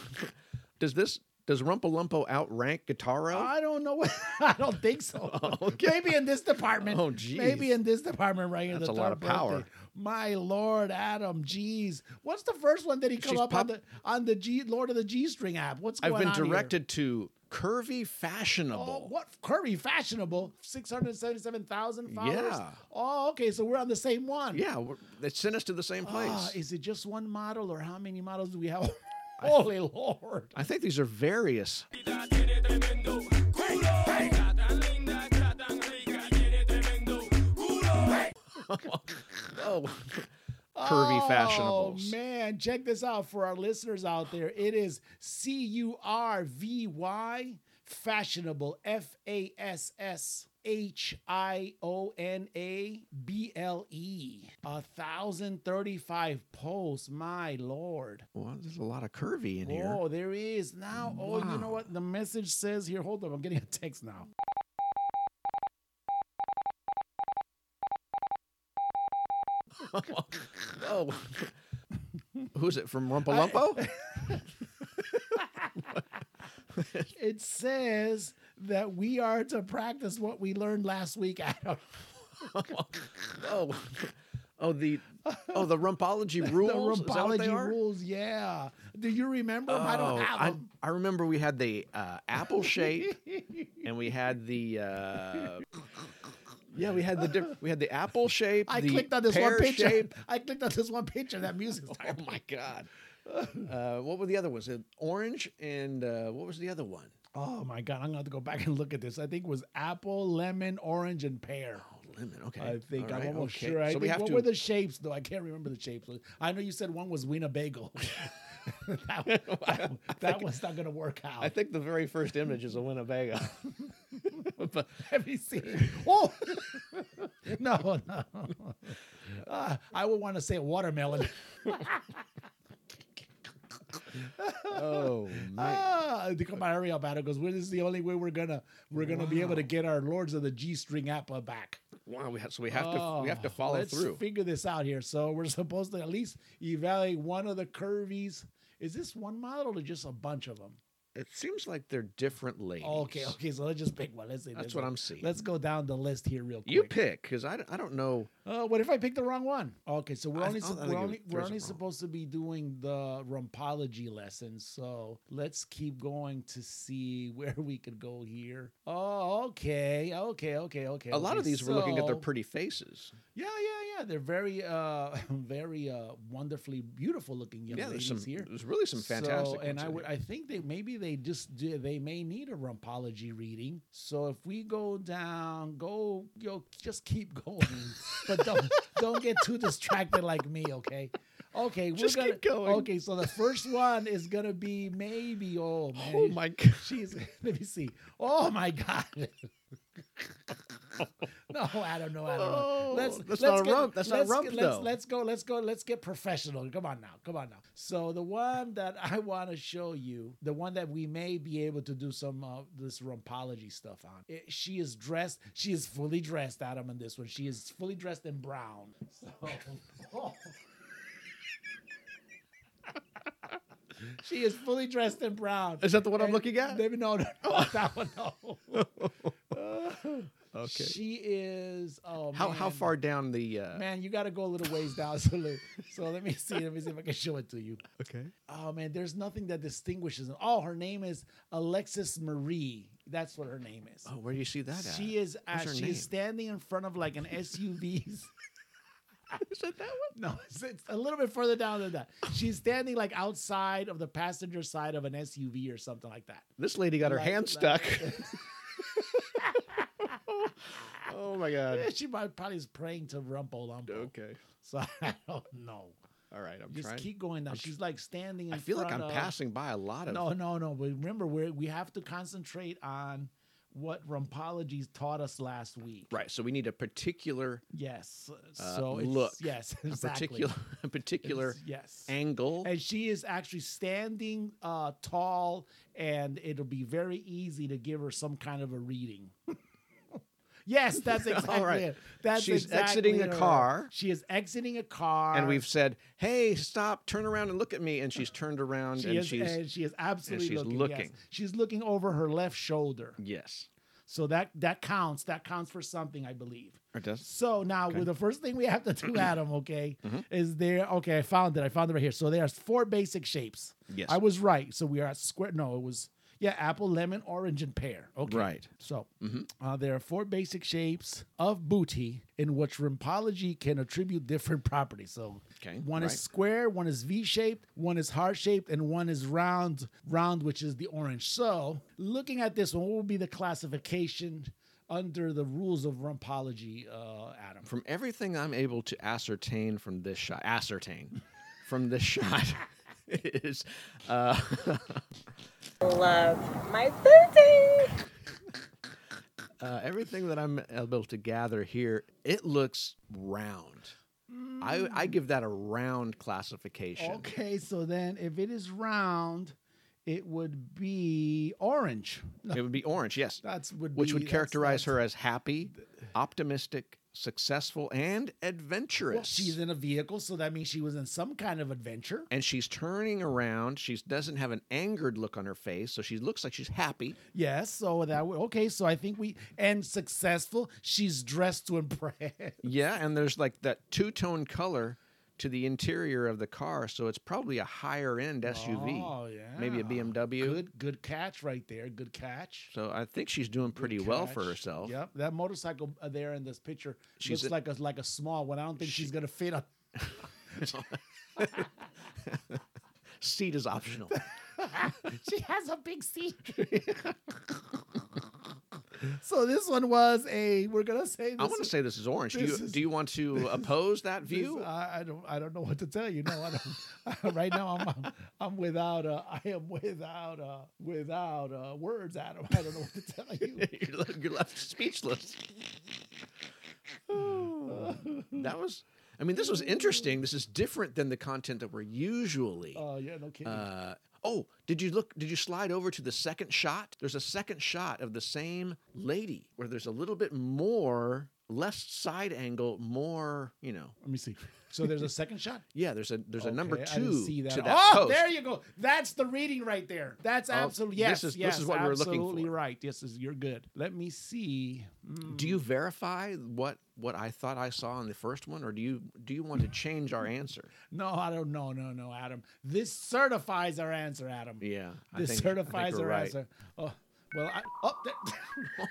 does this does Rumpalumpo outrank Guitarro?
I don't know. What, I don't
(laughs)
think so.
okay.
Maybe in this department.
Oh, geez.
Maybe in this department right here.
That's
the
a lot
third
of power.
birthday. My Lord, Adam. Jeez. What's the first one that he come
She's
up
pop-
on the on the G Lord of the G string app? What's
(laughs)
going
I've
on?
been
here?
directed to curvy
Oh,
fashionable.
what curry fashionable? Six hundred seventy-seven thousand followers.
Yeah.
Oh, okay. So we're on the same one.
Yeah, we're- they sent us to the same place.
Ah, is it just one model, or how many models do
(laughs)
we have? Holy Lord!
I think these are (laughs) various. oh, curvy fashionables.
Oh man, check this out for our listeners out there. It is C U R V Y fashionable F A S S H I O N A B L E. A thousand thirty-five posts, my lord.
Well, there's a lot of curvy in here.
Oh, there is now. Oh, you know what? The message says here. Hold up, I'm getting a text now.
Oh, (laughs) who's it from Rumpalumpo?
It says that we are to practice what we learned last week, (laughs) Adam.
oh, oh the oh (laughs) the Rumpology rules.
The
Is that what they
rumpology
are?
rules, yeah. Do you remember? 'em?
Oh,
I don't have
I-
them.
I remember we had the uh, apple
(laughs)
shape, and we had the uh, yeah, we had the diff- we had the apple shape.
I
the
clicked on this one
pear
picture.
shape.
(laughs) I clicked on this one picture. That music.
(laughs) Oh my god! Uh, what were the other ones? Uh, Orange and uh, what was the other one?
Oh my god! I'm gonna have to go back and look at this. I think it was apple, lemon, orange, and pear.
Lemon. Okay,
I think
All right,
I'm almost
okay.
sure. I
so
think,
we have
what
to.
were the shapes though? I can't remember the shapes. I know you said one was Winnebago. (laughs) that,
(laughs)
that, that one's not gonna work out.
I think the very first image is a
(laughs)
Winnebago. but
Have you seen? (laughs) Oh no, no. (laughs) Ah, I would want to
(laughs)
say watermelon.
oh man,
Ah, they come on, hurry up, Adam, because this is the only way we're gonna we're gonna be able to get our Lords of the G String app uh, back.
Wow, we have, so we have to we have to
Oh,
follow
let's
through.
Figure this out here. So we're supposed to at least evaluate one of the curvies. Is this one model or just a bunch of them?
it seems like they're different ladies.
Okay, okay. So let's just pick one. Let's see.
That's what I'm seeing.
Let's go down the list here real quick.
You pick because I, d- I don't know.
Uh, what if I pick the wrong one? Okay, so we're
I-
only
I don't
sup-
think
we're
it
only
was-
we're
there's
only
a-
supposed to be doing the rumpology lesson. So let's keep going to see (laughs) where we could go here. Oh, okay, okay, okay, okay.
A lot
okay.
of these were looking at their
So-
pretty faces.
Yeah, yeah, yeah. They're very, uh, (laughs) very uh, wonderfully beautiful looking young
Yeah, there's
ladies
some.
here.
There's really some fantastic.
So, and
ones
I
in
(laughs) would,
here.
I think they maybe they just do, they may need a rumpology reading. So if we go down, go, you know, just keep (laughs) going, but don't don't get too distracted like me, okay? Okay, we're
Just
gonna,
keep going.
Okay, so the first one is gonna be maybe. Oh man,
oh
(laughs)
my god!
she's. Let me see. Oh my god. (laughs) no, I don't know. I don't know. Let's,
Oh, that's
uh, let's
not a
get-
rump. That's not a
let's
rump,
get- let's-
though.
Let's go. Let's go. Let's get professional. Come on now. Come on now. So the one that (laughs) I want to show you, the one that we may be able to do some uh, this rumpology stuff on. It- she is dressed. She is fully dressed, Adam. In this one, she is fully dressed in brown. So. (laughs) She is fully dressed in brown.
Is that the one I'm
And
looking at?
Maybe no, no, no, (laughs) not that one. No.
Okay.
She is. Oh,
how how
man.
far down the? Uh,
Man, you got to go a little ways down. (laughs) So let, so let me see. Let me see if I can show it to you.
okay.
Oh man, there's nothing that distinguishes them. Oh, her name is Alexis Marie. That's what her name is.
Oh, where do you see that at?
she is.
What's
At,
her
she
name?
is standing in front of like an SUV's.
(laughs) Is that that one?
No, it's, it's a little bit further down than that. She's standing like outside of the passenger side of an SUV or something like that.
This lady got her
Like
hand
that.
stuck.
(laughs)
(laughs) oh my
Yeah,
god.
she might probably is praying to Rumpo Lumpo.
Okay.
So (laughs) I don't know.
All right. I'm
Just
trying.
keep going now. She's like standing. In
I feel like
front
I'm
of,
passing by a lot of.
No, no, no. But remember, we we have to concentrate on what rumpology taught us last week.
Right. So we need a particular,
Yes.
Uh,
So it's,
look.
Yes.
a
Exactly.
particular, (laughs) a particular
Yes.
angle.
and she is actually standing uh, tall, and it'll be very easy to give her some kind of a reading. (laughs)
(laughs)
yes, that's exactly
right.
it. That's
She's
exactly
exiting a
her.
car.
She is exiting a car,
and we've said, "Hey, stop! Turn around and look at me." And she's turned around
she
and
is,
she's
and she is absolutely
she's
looking. yes.
looking.
She's looking over her left shoulder,
yes.
so that that counts. That counts for something, I believe.
Or does
So now, with the first thing we have
(clears throat)
to do, Adam, okay,
Mm-hmm.
is there? Okay, I found it. I found it right here. So there's four basic shapes.
Yes.
I was right. So we are at square. No, it was yeah, apple, lemon, orange, and pear. Okay,
Right. Mm-hmm.
So uh, there are four basic shapes of booty in which rheumatology can attribute different (laughs) properties. So
Okay,
one
right.
is square, one is V-shaped, one is heart-shaped, and one is round. Round, which is the orange. So looking at this one, what would be the classification? Under the rules of rumpology, uh, Adam.
from everything I'm able to ascertain from this shot, ascertain from this shot (laughs) is uh, (laughs)
love my booty.
uh, everything that I'm able to gather here. It looks round. I, I give that a round classification.
Okay, so then if it is round, it would be orange.
It would be orange, yes.
That's would
which
be-
would
that's-
characterize
that's-
her as happy, optimistic, successful, and adventurous.
Well, she's in a vehicle, so that means she was in some kind of adventure.
and she's turning around. She doesn't have an angered look on her face, so she looks like she's happy.
Yes, so that would okay. So I think we and successful. She's dressed
(laughs)
to impress.
Yeah, and there's like that two tone color to the interior of the car, so it's probably a higher end SUV.
Oh yeah,
Maybe a BMW.
Good, good catch right there. Good catch.
So I think she's doing
Good
pretty well for
catch.
herselves.
Yep, that motorcycle uh, there in this picture
She's
looks
a-
like a like a small one. I don't think she's gonna fit on.
(laughs) Seat is
(laughs)
optional.
(laughs) she has a
(laughs)
big seat. (laughs) so this one was a. We're gonna say. This
I want to say this is orange. Do you,
(laughs) this is-
do you want to oppose that
this-
view?
I, I don't. I don't know what to tell you. No, I don't, (laughs) right now I'm, I'm I'm without. Uh, I am without uh, without uh, words, Adam. I don't know what to tell you.
(laughs) you're, left, you're left
(laughs)
speechless. that was, I mean, this was interesting. This is different than the content that we're usually.
Oh yeah, no kidding.
Uh, oh, did you look? Did you slide over to the second shot? There's a second shot of the same lady where there's a little bit more less side angle, more you know.
Let me see. So there's a second shot.
Yeah, there's a there's a number
Okay,
two
I didn't see that.
to that
(laughs) oh,
post.
there you go. That's the reading right there. That's
Oh,
absolutely
this
yes.
is- this
yes,
is what we were looking
Absolutely
for.
right. Yes, is- you're good. Let me see. Hmm.
Do you verify what what I thought I saw in the first one, or do you do you want to change our answer?
No, I don't. No, no, no, Adam. This certifies our answer, Adam.
Yeah, I
This
think- I think
certifies
we're
our
right.
answer. Oh, well, I, oh,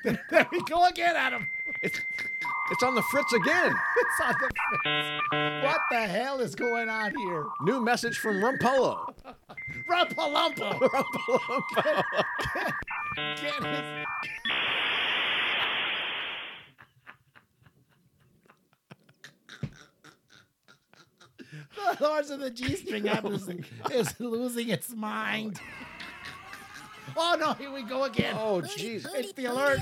there, (laughs) there we go again, Adam.
It's it's on the fritz again.
It's on the fritz. What the hell is going on here?
New message from (laughs) Rumpolo.
Rumpalumpa.
Rumpolo.
Get his- (laughs) the horse of the G
(laughs)
string is, is losing its mind. Oh no, here we go again.
Oh jeez.
It's the alert.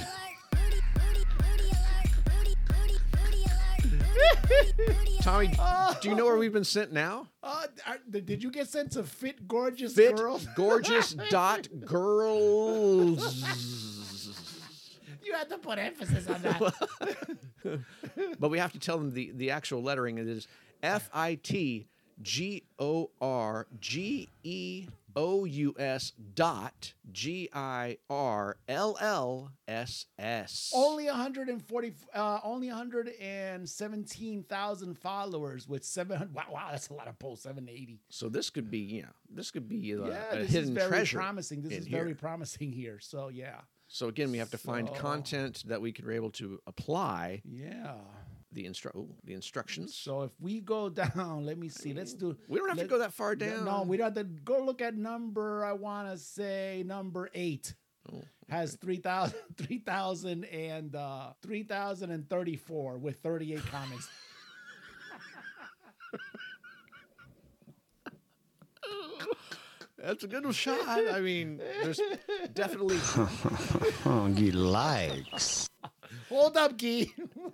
Tommy, do you know where we've been sent now?
Uh, are, did you get sent to fit gorgeous
Fit
girls? (laughs)
gorgeous dot girls.
you had to put emphasis on
(laughs)
that.
but we have to tell them the, the actual lettering is F I T G O R G E O U S dot G I R L L S S.
only 140, uh, only 117,000 followers with 700. (laughs) Wow, wow, that's a lot of posts. 780.
So this could be, you know, this could be uh,
yeah,
a
this
hidden
is very
treasure.
promising. This
in
is
here.
very promising here. So yeah,
So again, we have to find
So-
content that we could be able to apply
yeah.
the instru- ooh, the instructions.
So if we go (laughs) down, let me see. Let's do.
We don't have to
let-
go that far
th-
down.
No, we don't have to go look at number. I want to say number eight.
Oh,
Has (laughs) 3,000 3,000 and uh, 3,034 with 38
(laughs)
comments.
That's a
(laughs)
good shot. I mean, there's definitely
he likes.
Hold up, Gee.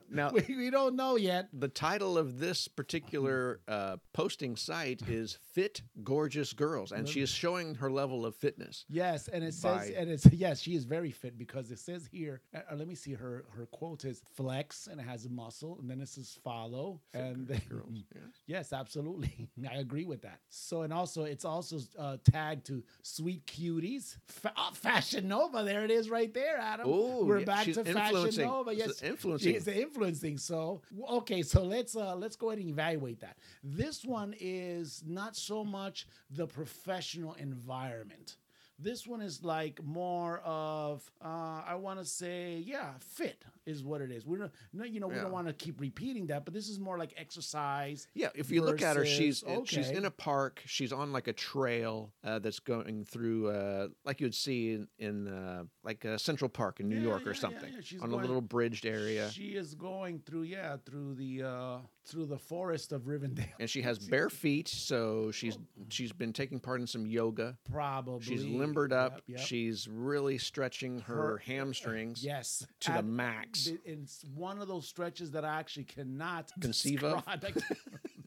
now.
(laughs) we, we don't know yet.
the title of this particular uh, posting site is "Fit Gorgeous Girls," and she is showing her level of fitness.
Yes, and it says,
by-
and it's yes, she is very fit because it says here. Uh, uh, let me see her. Her quote is flex, and it has muscle, and then it says follow, and then, (laughs)
Girls, yes.
yes, absolutely, (laughs) I agree with that. So, and also, it's also uh, tagged to sweet cuties, Fa- oh, Fashion Nova. There it is, right there, Adam.
Oh,
we're
yeah,
back
she's
to Fashion
influencing.
Nova.
She's
Yes,
influencing.
She's influencing. So, w- okay, so let's uh, let's go ahead and evaluate that. This one is not so much the professional environment. This one is like more of uh, I want to say yeah, fit is what it is. We don't, no, you know, we
Yeah.
don't want to keep repeating that, but this is more like exercise.
Yeah, if you look at her, she's
versus-
she's
okay.
in a park. She's on like a trail uh, that's going through, uh, like you would see in, in uh, like uh, Central Park in New
Yeah,
York
yeah,
or
yeah,
something,
yeah, she's
on
going-
a little bridged area,
She is going through yeah through the uh, through the forest of Rivendell.
and she
(laughs)
has bare feet. So she's she's been taking part in some yoga.
Probably
She's limbered up.
Yep, yep.
She's really stretching her,
Her-
hamstrings.
Yes.
to the max.
th- It's one of those stretches that I actually cannot
Conceive of?
describe. (laughs)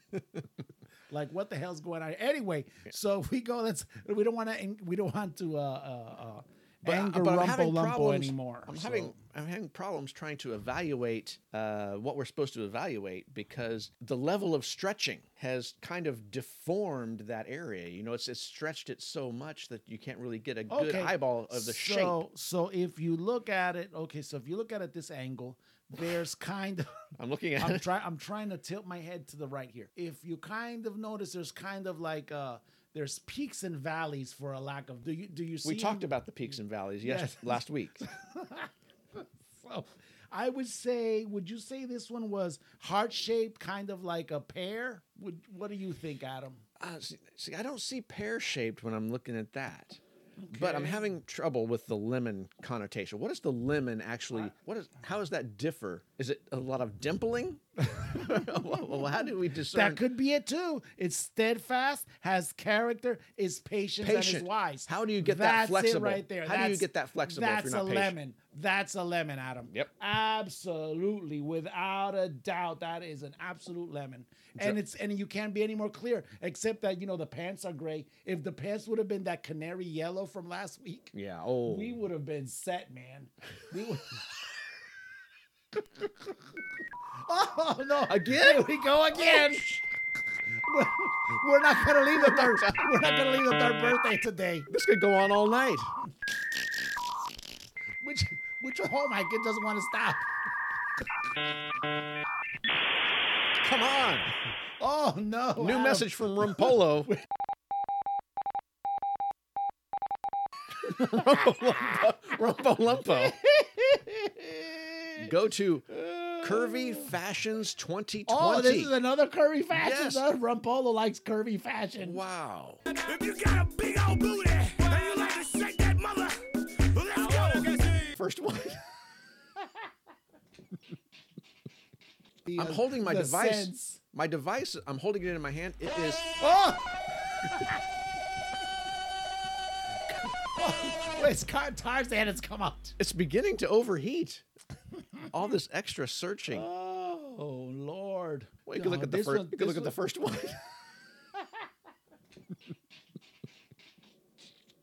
like what the hell's going on? Anyway, so if we go. That's we don't want to. We don't want to. Uh, uh, uh, anger rumble lumpo anymore.
I'm
so-
having I'm having problems trying to evaluate uh, what we're supposed to evaluate because the level of stretching has kind of deformed that area. You know, it's it's stretched it so much that you can't really get a good eyeball of the shape.
so, So if you look at it, okay. So if you look at it this angle, there's kind of.
I'm looking at (laughs)
I'm
it.
trying. I'm trying to tilt my head to the right here. If you kind of notice, there's kind of like uh, there's peaks and valleys for a lack of. Do you do you see?
we talked about the peaks and valleys yes,
Yes.
last week.
(laughs) So I would say, would you say this one was heart shaped, kind of like a pear? Would what do you think, Adam?
Uh, see, see, I don't see pear shaped when I'm looking at that. But I'm
Okay.
having trouble with the lemon connotation. What is the lemon actually? What is? How does that differ? Is it a lot of dimpling? (laughs) well, well, how do we discern?
That could be it too. It's steadfast, has character, is patient, and
Patient.
is wise.
How do you get that
That's it
flexible?
right there.
How do you
That's-
get that flexible if
That's
you're not
a
patient?
lemon. That's a lemon, Adam.
Yep.
Absolutely, without a doubt, that is an absolute lemon. And it's and you can't be any more clear, except that you know the pants are gray. If the pants would have been that canary yellow from last week,
yeah. Oh, (laughs)
we would have been set, man. We would. Oh no!
Again?
Here we go again. We're- (laughs) We're not gonna leave the third. We're not gonna leave the third birthday today.
This could go on all night.
Which, which, oh my kid doesn't want to stop.
Come on.
Oh no!
New
Adam. (laughs)
message from Rumpolo. Rumpolumpo. Rumpolumpo. Go to Curvy Fashions 2020.
Oh, this is another curvy fashion.
Yes.
Another Rumpolo likes curvy fashion.
wow.
If you got a big old booty and you like to shake that mother, let's go.
Oh, First one. (laughs)
The-
I'm holding my
the
device.
sense.
My device, I'm holding it in my hand. It is.
Oh! (laughs) It's caught tires and it's come out.
It's beginning to overheat. All this extra searching.
Oh Lord!
Well, you can look
No,
at the
this
first.
one-
you can look
this
at the
one-
first
(laughs)
one.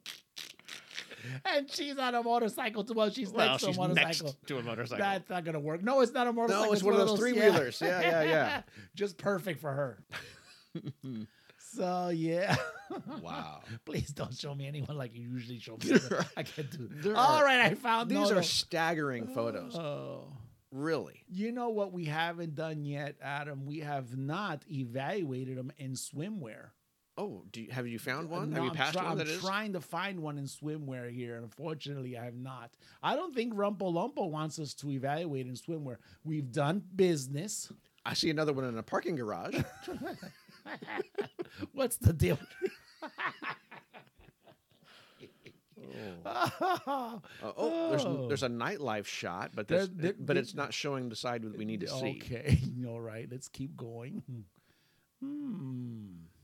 (laughs) And she's on a motorcycle too. Well, she's next to a motorcycle.
to a motorcycle.
That's not gonna work. No, it's not a motorcycle.
it's one of those three-wheelers. Yeah, yeah, yeah.
(laughs) Just perfect
(laughs)
for her. so yeah.
wow.
(laughs) Please don't show me anyone like you usually show me.
(laughs)
I can't do
There
that.
are-
All right, I found
These
no,
are
no.
staggering photos.
Oh.
Really.
You know what we haven't done yet, Adam? We have not evaluated them in swimwear.
Oh, do you, have you found one?
No,
have you
I'm
passed
try-
one
I'm
that is?
trying to find one in swimwear here, and unfortunately, I have not. I don't think Rumpolumpo wants us to evaluate in swimwear. We've done business. (laughs)
I see another one in a parking garage.
What's the deal?
Uh, oh, there's n-
Oh.
there's a nightlife shot, but
There-
this,
there-
it- but
there-
it's not showing the side that (laughs) we need to see.
Okay, (laughs) all right, let's keep going. Hmm.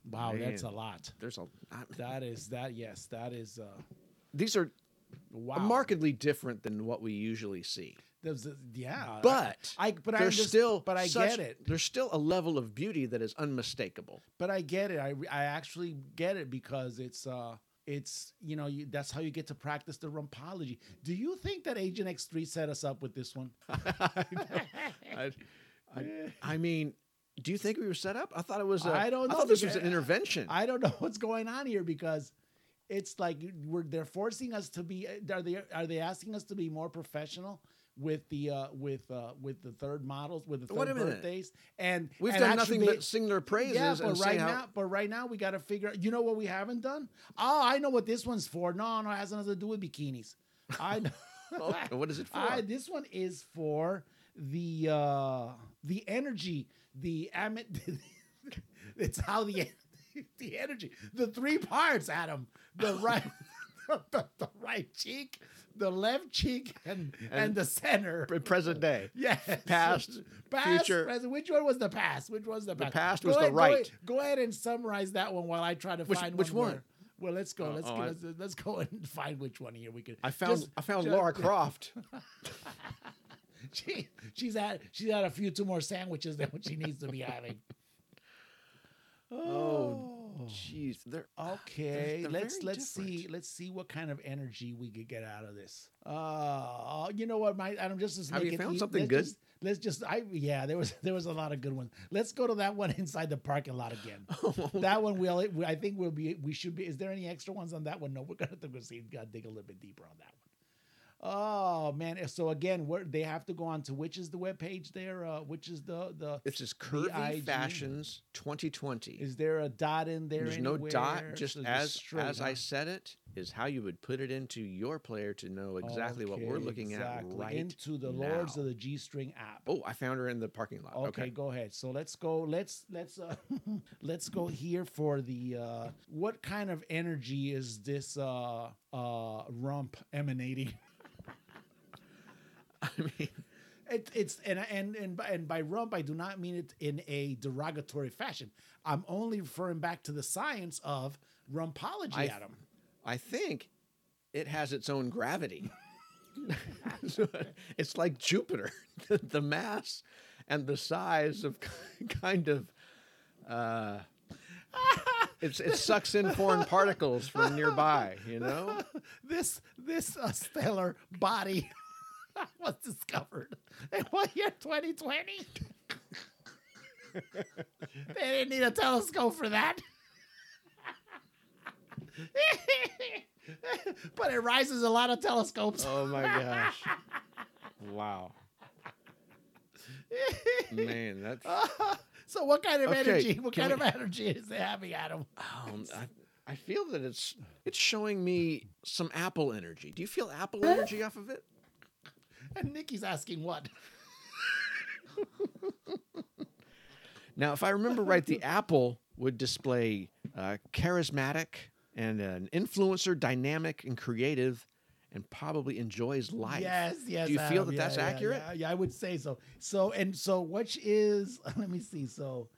Wow, that's a
Man.
lot.
There's a I-
That is that. Yes, that is. Uh,
these are
wow.
markedly different than what we usually see.
There's a- yeah. I-
But
Uh, I, but I
there's
underst-
still
But I
such-
get it.
There's still a level of beauty that is unmistakable.
But I get it. I re- I actually get it because it's uh it's you know you, that's how you get to practice the rumpology. Do you think that Agent X three set us up with this one?
I, I, I mean, do you think we were set up? I thought it was. I
I don't know,
thought this was an
because-
intervention.
I don't know (laughs) what's going on here because it's like you- we're they're forcing us to be uh, are they are they asking us to be more professional with the uh with uh with the third models with the third
Wait a minute.
birthdays and
We've
and
done
actually
nothing
they-
but sing their praises
yeah,
and
but
say
right
how. (laughs)
now, but right now we got to figure. out. You know what we haven't done? Oh, I know what this one's for. No, no, it has nothing to do with bikinis.
(laughs)
I know.
Okay, Oh, what is it for?
I, this one is for the uh the energy, the amit. (laughs) it's how the (laughs) en- the energy, the three parts, Adam.
(laughs)
The right, (laughs) the, the right cheek, the left cheek, and and,
And-
the center.
Pre- present day.
(laughs) Yes.
Past,
past,
future.
present. Which one was the past? Which was the past?
past
Go
was the
ahead- go
right.
ahead- Go ahead and summarize that one while I try to
Which-
find
which
one.
one?
where- well, let's go.
Oh,
let's,
oh,
go
I-
let's let's go and (laughs) find which one here we could.
I found
just- (laughs) Oh.
I found
just-
Laura Croft.
She, she's had she's had a few two more sandwiches than what she needs to be having.
Oh, jeez. They're (laughs)
Okay,
they're
let's
very
let's see let's see what kind of energy we could get out of this. Uh, you know what, my Adam, just let's
Have
make
you
it
found
ea-
something
let's
good?
Just, let's just, I yeah, there was (laughs) there was a lot of good ones. Let's go to that one (laughs) inside the parking lot
(laughs)
again.
oh,
That one will, we- I think we'll be, we should be. Is there any extra ones on that one? No, we're gonna have to go see, gotta dig a little bit deeper on that one. Oh man! So again, where they have to go on to which is the web page there? Uh, which is the the
This is
the
Curvy
IG?
Fashions 2020.
Is there a dot in there?
There's no dot.
anywhere?
Just
So
as
straight,
as I
huh?
said it is how you would put it into your player to know exactly what we're
Okay,
looking
exactly.
at right
into the lords
now.
of the G string app.
Oh, I found her in the parking lot.
Okay,
Okay.
go ahead. So let's go. Let's let's uh, (laughs) let's go here for the uh, what kind of energy is this uh, uh, rump emanating?
(laughs)
(laughs)
I mean,
It, it's and and and by, and by rump I do not mean it in a derogatory fashion. I'm only referring back to the science of rumpology,
I-
Adam.
I think it has its own gravity. (laughs) So, it's like Jupiter. (laughs) the, the mass and the size of ki- (laughs) kind of
(laughs)
uh it's, it sucks in foreign particles from nearby, you know?
This this uh, stellar body (laughs) was discovered in what year? 2020? they didn't need a telescope for that. (laughs) but it rises a lot of telescopes.
Oh my gosh. Wow. Man, that's.
Uh, (laughs) so what kind of
Oh. Okay,
energy? What
can
kind
we-
of energy is it having, Adam?
Um, I, I feel that it's it's showing me some Apple energy. Do you feel Apple energy off of it?
And Nikki's asking what?
Now, if I remember right, the Apple would display uh, charismatic and an influencer, dynamic and creative, and probably enjoys life.
Yes, yes.
Do you feel
Adam.
that
Yeah,
that's
yeah,
accurate?
Yeah, yeah, I would say so. So and so, which is? (laughs) Let me see. So,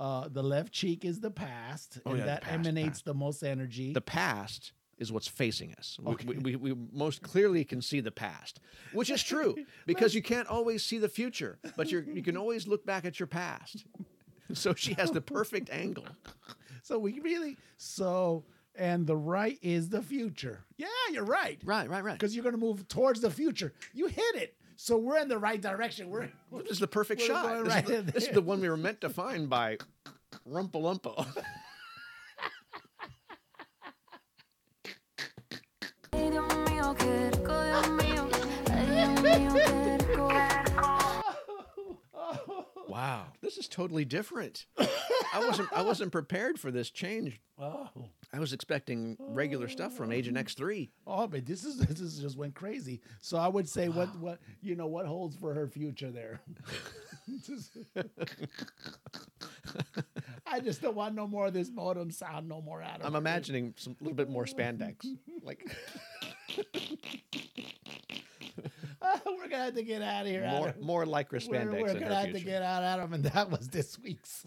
uh, the left cheek is the past,
Oh,
and
yeah, the
that
past,
emanates
past.
the most energy.
The past is what's facing us. We-
Okay.
We, we, we most clearly can see the past, which is
(laughs)
true because you can't always see the future, but you're, you can always look back at your past. (laughs) So she has the perfect angle.
so we really so and the right is the future. Yeah, you're right.
Right, right, right.
Because you're gonna move towards the future. You hit it. So we're in the right direction. We're
This is the perfect
We're
shot.
going
This,
right
is the,
in
this is
there.
the one we were meant to find by Rumpalumpo. (laughs) (laughs) wow, this is totally different. I wasn't I wasn't prepared for this change.
(laughs) oh.
I was expecting regular stuff from Agent X three.
Oh, but this is (laughs) this is just went crazy. So I would say what what you know what holds for her future there. (laughs) I just don't want no more of this modem sound, no more Adam.
I'm imagining some little bit more spandex. Like
(laughs) we're gonna have to get out of here.
more
Adam.
more lycra
We're,
spandex
we're
in
gonna
her
have to
future.
get out, Adam, and that was this week's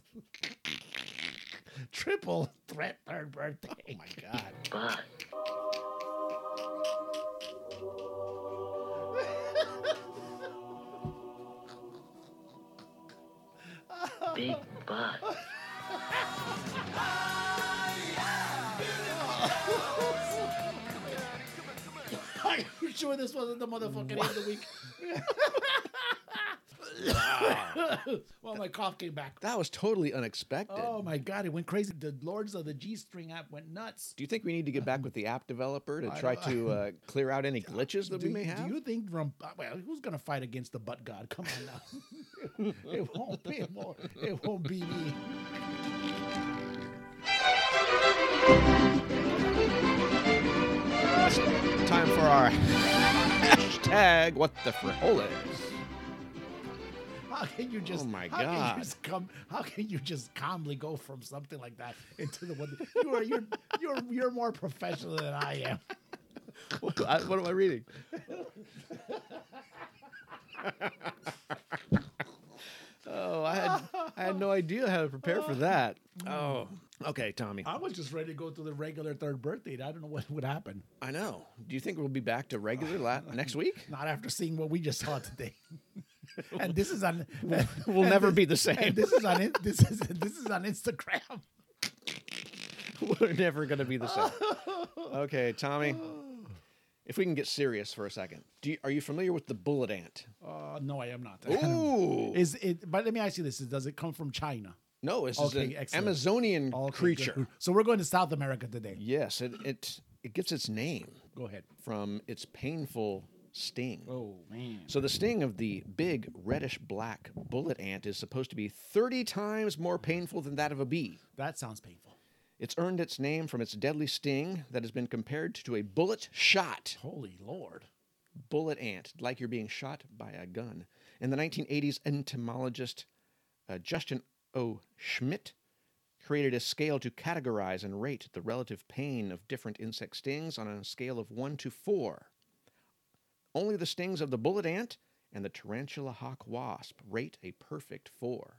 (laughs) triple threat third birthday. Oh my god!
Bye. Big butt.
(laughs) Are you sure this wasn't the motherfucking end of the week? (laughs) well, my cough came back.
That was totally unexpected.
Oh my god, it went crazy. The Lords of the G String app went nuts.
Do you think we need to (laughs) get back with the app developer to
I
try
don't-
to uh, clear out (laughs) any glitches that
do,
we may have?
do you think Rum? Well, who's gonna fight against the butt god? Come on now. (laughs) it won't be. It won't, it won't be me.
Time for our hashtag what the frijoles.
How can you just?
my
how Can
God.
you just come, how can you just calmly go from something like that into the one? You are you're you're you're more professional than I am.
What, I- what am I reading? (laughs) oh, I had I had no idea how to prepare for that. Oh, okay, Tommy.
I was just ready to go to the regular third birthday. I don't know what would happen.
I know. Do you think we'll be back to regular la- next week?
Not after seeing what we just saw today. (laughs) and this is on.
We'll
and
never
this-
be (laughs) the same.
And this is on. in- This is this is on Instagram.
(laughs) We're never going to be the (laughs) same. Okay, (sighs) Tommy. If we can get serious for a second, do you, are you familiar with the bullet ant?
(laughs) Uh, no, I am not.
(laughs)
(laughs)
Ooh.
Is it? But let me ask you this: Does it come from China?
No, this
Okay,
is an
excellent.
Amazonian
Okay, good.
creature.
So we're going to South America today.
Yes, it, it it gets its name
Go ahead.
from its painful sting.
Oh man.
So the sting of the big reddish black bullet ant is supposed to be 30 times more painful than that of a bee.
That sounds painful.
It's earned its name from its deadly sting that has been compared to a bullet shot.
Holy Lord.
bullet ant, like you're being shot by a gun. In the 1980s, entomologist uh, Justin O. Schmidt created a scale to categorize and rate the relative pain of different insect stings on a scale of 1 to 4. Only the stings of the bullet ant and the tarantula hawk wasp rate a perfect 4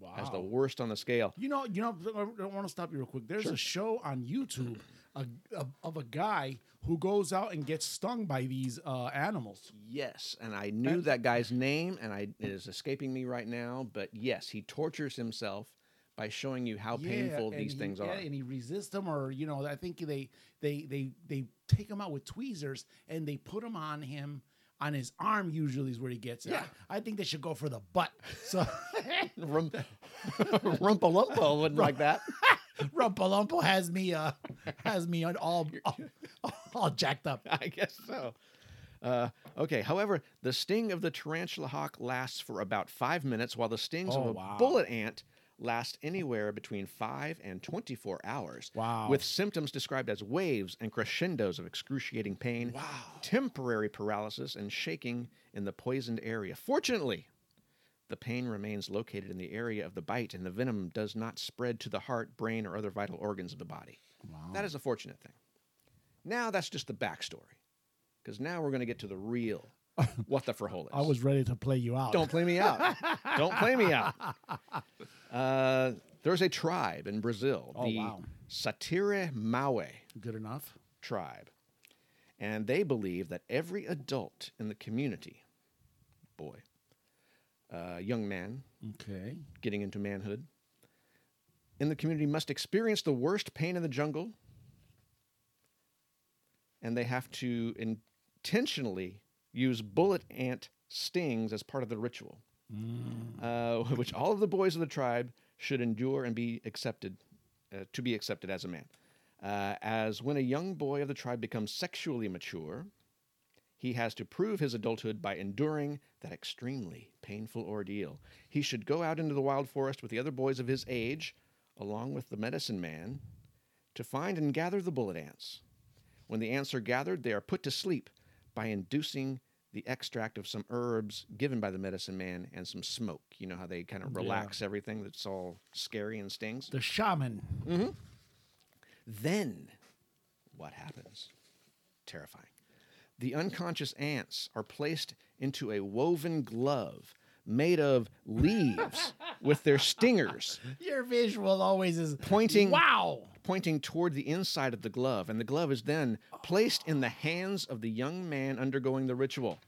Wow.
as the worst on the scale.
You know, you know, I want to stop you real quick. There's a show on YouTube a, of- of a guy who goes out and gets stung by these uh, animals.
Yes, and I knew that (laughs) guy's name, and I, it is escaping me right now. But yes, he tortures himself by showing you how
Yeah,
painful
and
these
he-
things
yeah,
are. (laughs)
and he resists them, or you know, I think they they they they take him out with tweezers and they put them on him. on his arm usually is where he gets it.
Yeah.
I, I think they should go for the butt. So (laughs)
(laughs) Rum, Rumpalumpo wouldn't like that.
Rumpalumpo has me uh has me on all, all all jacked up.
(laughs) I guess so. Uh, okay. However, the sting of the tarantula hawk lasts for about five minutes, while the stings of
Oh,
a
wow.
bullet ant last anywhere between five and 24 hours.
Wow.
With symptoms described as waves and crescendos of excruciating pain, temporary paralysis, and shaking in the poisoned area. Fortunately, the pain remains located in the area of the bite, and the venom does not spread to the heart, brain, or other vital organs of the body.
Oh.
That is a fortunate thing. Now that's just the backstory, because now we're going to get to the
(laughs)
real what the for
I was ready to play you out.
Don't play me
(laughs)
out. Don't play me out. Uh, there's a tribe in Brazil,
Oh,
the
wow.
Satire Maui
Good enough.
tribe, and they believe that every adult in the community, boy, uh, young man,
Okay.
getting into manhood, in the community must experience the worst pain in the jungle, and they have to intentionally use bullet ant stings as part of the ritual, uh, (laughs) which all of the boys of the tribe should endure and be accepted uh, to be accepted as a man. Uh, as when a young boy of the tribe becomes sexually mature, he has to prove his adulthood by enduring that extremely painful ordeal. He should go out into the wild forest with the other boys of his age, along with the medicine man, to find and gather the bullet ants. When the ants are gathered, they are put to sleep by inducing the extract of some herbs given by the medicine man and some smoke. You know how they kind of
Yeah.
relax everything that's all scary and stings?
The shaman.
Mm-hmm. Then what happens? Terrifying. The unconscious ants are placed into a woven glove made of leaves with their stingers
Your visual always is
Mm. pointing
Wow.
pointing toward the inside of the glove and the glove is then placed in
Oh.
the hands of the young man undergoing the ritual.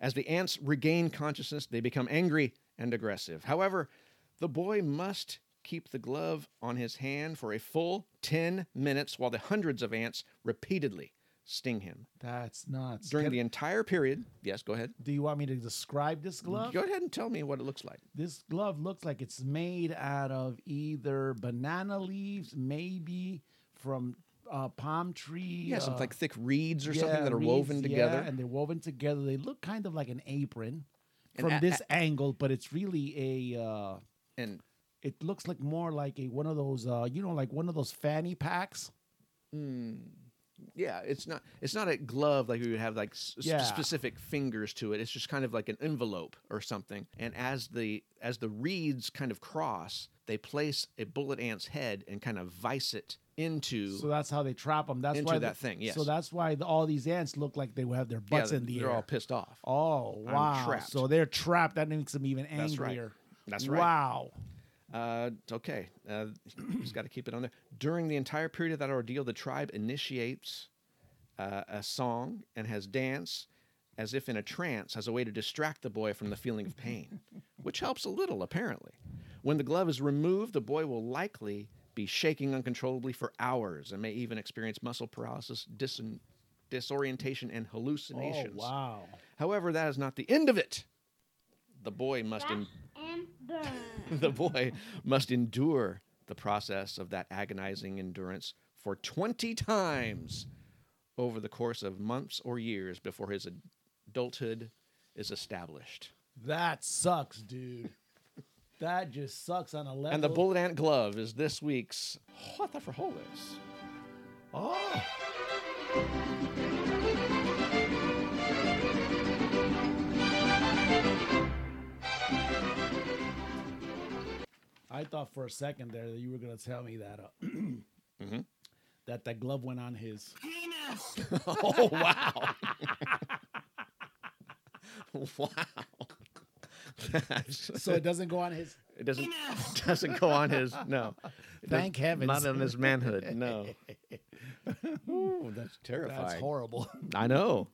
As the ants regain consciousness, they become angry and aggressive. However, the boy must keep the glove on his hand for a full 10 minutes while the hundreds of ants repeatedly sting him.
That's nuts.
During
Can-
the entire period, yes, go ahead.
do you want me to describe this glove?
Go ahead and tell me what it looks like.
This glove looks like it's made out of either banana leaves, maybe from uh, palm tree.
Yeah, some
uh,
like thick reeds or something
yeah,
that are
reeds,
woven
yeah,
together.
and they're woven together. They look kind of like an apron
And
from
a-
this angle, but it's really a. Uh,
and
it looks like more like a one of those, uh, you know, like one of those fanny packs.
Mm. Yeah, it's not it's not a glove like we would have like s- s-
Yeah.
specific fingers to it. It's just kind of like an envelope or something. And as the as the reeds kind of cross, they place a bullet ant's head and kind of vice it into.
So that's how they trap them. That's
Into
why
that thing, yes.
So that's why the, all these ants look like they have their
Yeah,
butts in the
they're
air.
all pissed off.
oh
I'm
wow!
trapped.
So they're trapped. That makes them even
That's right.
angrier.
That's right.
Wow.
Uh, it's okay, uh, just got to keep it on there. During the entire period of that ordeal, the tribe initiates uh, a song and has dance as if in a trance as a way to distract the boy from the feeling of pain, which helps a little, apparently. When the glove is removed, the boy will likely be shaking uncontrollably for hours and may even experience muscle paralysis, dis- disorientation, and
Oh
hallucinations.
wow!
However, that is not the end of it. The boy must. en-
And burn.
(laughs) the boy must endure the process of that agonizing endurance for 20 times over the course of months or years before his adulthood is established.
That sucks,
(laughs)
dude. that just sucks on a level.
And the bullet ant glove is this week's What the for
(laughs)
Holis.
Oh. I thought for a second there that you were gonna tell me that uh, (clears throat)
Mm-hmm.
that that glove went on his.
oh wow! (laughs) wow. (laughs)
So it doesn't go on his.
It doesn't (laughs) doesn't go on his no. It does-
(laughs) Thank heavens.
Not on his manhood.
(laughs)
No. (laughs) Ooh, that's terrifying.
That's horrible. (laughs)
I know.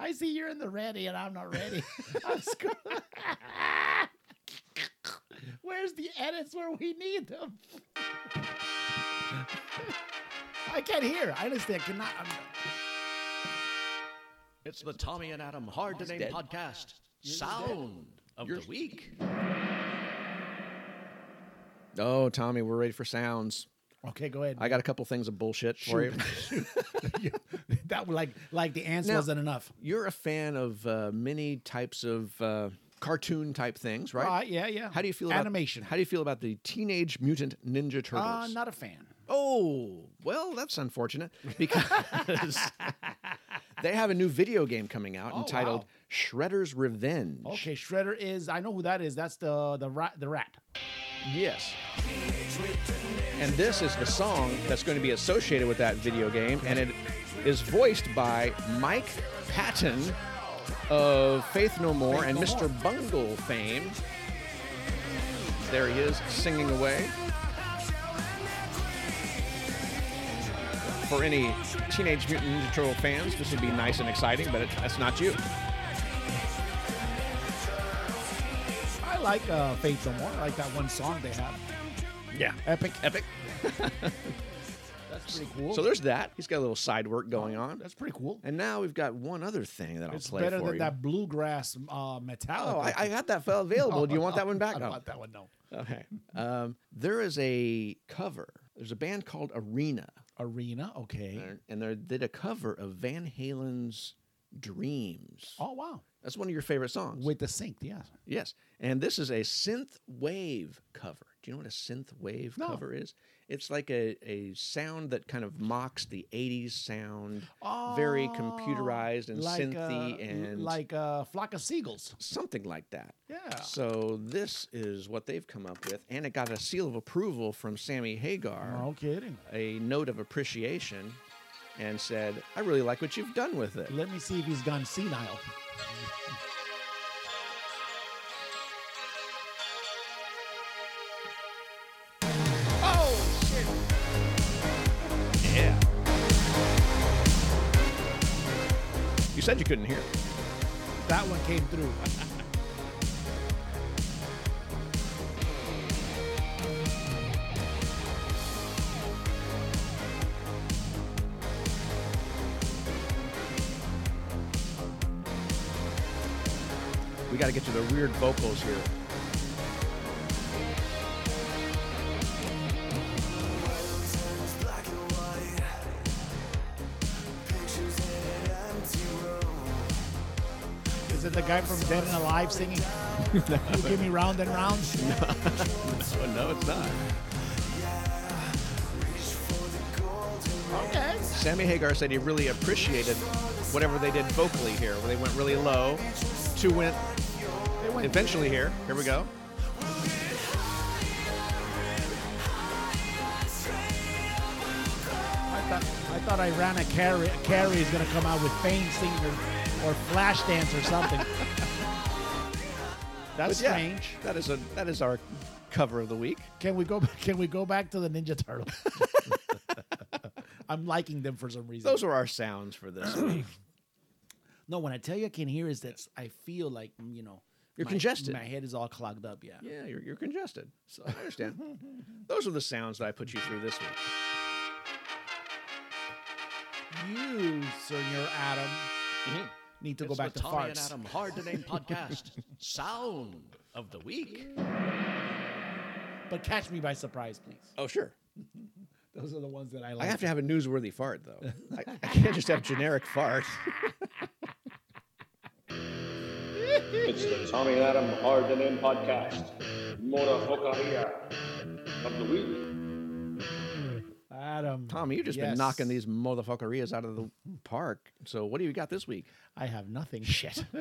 I see you're in the ready and I'm not ready. (laughs) I'm sc- Where's the edits where we need them? (laughs) I can't hear. I understand. Cannot. I'm-
It's the Tommy and Adam Hard to Name
Dead.
podcast.
Yours is
Sound of
Yours-
the week. Oh, Tommy, we're ready for sounds.
Okay, go ahead.
I got a couple things of bullshit for you. (laughs)
(laughs) that like like the answer
Now,
wasn't enough.
You're a fan of uh, many types of uh, cartoon type things, right?
Right, yeah, yeah.
How do you feel about
Animation.
How do you feel about the Teenage Mutant Ninja Turtles?
Uh, not a fan.
Oh, well, that's unfortunate (laughs) because they have a new video game coming out
Oh,
entitled
wow.
Shredder's Revenge.
Okay, Shredder is. I know who that is. That's the the rat. The rat.
Yes. And this is the song that's going to be associated with that video game, and it is voiced by Mike Patton of Faith No More and Mr. Bungle fame. There he is singing away. For any Teenage Mutant Ninja Turtle fans, this would be nice and exciting, but it, that's not you.
I like uh, Faith No More. I like that one song they have.
Yeah. Epic. Epic.
That's pretty cool.
So there's that. He's got a little side work going on.
That's pretty cool.
And now we've got one other thing that I'll
It's
play
better
for
than
you.
that bluegrass uh, metallic.
Oh, I, I got that
(laughs)
file available. Do you want that one back?
I don't
No.
want that one. No.
Okay. Um, there is a cover. There's a band called Arena.
Arena. Okay.
And they did a cover of Van Halen's Dreams.
Oh wow.
That's one of your favorite songs.
With the synth, yeah.
Yes. And this is a synth wave cover. Do you know what a synth wave cover is? It's like a, a sound that kind of mocks the 80s sound, very computerized and
Oh, like,
synthy
uh,
and
like uh, flock of seagulls.
something like that.
Yeah.
So this is what they've come up with, and it got a seal of approval from Sammy Hagar.
No kidding.
A note of appreciation, and said, "I really like what you've done with it."
Let me see if he's gone senile.
Oh, shit.
Yeah. You said you couldn't hear. it.
That one came through. (laughs)
We got to get to the weird vocals here.
Is it the guy from Dead and
(laughs)
Alive singing? you give me round and round.
no, no, it's not.
Okay.
Sammy Hagar said he really appreciated whatever they did vocally here, where they went really low. Two went
They went-
eventually here. Here we go.
I thought I thought I ran a carry. Carrie is gonna come out with Fame singing or, or Flash Dance
(laughs)
or something. That's
But yeah,
strange.
That is a that is our cover of the week.
Can we go? (laughs) back- Can we go back to the Ninja Turtles? (laughs) I'm liking them for some reason.
Those are our sounds for this
(clears throat)
week.
No, when I tell you I can hear is that I feel like you know
You're
my-
congested.
My head is all clogged up. Yeah.
Yeah, you're, you're congested. So I understand. (laughs) Those are the sounds that I put you through this week.
You, Senor Adam, need to go
Mm-hmm. It's
back
the
to
Tommy and
farts.
Adam Hard to Name (laughs) podcast. Sound of the week.
But catch me by surprise, please.
Oh sure.
Those are the ones that I like.
I have to have a newsworthy fart (laughs) though. I, I can't just have generic farts.
It's the Tommy and Adam Hard to Name podcast. Mora Hokaria of the week.
Adam.
Tommy, you've just
yes.
been knocking these motherfuckerias out of the park. So what do you got this week?
I have nothing. Shit. (laughs)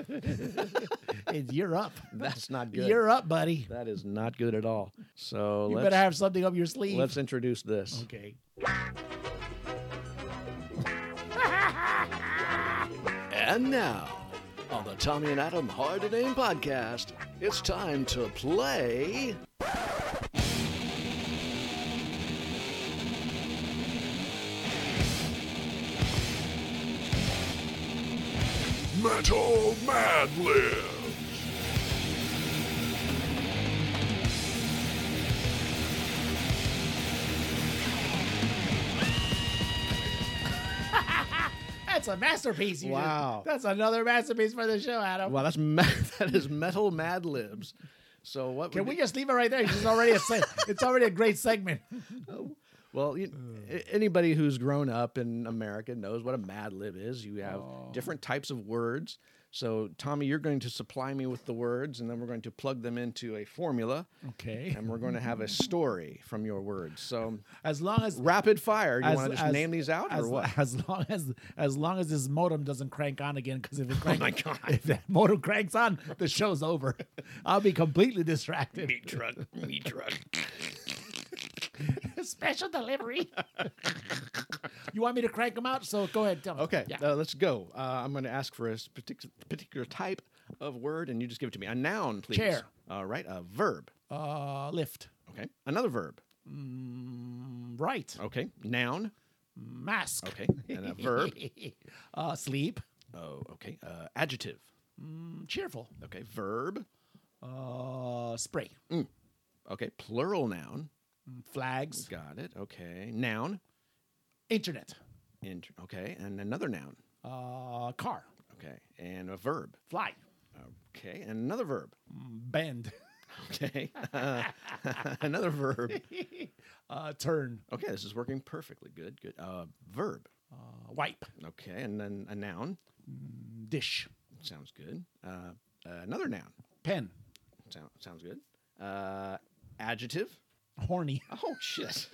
It's- you're up.
(laughs) That's not good.
You're up, buddy.
That is not good at all. So
You
let's,
better have something up your sleeve.
let's introduce this.
okay.
And now, on the Tommy and Adam Hard to Name podcast, it's time to play.
Metal Mad Libs.
That's That's a masterpiece. you just-
Wow.
that's another masterpiece for the show, Adam.
Wow, that's ma- (laughs) that is metal Mad Libs. So what?
Can
would
we
it-
just leave it right there? It's just already
(laughs)
a se- it's already a great segment.
Well, you, a- anybody who's grown up in America knows what a Mad Lib is. You have different types of words. So, Tommy, you're going to supply me with the words, and then we're going to plug them into a formula.
Okay.
And we're going to (laughs) have a story from your words. So,
As long as
rapid fire, you
as-
want to just
as-
name these out
as,
or what?
As long as as long as this modem doesn't crank on again, because (laughs) if it crank,
Oh my God.
if that modem cranks on, the show's over. I'll be completely distracted.
Meat truck, meat truck.
Special delivery. (laughs) you want me to crank them out? So go ahead, tell me.
(laughs) Okay,
Yeah.
uh, let's go. Uh, I'm going to ask for a s- partic- particular type of word, and you just give it to me. A noun, please.
Chair.
All right, a verb.
Uh, lift.
Okay, another verb.
Mm, right.
Okay, noun.
Mask.
Okay, (laughs) and a verb.
(laughs) uh, sleep.
Oh, okay. Uh, adjective.
Mm, cheerful.
Okay, verb.
Uh, spray. Mm,
Okay, plural noun.
Flags.
Got it. Okay, noun.
Internet.
Int- okay, and another noun.
Uh, car.
Okay, and a verb.
Fly. Mm,
Okay, and another verb. (laughs)
Bend. (laughs)
Okay, (laughs) uh, another verb.
uh, turn.
Okay, this is working perfectly. Good, good. Uh, verb.
Uh, wipe.
Okay, and then a noun.
Dish.
Sounds good. Uh, another noun.
Pen.
Sound, sounds good. Uh, adjective. (laughs)
Horny. (laughs)
Oh shit.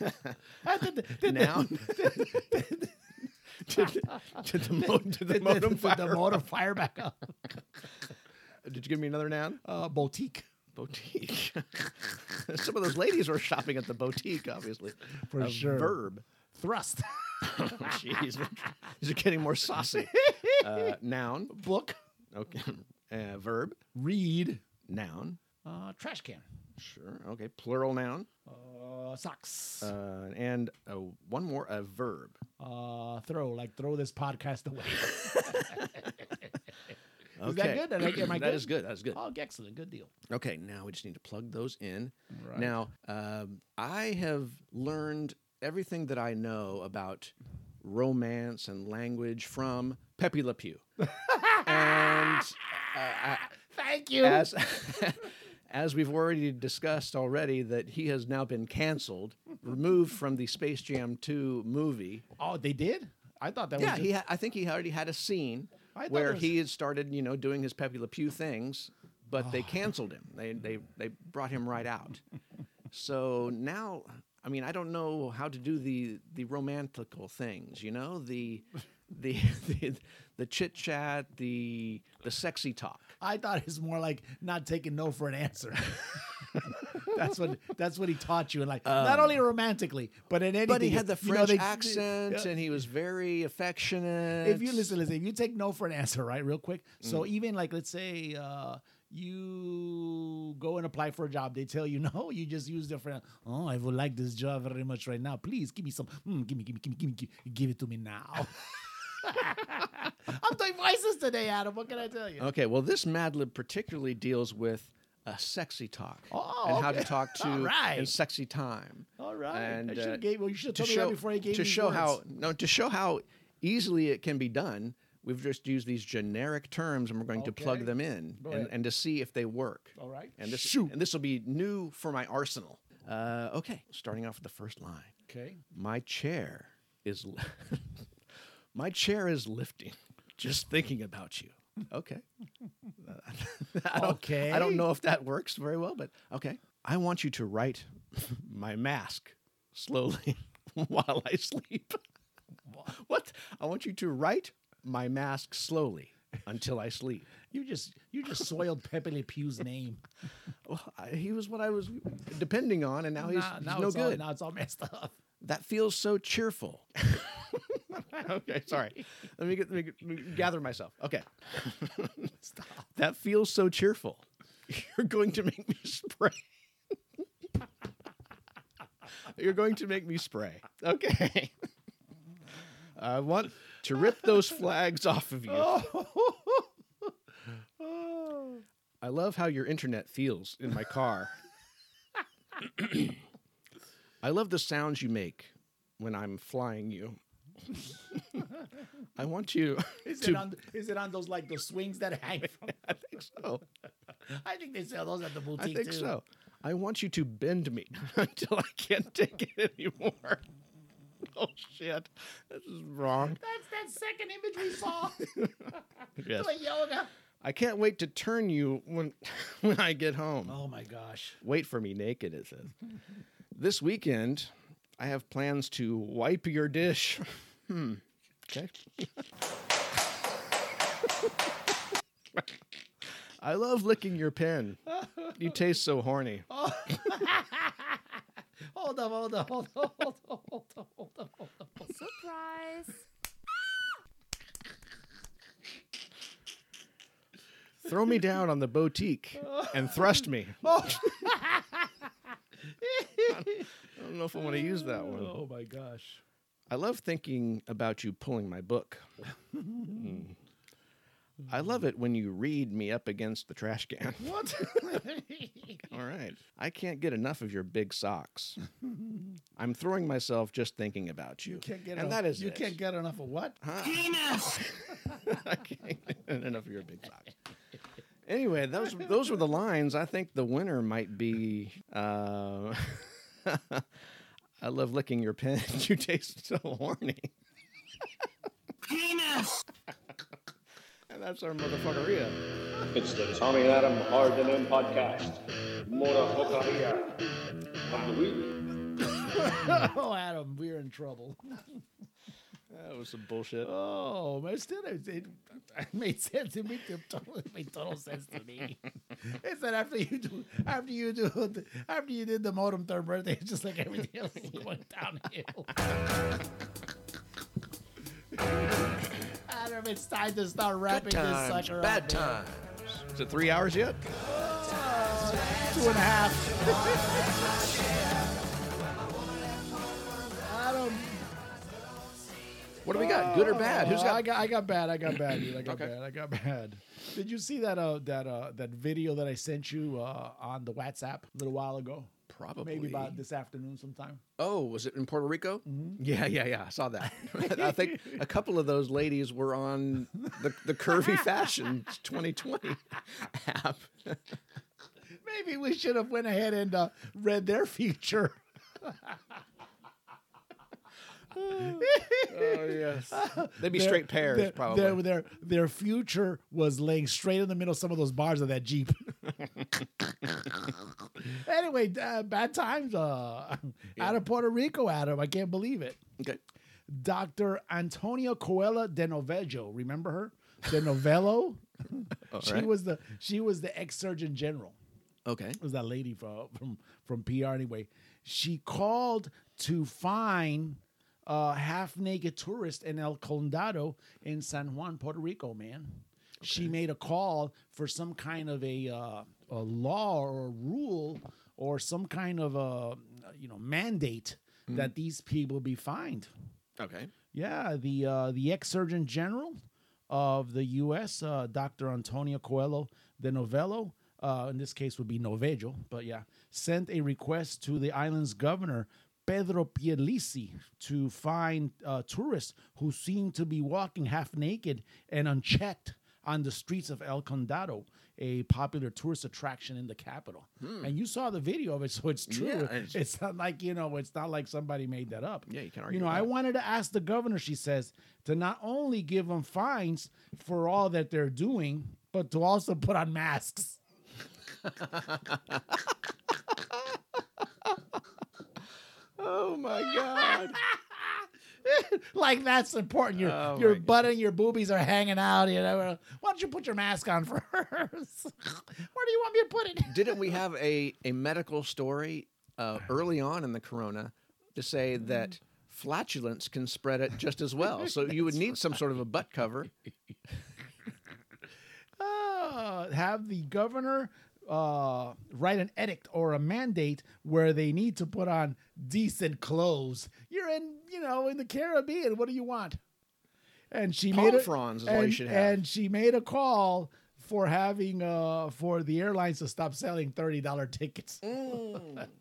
did, the- did the-
noun. did, the- (laughs) did the, mo- did the modem fire?
(laughs) did (laughs) the modem fire back up.
Did you give me another noun?
Uh, boutique.
Boutique. (laughs) Some of those ladies were shopping at the boutique, obviously.
For
a
sure.
Verb.
(laughs) Thrust.
Oh, Jeez, (laughs) these are getting more
(laughs)
saucy. Uh, noun.
Book.
Okay. Uh, verb.
Read.
Noun.
Uh, trash can.
Sure. Okay. Plural noun.
Uh, socks.
Uh, and uh, one more, a verb.
Uh, throw. Like throw this podcast away. (laughs)
Okay.
Is that good? Am I- am
(clears throat)
I
That
good?
is good. That is good.
oh, excellent. Good deal.
Okay, now we just need to plug those in.
Right.
Now, um, I have learned everything that I know about romance and language from Pepe Le Pew. and uh, I,
Thank you.
as, (laughs) as we've already discussed already, that he has now been canceled, removed from the Space Jam 2 movie.
oh, they did. I thought that
Yeah,
was.
he ha- I think he already had a scene
I thought
where
it was-
he had started, you know, doing his Pepe Le Pew things, but
Oh.
they canceled him. They they they brought him right
(laughs)
out. so now, I mean, I don't know how to do the the romantical things, you know, the the (laughs) the, the chit chat, the the sexy talk.
I thought it's more like not taking no for
(laughs)
an answer. that's what that's what he taught you, and like not only romantically, but in anything.
Um, But he had
else.
the
You know,
French
they-
accent,
yeah.
and he was very affectionate.
if you listen, listen, if you take no for an answer, right, real quick. So
Mm.
even like, let's say uh, you go and apply for a job, they tell you (laughs) no, you just use their friend. Oh, I would like this job very much right now. Please give me some. Mm, give me, give me, give me, give me, give, give it to me now. (laughs) I'm doing voices today, Adam. What can I tell you?
Okay, well, this Mad Lib particularly deals with a sexy talk
Oh,
and how to
okay. (laughs)
talk to
All right.
in sexy time.
All right.
And,
I should
uh,
have gave. Well, you should have
to
told me
show
that before I gave
to
these
show how
words.
no to show how easily it can be done. We've just used these generic terms, and we're going to plug
Okay.
them in
Go
and,
ahead.
and to see if they work.
All right.
And this
Shoot.
and this will be new for my arsenal. Uh, okay, starting off with the first line.
Okay.
My chair is li- (laughs) my chair is lifting just thinking about you. Okay. (laughs) I don't,
Okay.
I don't know if that works very well, but okay. I want you to write (laughs) my mask slowly (laughs) while I sleep. (laughs) what? I want you to write my mask slowly until I sleep.
You just you just soiled Pepe Le Pew's
(laughs)
name.
Well, I, he was what I was depending on, and now he's,
now,
he's
now
Oh, no
it's All,
good.
now it's all messed up. (laughs)
that feels so cheerful. (laughs) okay, sorry. Let me, get, let, me get- let me gather myself. Okay. (laughs) Stop. That feels so cheerful. You're going to make me spray. (laughs) You're going to make me spray. Okay. (laughs) I want to rip those flags off (laughs) of you. Oh. I love how your internet feels in my car. I love the sounds you make when I'm flying you. I want you (laughs)
Is
to
it on? Is it on those like those swings that
(laughs)
hang from? I think
so.
I think they sell those at the boutique.
I think
too.
so. I want you to bend me (laughs) until I can't take it anymore. (laughs) Oh shit, this is wrong.
That's that second image
(laughs)
we saw.
Yes.
Doing yoga.
I can't wait to turn you when (laughs) when I get home.
Oh my gosh.
Wait for me naked, it says. this weekend, I have plans to wipe your dish. hmm. Okay. (laughs) I love licking your pen. You taste so horny.
Oh. hold up, hold up, hold up, hold up, hold up, hold up, hold up. Surprise.
Throw me down on the boutique and thrust me. (laughs)
Oh.
I don't know if I want to use that one.
Oh my gosh.
I love thinking about you pulling my book. Mm. I love it when you read me up against the trash can. (laughs)
What?
All right. I can't get enough of your big
(laughs)
socks. I'm throwing myself just thinking about you.
You can't get
and
enough.
that is
you
it.
can't get enough of what? (laughs)
(laughs) I can't get enough of your big socks. Anyway, those those were the lines. I think the winner might be. Uh, (laughs) I love licking your pen. (laughs) You taste so horny.
Penis!
And that's our motherfuckeria.
It's the Tommy and Adam Hard and In podcast. Mora Hokaria of the week.
(laughs) oh, Adam, we're in trouble.
That was some bullshit.
Oh, but still, it, it, it made sense. It made, it totally, it made total sense to me. it's that after you do, after you do, the, after you did the modem third birthday, it's just like everything else is going downhill. Adam, it's time to start wrapping this sucker up. man.
times. Is it three hours yet?
Two and a half. Adam.
What do we got? Good or bad? Who's
Oh, I
got?
got I got bad. I got bad, dude. I got
Okay.
bad. I got bad. Did you see that uh that uh that video that I sent you uh on the WhatsApp a little while ago?
Probably.
Maybe about this afternoon sometime.
Oh, was it in Puerto Rico? Mm-hmm. Yeah, yeah, yeah. I saw that. (laughs) I think a couple of those ladies were on the, the (laughs) Curvy Fashion 2020 (laughs) app.
Maybe we should have went ahead and uh, read their feature.
Oh yes, (laughs) they'd be straight pairs
their,
probably.
Their, their their future was laying straight in the middle of some of those bars of that Jeep. (laughs) anyway, uh, bad times uh, out of Puerto Rico, Adam. I can't believe it.
okay.
Dr. Antonia Coella de Novello. Remember her? De Novello?
(laughs) All
she
right.
was the she was the ex Surgeon General.
okay.
It was that lady from from from PR anyway. She called to find a half naked tourist in El Condado in San Juan, Puerto Rico. Man, she made a call for some kind of a uh, a law or a rule or some kind of a you know mandate that these people be fined.
Okay.
Yeah, the uh, the ex Surgeon General of the U.S., uh, Dr. Antonio Coelho de Novello, uh, in this case would be Novello, but yeah, sent a request to the island's governor, Pedro Pierlisi, to find uh, tourists who seem to be walking half naked and unchecked on the streets of El Condado, a popular tourist attraction in the capital. And you saw the video of it, so it's true.
Hmm. Yeah, it's-
it's not like, you know, it's not like somebody made that up
Yeah, you can't
you
argue
know,
with
I
that.
wanted to ask the governor, she says, to not only give them fines for all that they're doing, but to also put on masks. (laughs)
Oh my god.
like that's important. Your
Oh,
your
my
butt and your boobies are hanging out. You know, why don't you put your mask on (laughs) first? Where do you want me to put it?
(laughs)
(laughs)
Didn't we have a a medical story uh, early on in the corona to say that flatulence can spread it just as well? So you would need some sort of a butt cover. Oh.
Uh, have the governor uh, write an edict or a mandate where they need to put on decent clothes. You're in, you know, in the Caribbean. What do you want? And she
Palm
made a,
fronds is
and,
all you should have.
And she made a call for having uh for the airlines to stop selling thirty dollar tickets
Mm.
(laughs)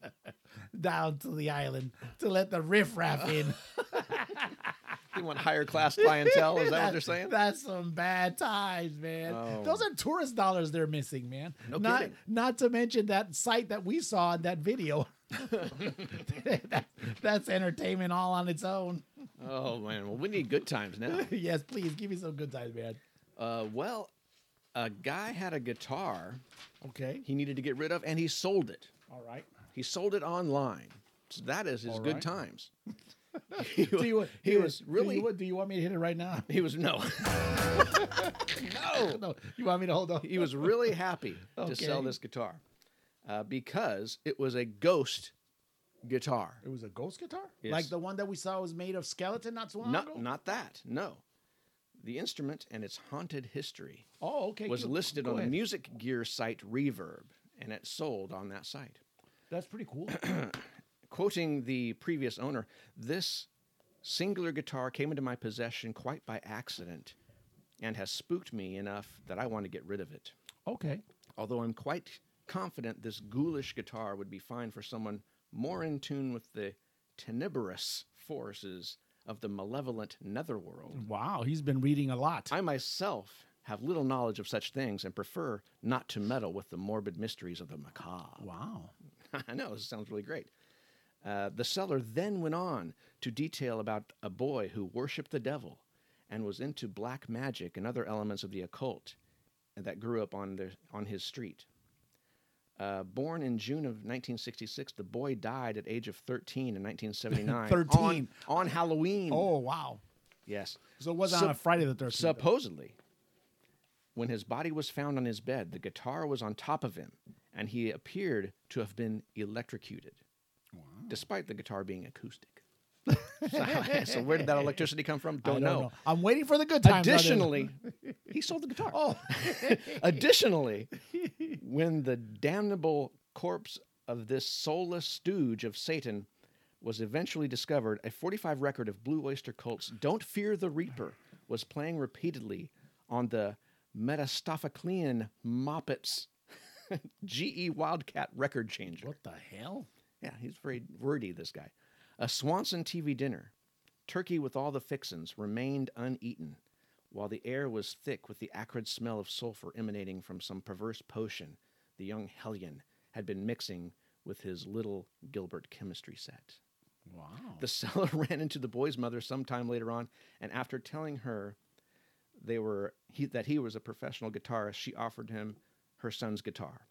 down to the island to let the riffraff in.
He want higher class (laughs) clientele. Is that what (laughs)
That-
they're saying?
That's some bad times, man.
Oh.
Those are tourist dollars they're missing, man.
No
not,
kidding.
not to mention that site that we saw in that video. (laughs) That- that's entertainment all on its own. (laughs)
Oh man, well we need good times now.
yes, please give me some good times, man.
Uh, well, a guy had a guitar
Okay.
he needed to get rid of, and he sold it.
All right.
He sold it online. So that is his
All
good
right. (laughs)
times.
do you, wa-
he
do you-
was
do you
really-
wa- Do you, want me to hit it right (laughs) now?
He was no, (laughs)
no. You want me to hold on?
he was really happy to sell
Okay.
this guitar uh, because it was a ghost guitar.
It was a ghost guitar,
Yes.
like the one that we saw was made of skeleton not so long
Not
ago.
not that. No, the instrument and its haunted history
oh, okay.
was
good.
listed
Go
on the
ahead.
music gear site Reverb, and it sold on that site.
That's pretty (coughs) cool.
Quoting the previous owner, this singular guitar came into my possession quite by accident and has spooked me enough that I want to get rid of it.
okay.
Although I'm quite confident this ghoulish guitar would be fine for someone more in tune with the tenebrous forces of the malevolent netherworld.
Wow, he's been reading a lot.
I myself have little knowledge of such things and prefer not to meddle with the morbid mysteries of the macabre.
Wow.
(laughs) I know, this sounds really great. Uh, the seller then went on to detail about a boy who worshiped the devil and was into black magic and other elements of the occult that grew up on, their, on his street. Uh, born in June of 1966, the boy died at age of 13 in 1979
13.
on, on Halloween.
Oh wow.
yes.
So it was
Sup-
on a Friday the thirteenth.
Supposedly, when his body was found on his bed, the guitar was on top of him, and he appeared to have been electrocuted, despite the guitar being (laughs) acoustic. so, (laughs) so where did that electricity come from?
I
Don't, know.
I'm waiting for the good time. brother.
Additionally, he sold the guitar. Oh. (laughs) Additionally, when the damnable corpse of this soulless stooge of Satan was eventually discovered, a 45 record of Blue Oyster Cult's Don't Fear the Reaper was playing repeatedly on the Metastophoclean Moppets (laughs) GE Wildcat record changer.
what the hell?
Yeah, he's very wordy, this guy. A Swanson TV dinner, turkey with all the fixins, remained uneaten, while the air was thick with the acrid smell of sulfur emanating from some perverse potion the young hellion had been mixing with his little Gilbert chemistry set.
Wow.
The (laughs) seller ran into the boy's mother sometime later on, and after telling her they were he, that he was a professional guitarist, she offered him her son's guitar.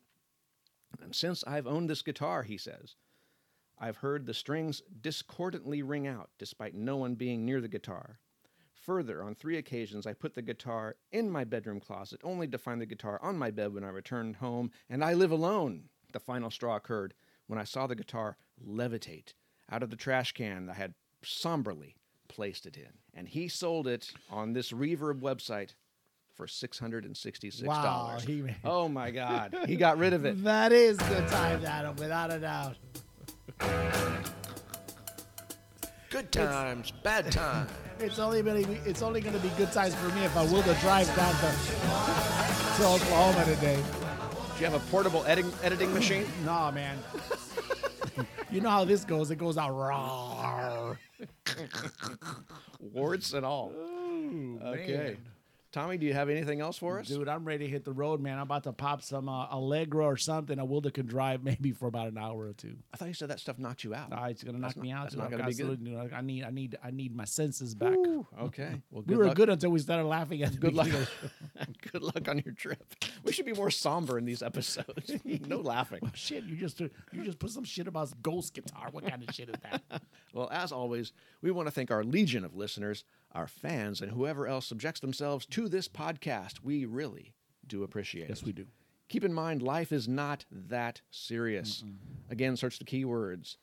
And since I've owned this guitar, he says, I've heard the strings discordantly ring out, despite no one being near the guitar. Further, on three occasions, I put the guitar in my bedroom closet, only to find the guitar on my bed when I returned home, and I live alone. The final straw occurred when I saw the guitar levitate out of the trash can I had somberly placed it in. And he sold it on this reverb website for $666.
Wow, he-
oh my God. He got rid of it.
That is good times, Adam, without a doubt.
Good times, (laughs) bad times.
It's only been, it's only going to be good times for me if I will the drive down to, to Oklahoma today.
Do you have a portable editing editing machine?
Nah, man. (laughs) you know how this goes. It goes out raw.
Warts and all. Okay. Tommy, do you have anything else for us?
Dude, I'm ready to hit the road, man. I'm about to pop some uh, Allegro or something. I will that can drive (laughs) maybe for about an hour or two.
I thought you said that stuff knocked you out.
Nah, it's gonna
That's
knock me
not-
out.
that's
dude.
not
I
gonna be good.
absolutely do. I need, I need, I need my senses back.
(laughs) Okay. Well,
we
good
were
luck.
good until we started laughing at
(laughs)
the
Good luck.
beginning of
good luck on your trip. We should be more somber in these episodes. (laughs) no laughing.
the (laughs) Shit, you just you just put some shit about ghost guitar. What kind of shit is
(laughs)
that?
Well, as always, we want to thank our legion of listeners, our fans, and whoever else subjects themselves to this podcast. We really do appreciate it.
Yes, we do.
Keep in mind, life is not that serious. Again, search the keywords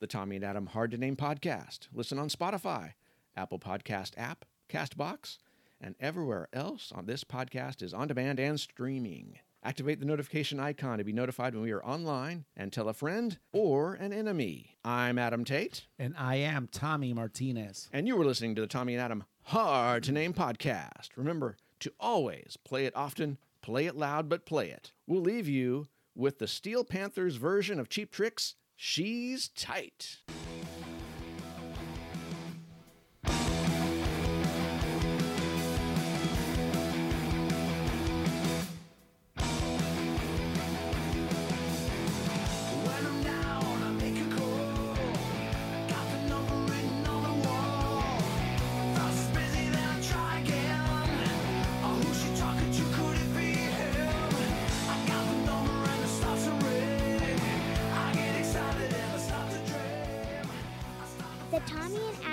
The Tommy and Adam Hard to Name Podcast. Listen on Spotify, Apple Podcast app, Castbox, and everywhere else on this podcast is on demand and streaming. Activate the notification icon to be notified when we are online and tell a friend or an enemy. I'm Adam Tate,
And I am Tommy Martinez.
and you were listening to the Tommy and Adam Hard to Name Podcast. Remember to always play it often, play it loud, but play it. We'll leave you with the Steel Panthers version of Cheap Tricks She's Tight.
She's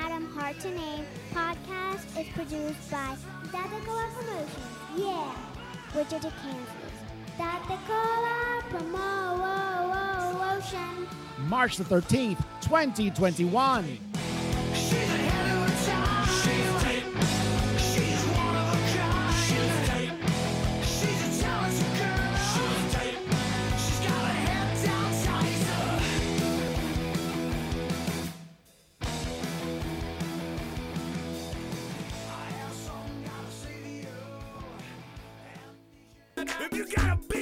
Adam Hard to Name podcast is produced by Dadakola Promotions. Yeah, Wichita, Kansas. Dadakola Promotion.
March the 13th, 2021.
If you got a